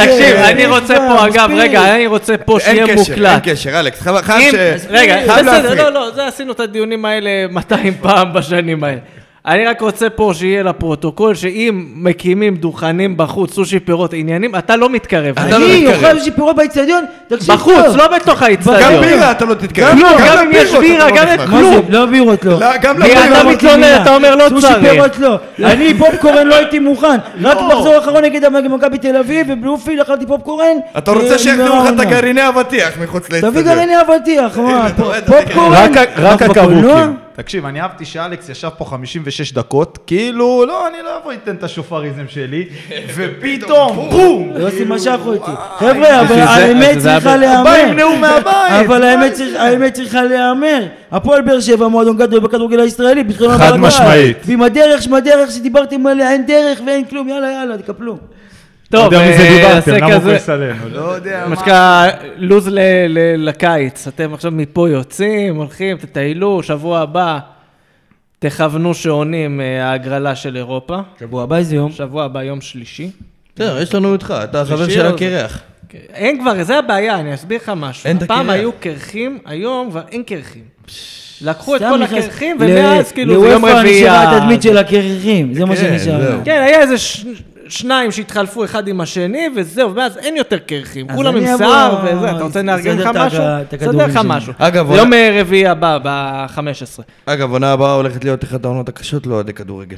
Speaker 2: אה,
Speaker 1: תקשיב,
Speaker 2: אה,
Speaker 1: אני רוצה
Speaker 3: מספיק.
Speaker 1: פה, אגב, רגע, אני רוצה פה
Speaker 2: אין
Speaker 1: שיהיה
Speaker 2: קשר,
Speaker 1: מוקלט.
Speaker 2: אין קשר, אלכס, חייב
Speaker 1: אם-
Speaker 2: חייב ש...
Speaker 1: רגע,
Speaker 2: חייב
Speaker 1: בסדר,
Speaker 2: להפריד.
Speaker 1: לא, לא, זה עשינו את הדיונים האלה (laughs) 200 פעם בשנים האלה. אני רק רוצה פה שיהיה לפרוטוקול, שאם מקימים דוכנים בחוץ, סושי פירות עניינים, אתה לא מתקרב.
Speaker 2: אתה לא
Speaker 3: אני
Speaker 2: מתקרב.
Speaker 3: אוכל סושי פירות באצטדיון? תקשיב
Speaker 1: בחוץ,
Speaker 3: טוב.
Speaker 1: לא בתוך
Speaker 2: גם
Speaker 1: האיצטדיון.
Speaker 2: בירה אתה לא תתקרב.
Speaker 1: כלום, גם אם יש
Speaker 2: לבירות אתה
Speaker 1: בירה,
Speaker 2: לא
Speaker 1: גם אם-
Speaker 2: נכנס.
Speaker 3: מה זה? לא בירות לא.
Speaker 2: לא, גם
Speaker 1: בירה,
Speaker 2: לבירה.
Speaker 1: אתה
Speaker 3: אמרתי
Speaker 1: מתלונן,
Speaker 3: מילה.
Speaker 1: אתה אומר, לא
Speaker 3: סושי
Speaker 1: צריך.
Speaker 3: פירות לא. אני פופקורן לא הייתי מוכן. רק במחזור האחרון נגד מכבי תל אביב ובלומפילד אכלתי פופקורן.
Speaker 2: אתה
Speaker 3: ונגמרה
Speaker 1: לא,
Speaker 2: רוצה שיחזרו לך את
Speaker 3: העונה.
Speaker 2: הגרעיני אבטיח מחוץ
Speaker 3: תביא
Speaker 2: לאצטדיון.
Speaker 3: גרעיני אבטיח, מה?
Speaker 2: אתה רואה את
Speaker 3: פופקורן?
Speaker 4: רק ה- רק
Speaker 3: אנחנו בקולנוע?
Speaker 4: הקבוקים. תקשיב, אני אהבתי שאלכס ישב פה 56 דקות, כאילו, לא, אני לא אבוא אתן את השופריזם (laughs) שלי, ופתאום, בום!
Speaker 3: יוסי משך אותי. חבר'ה, אבל
Speaker 1: זה-
Speaker 3: האמת
Speaker 1: זה- זה-
Speaker 3: צריכה
Speaker 4: בא עם
Speaker 3: להיאמר.
Speaker 4: נאום מהבית!
Speaker 3: אבל האמת צריך- האמת צריכה להיאמר. הפועל באר שבע מועדון גדול בכדורגל הישראלי, בזכות
Speaker 4: חד משמעית.
Speaker 3: ועם הדרך שמדרך שדיברתם עליה, אין דרך ואין כלום, יאללה יאללה, תקפלו.
Speaker 1: טוב,
Speaker 4: לא יודע מי זה
Speaker 1: אה,
Speaker 4: דיברתם,
Speaker 1: נעשה
Speaker 4: למה הוא
Speaker 1: כזה-
Speaker 4: כועס עלינו? לא יודע.
Speaker 1: מה שנקרא, לוז ל- ל- לקיץ. אתם עכשיו מפה יוצאים, הולכים, תטיילו, שבוע הבא, תכוונו שעונים אה, ההגרלה של אירופה.
Speaker 3: שבוע הבא איזה יום.
Speaker 1: שבוע הבא, יום שלישי.
Speaker 2: בסדר, לא, יש לנו אותך, אתה החבר של
Speaker 1: לא זה.
Speaker 2: הקרח.
Speaker 1: אין כבר, זה הבעיה, אני אסביר לך משהו.
Speaker 2: אין את
Speaker 1: פעם
Speaker 2: הקרח.
Speaker 1: היו קרחים, היום כבר אין קרחים. לקחו את
Speaker 3: סתם
Speaker 1: כל
Speaker 3: נכנס-
Speaker 1: הקרחים,
Speaker 3: ל-
Speaker 1: ומאז כאילו זה יום
Speaker 3: לאופ"א נשארה
Speaker 1: רביעייה.
Speaker 3: התדמית של הקרחים, זה מה
Speaker 2: כן,
Speaker 3: שנשאר.
Speaker 2: זהו.
Speaker 1: כן, היה איזה ש- שניים שהתחלפו אחד עם השני, וזהו, ואז אין יותר קרחים.
Speaker 3: אז
Speaker 1: כולם
Speaker 3: אני
Speaker 1: עם
Speaker 3: אבוא-
Speaker 1: שיער וזה, אתה רוצה לארגן לך
Speaker 3: אסדר את
Speaker 1: משהו?
Speaker 3: הכ- את
Speaker 1: אסדר
Speaker 3: הכדורים
Speaker 1: לך
Speaker 3: שלי.
Speaker 1: משהו.
Speaker 2: אגב,
Speaker 1: יום אה, רביעי הבא, ב-15.
Speaker 2: אגב, עונה הבאה הולכת להיות אחת העונות הקשות לאוהדי כדורגל.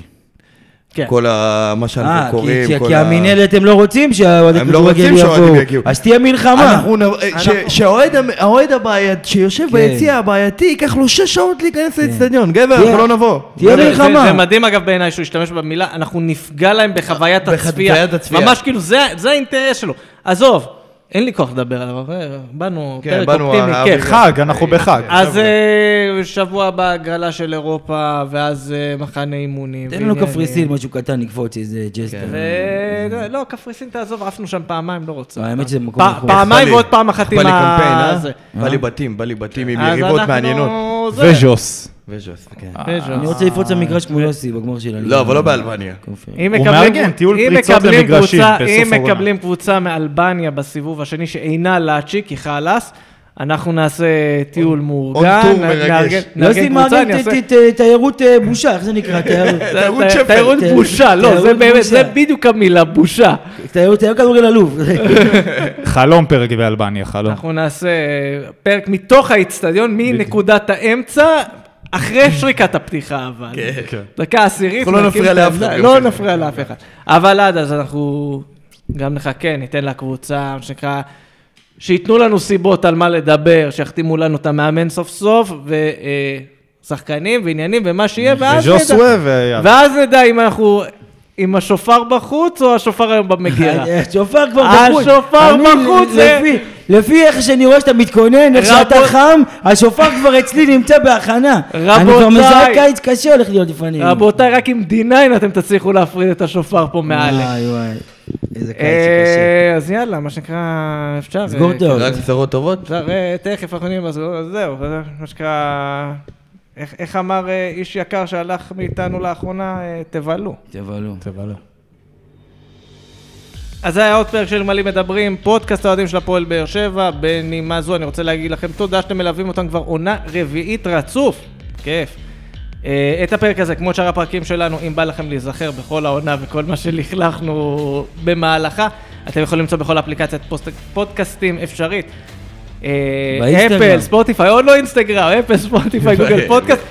Speaker 1: כן.
Speaker 2: כל ה- מה שאנחנו
Speaker 3: אה, כי-
Speaker 2: קוראים,
Speaker 3: כי-
Speaker 2: כל
Speaker 3: כי המינהלת הם לא רוצים שהאוהדי
Speaker 2: הם לא
Speaker 3: כדורגל
Speaker 2: רוצים שהאוהדים
Speaker 3: יבואו.
Speaker 2: יגיעו.
Speaker 3: אז תהיה מלחמה.
Speaker 2: אנחנו, נ- ש- שהאוהד המ- האוהד הבעייתי, שיושב
Speaker 3: כן.
Speaker 2: ביציע הבעייתי, ייקח לו שש שעות להיכנס
Speaker 1: כן.
Speaker 2: לאצטדיון. גבר,
Speaker 3: תהיה-
Speaker 2: אנחנו לא נבוא.
Speaker 3: תהיה
Speaker 1: זה-
Speaker 3: מלחמה.
Speaker 1: זה, זה מדהים אגב בעיניי שהוא השתמש במילה, אנחנו נפגע להם בחוויית הצפייה.
Speaker 2: בחוויית הצפייה.
Speaker 1: ממש כאילו, זה, זה האינטרס שלו. עזוב, אין לי כוח לדבר עליו, אבל אה, באנו,
Speaker 2: כן,
Speaker 1: פרק
Speaker 2: באנו
Speaker 1: אופטימי,
Speaker 2: ה-
Speaker 1: כיף.
Speaker 2: ה-
Speaker 4: חג, אנחנו בחג.
Speaker 1: אז אה, שבוע הבא הגרלה של אירופה, ואז אה, מחנה אימונים.
Speaker 3: תן לנו
Speaker 1: ועניינים.
Speaker 3: קפריסין, משהו קטן, נקפוץ איזה
Speaker 1: כן.
Speaker 3: ג'סטר.
Speaker 1: ו- לא, קפריסין תעזוב, עפנו שם פעמיים, לא רוצה.
Speaker 3: לא, האמת שזה מקום
Speaker 1: פע-
Speaker 3: מכוער.
Speaker 1: פעמיים
Speaker 2: בא
Speaker 1: ועוד
Speaker 2: לי-
Speaker 1: פעם אחת עם
Speaker 2: בא לי קמפיין,
Speaker 1: ה...
Speaker 2: אה?
Speaker 1: זה.
Speaker 2: בא לי בתים, בא לי בתים עם
Speaker 1: אז
Speaker 2: יריבות
Speaker 1: אנחנו-
Speaker 2: מעניינות.
Speaker 1: זה.
Speaker 4: וז'וס.
Speaker 2: וז'וס, כן.
Speaker 1: וז'וס.
Speaker 3: אני רוצה לפרוץ למגרש כמו יוסי בגמר של הליגה.
Speaker 2: לא, אבל לא באלבניה.
Speaker 3: קונפרנס.
Speaker 1: אה, אם
Speaker 4: הוא
Speaker 1: מקבלים-
Speaker 4: מארגן טיול
Speaker 1: אם
Speaker 4: פריצות
Speaker 1: מקבלים
Speaker 4: למגרשים
Speaker 1: קבוצה-
Speaker 4: בסוף
Speaker 1: אם
Speaker 4: העונה.
Speaker 1: מקבלים קבוצה מאלבניה בסיבוב השני שאינה לאצ'י, כי חלאס, אנחנו נעשה טיול מאורגן.
Speaker 2: טור
Speaker 1: נ-
Speaker 2: מרגש.
Speaker 1: נארגן-
Speaker 3: יוסי
Speaker 1: נארגן קבוצה, אני
Speaker 3: מארגן
Speaker 1: אעשה...
Speaker 3: ת- ת- תיירות אה, בושה, איך זה
Speaker 1: (laughs)
Speaker 3: נקרא? תיירות-
Speaker 1: ת-
Speaker 2: תיירות
Speaker 1: ת-
Speaker 2: שפל.
Speaker 1: תיירות
Speaker 3: תיירות-
Speaker 1: בושה, לא, זה
Speaker 3: תיירות
Speaker 1: באמת,
Speaker 3: בושה.
Speaker 1: זה בדיוק המילה, בושה.
Speaker 3: תיירות תיירות כדורגל
Speaker 1: (laughs)
Speaker 3: עלוב.
Speaker 4: חלום פרק באלבניה, חלום.
Speaker 1: אנחנו נעשה אה, פרק מתוך האיצטדיון, מנקודת האמצע, אחרי שריקת הפתיחה, אבל.
Speaker 4: כן.
Speaker 1: דקה עשירית.
Speaker 2: אנחנו לא
Speaker 1: נקים
Speaker 2: נפריע
Speaker 1: את
Speaker 2: לאף אחד כן.
Speaker 1: העמדה-
Speaker 2: ביום
Speaker 1: לא
Speaker 2: שני.
Speaker 1: נפריע לאף אחד. אבל עד אז אנחנו גם נחכה, ניתן לקבוצה, מה שנקרא, שייתנו לנו סיבות על מה לדבר, שיחתימו לנו את המאמן סוף סוף, ושחקנים ועניינים ומה שיהיה, ואז
Speaker 4: וז'וסווה
Speaker 1: נדע.
Speaker 4: ו...
Speaker 1: ואז נדע אם אנחנו עם השופר בחוץ או השופר היום במגירה.
Speaker 2: אה,
Speaker 3: השופר אה, כבר בחוץ.
Speaker 1: השופר
Speaker 3: אני,
Speaker 1: כן. אה, בחוץ, אה. זה-
Speaker 3: לפי- לפי איך שאני רואה שאתה מתכונן, איך שאתה
Speaker 1: רבו-
Speaker 3: חם, השופר כבר אצלי נמצא בהכנה. אני
Speaker 1: רבותיי.
Speaker 3: כבר מזהה קיץ קשה הולך להיות לפנינו.
Speaker 1: רבותיי, רק עם D9 אתם תצליחו להפריד את השופר פה מעל.
Speaker 3: וואי וואי. איזה קיץ שקשה.
Speaker 1: אה, אז יאללה, מה שנקרא, אפשר...
Speaker 3: סגור
Speaker 1: אה,
Speaker 3: את האור.
Speaker 2: רק בשורות טובות?
Speaker 1: אפשר, אה, תכף אנחנו נראה, אז זהו, זה מה שנקרא... אה, איך- איך אמר אה, איש יקר שהלך מאיתנו לאחרונה? אה, תבלו.
Speaker 3: תבלו.
Speaker 4: תבלה.
Speaker 1: אז זה היה עוד פרק של גמלים מדברים, פודקאסט האוהדים של הפועל באר שבע. בנימה זו אני רוצה להגיד לכם תודה שאתם מלווים אותם כבר עונה רביעית רצוף. כיף. אה, את הפרק הזה, כמו את שאר הפרקים שלנו, אם בא לכם להיזכר בכל העונה וכל מה שלכלכנו במהלכה, אתם יכולים למצוא בכל אפליקציית פוסט- פודקאסטים אפשרית. אה,
Speaker 3: באינסטגרם.
Speaker 1: אפל, ספוטיפיי, עוד לא אינסטגרם, אפל,
Speaker 3: (laughs)
Speaker 1: ספוטיפיי, גוגל פודקאסט.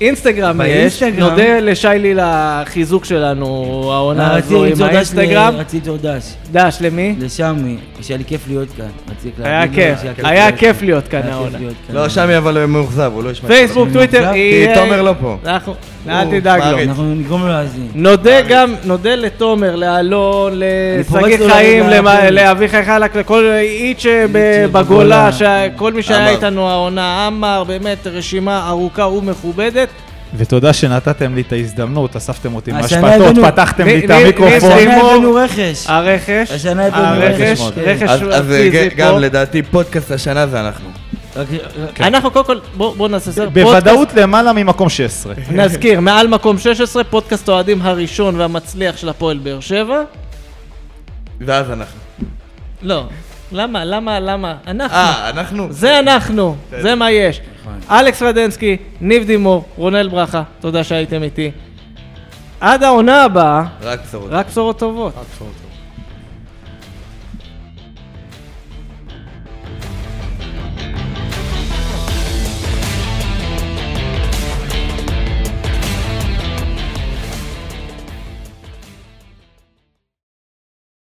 Speaker 1: אינסטגרם יש,
Speaker 3: באינסטגרם.
Speaker 1: נודה לשיילי לחיזוק שלנו, העונה
Speaker 3: אה, רציתי
Speaker 1: הזו עם
Speaker 3: ליצור דש ל-
Speaker 1: האינסטגרם.
Speaker 3: רציתי ליצור דש.
Speaker 1: דש למי?
Speaker 3: לשם, שהיה לי כיף להיות כאן. רציתי
Speaker 1: היה
Speaker 3: להגיד לו
Speaker 1: כיף,
Speaker 3: שהיה
Speaker 1: היה כיף להיות כאן
Speaker 3: היה כיף
Speaker 1: העונה.
Speaker 3: להיות כאן.
Speaker 2: לא, שמי אבל הוא מאוכזב, הוא לא ישמע.
Speaker 1: כן. פייסבוק,
Speaker 3: אני
Speaker 1: טוויטר,
Speaker 3: מאוכזב,
Speaker 2: כי
Speaker 1: EA.
Speaker 2: תומר לא פה.
Speaker 1: אנחנו,
Speaker 2: הוא
Speaker 1: אל תדאג
Speaker 2: מעריץ.
Speaker 1: לו.
Speaker 3: אנחנו נגרום לו להאזין.
Speaker 1: נודה גם, נודה לתומר, לאלון,
Speaker 3: פורץ
Speaker 1: לשגיא
Speaker 3: לו
Speaker 1: חיים,
Speaker 3: לרגע
Speaker 1: למ-
Speaker 3: האחרון.
Speaker 1: לאביחי חלק, לכל איצ'ה ב- בגולה,
Speaker 3: בגולה.
Speaker 1: שכל מי שהיה
Speaker 2: עמר.
Speaker 1: איתנו העונה, עמר, באמת רשימה ארוכה ומכובדת.
Speaker 4: ותודה שנתתם לי את ההזדמנות, אספתם אותי
Speaker 3: השנה
Speaker 4: מהשפטות,
Speaker 3: הבאנו-
Speaker 4: פתחתם
Speaker 1: מי-
Speaker 4: לי את
Speaker 1: מי- מי
Speaker 4: המיקרופון.
Speaker 1: זה?
Speaker 3: השנה
Speaker 1: לימור.
Speaker 3: הבאנו רכש.
Speaker 1: אה. הרכש,
Speaker 3: השנה הבאנו
Speaker 1: הרכש,
Speaker 4: רכש, כן.
Speaker 1: רכש
Speaker 2: אז- אז אה,
Speaker 1: פיזי
Speaker 2: ג-
Speaker 1: פה.
Speaker 2: גם כן. לדעתי פודקאסט השנה זה אנחנו.
Speaker 3: רק- רק-
Speaker 1: אנחנו קודם כל, בואו בואו נעשה סדר. פודקאסט-
Speaker 4: בוודאות למעלה ממקום 16.
Speaker 1: (laughs) נזכיר, מעל מקום 16, פודקאסט האוהדים הראשון והמצליח של הפועל באר שבע.
Speaker 2: ואז אנחנו.
Speaker 1: לא. למה? למה? למה? אנחנו.
Speaker 2: אה, אנחנו?
Speaker 1: זה אנחנו, זה מה יש. אלכס רדנסקי, ניב דימור, רונל ברכה, תודה שהייתם איתי. עד העונה הבאה,
Speaker 2: רק בשורות.
Speaker 1: רק בשורות טובות.
Speaker 4: טוב, טוב.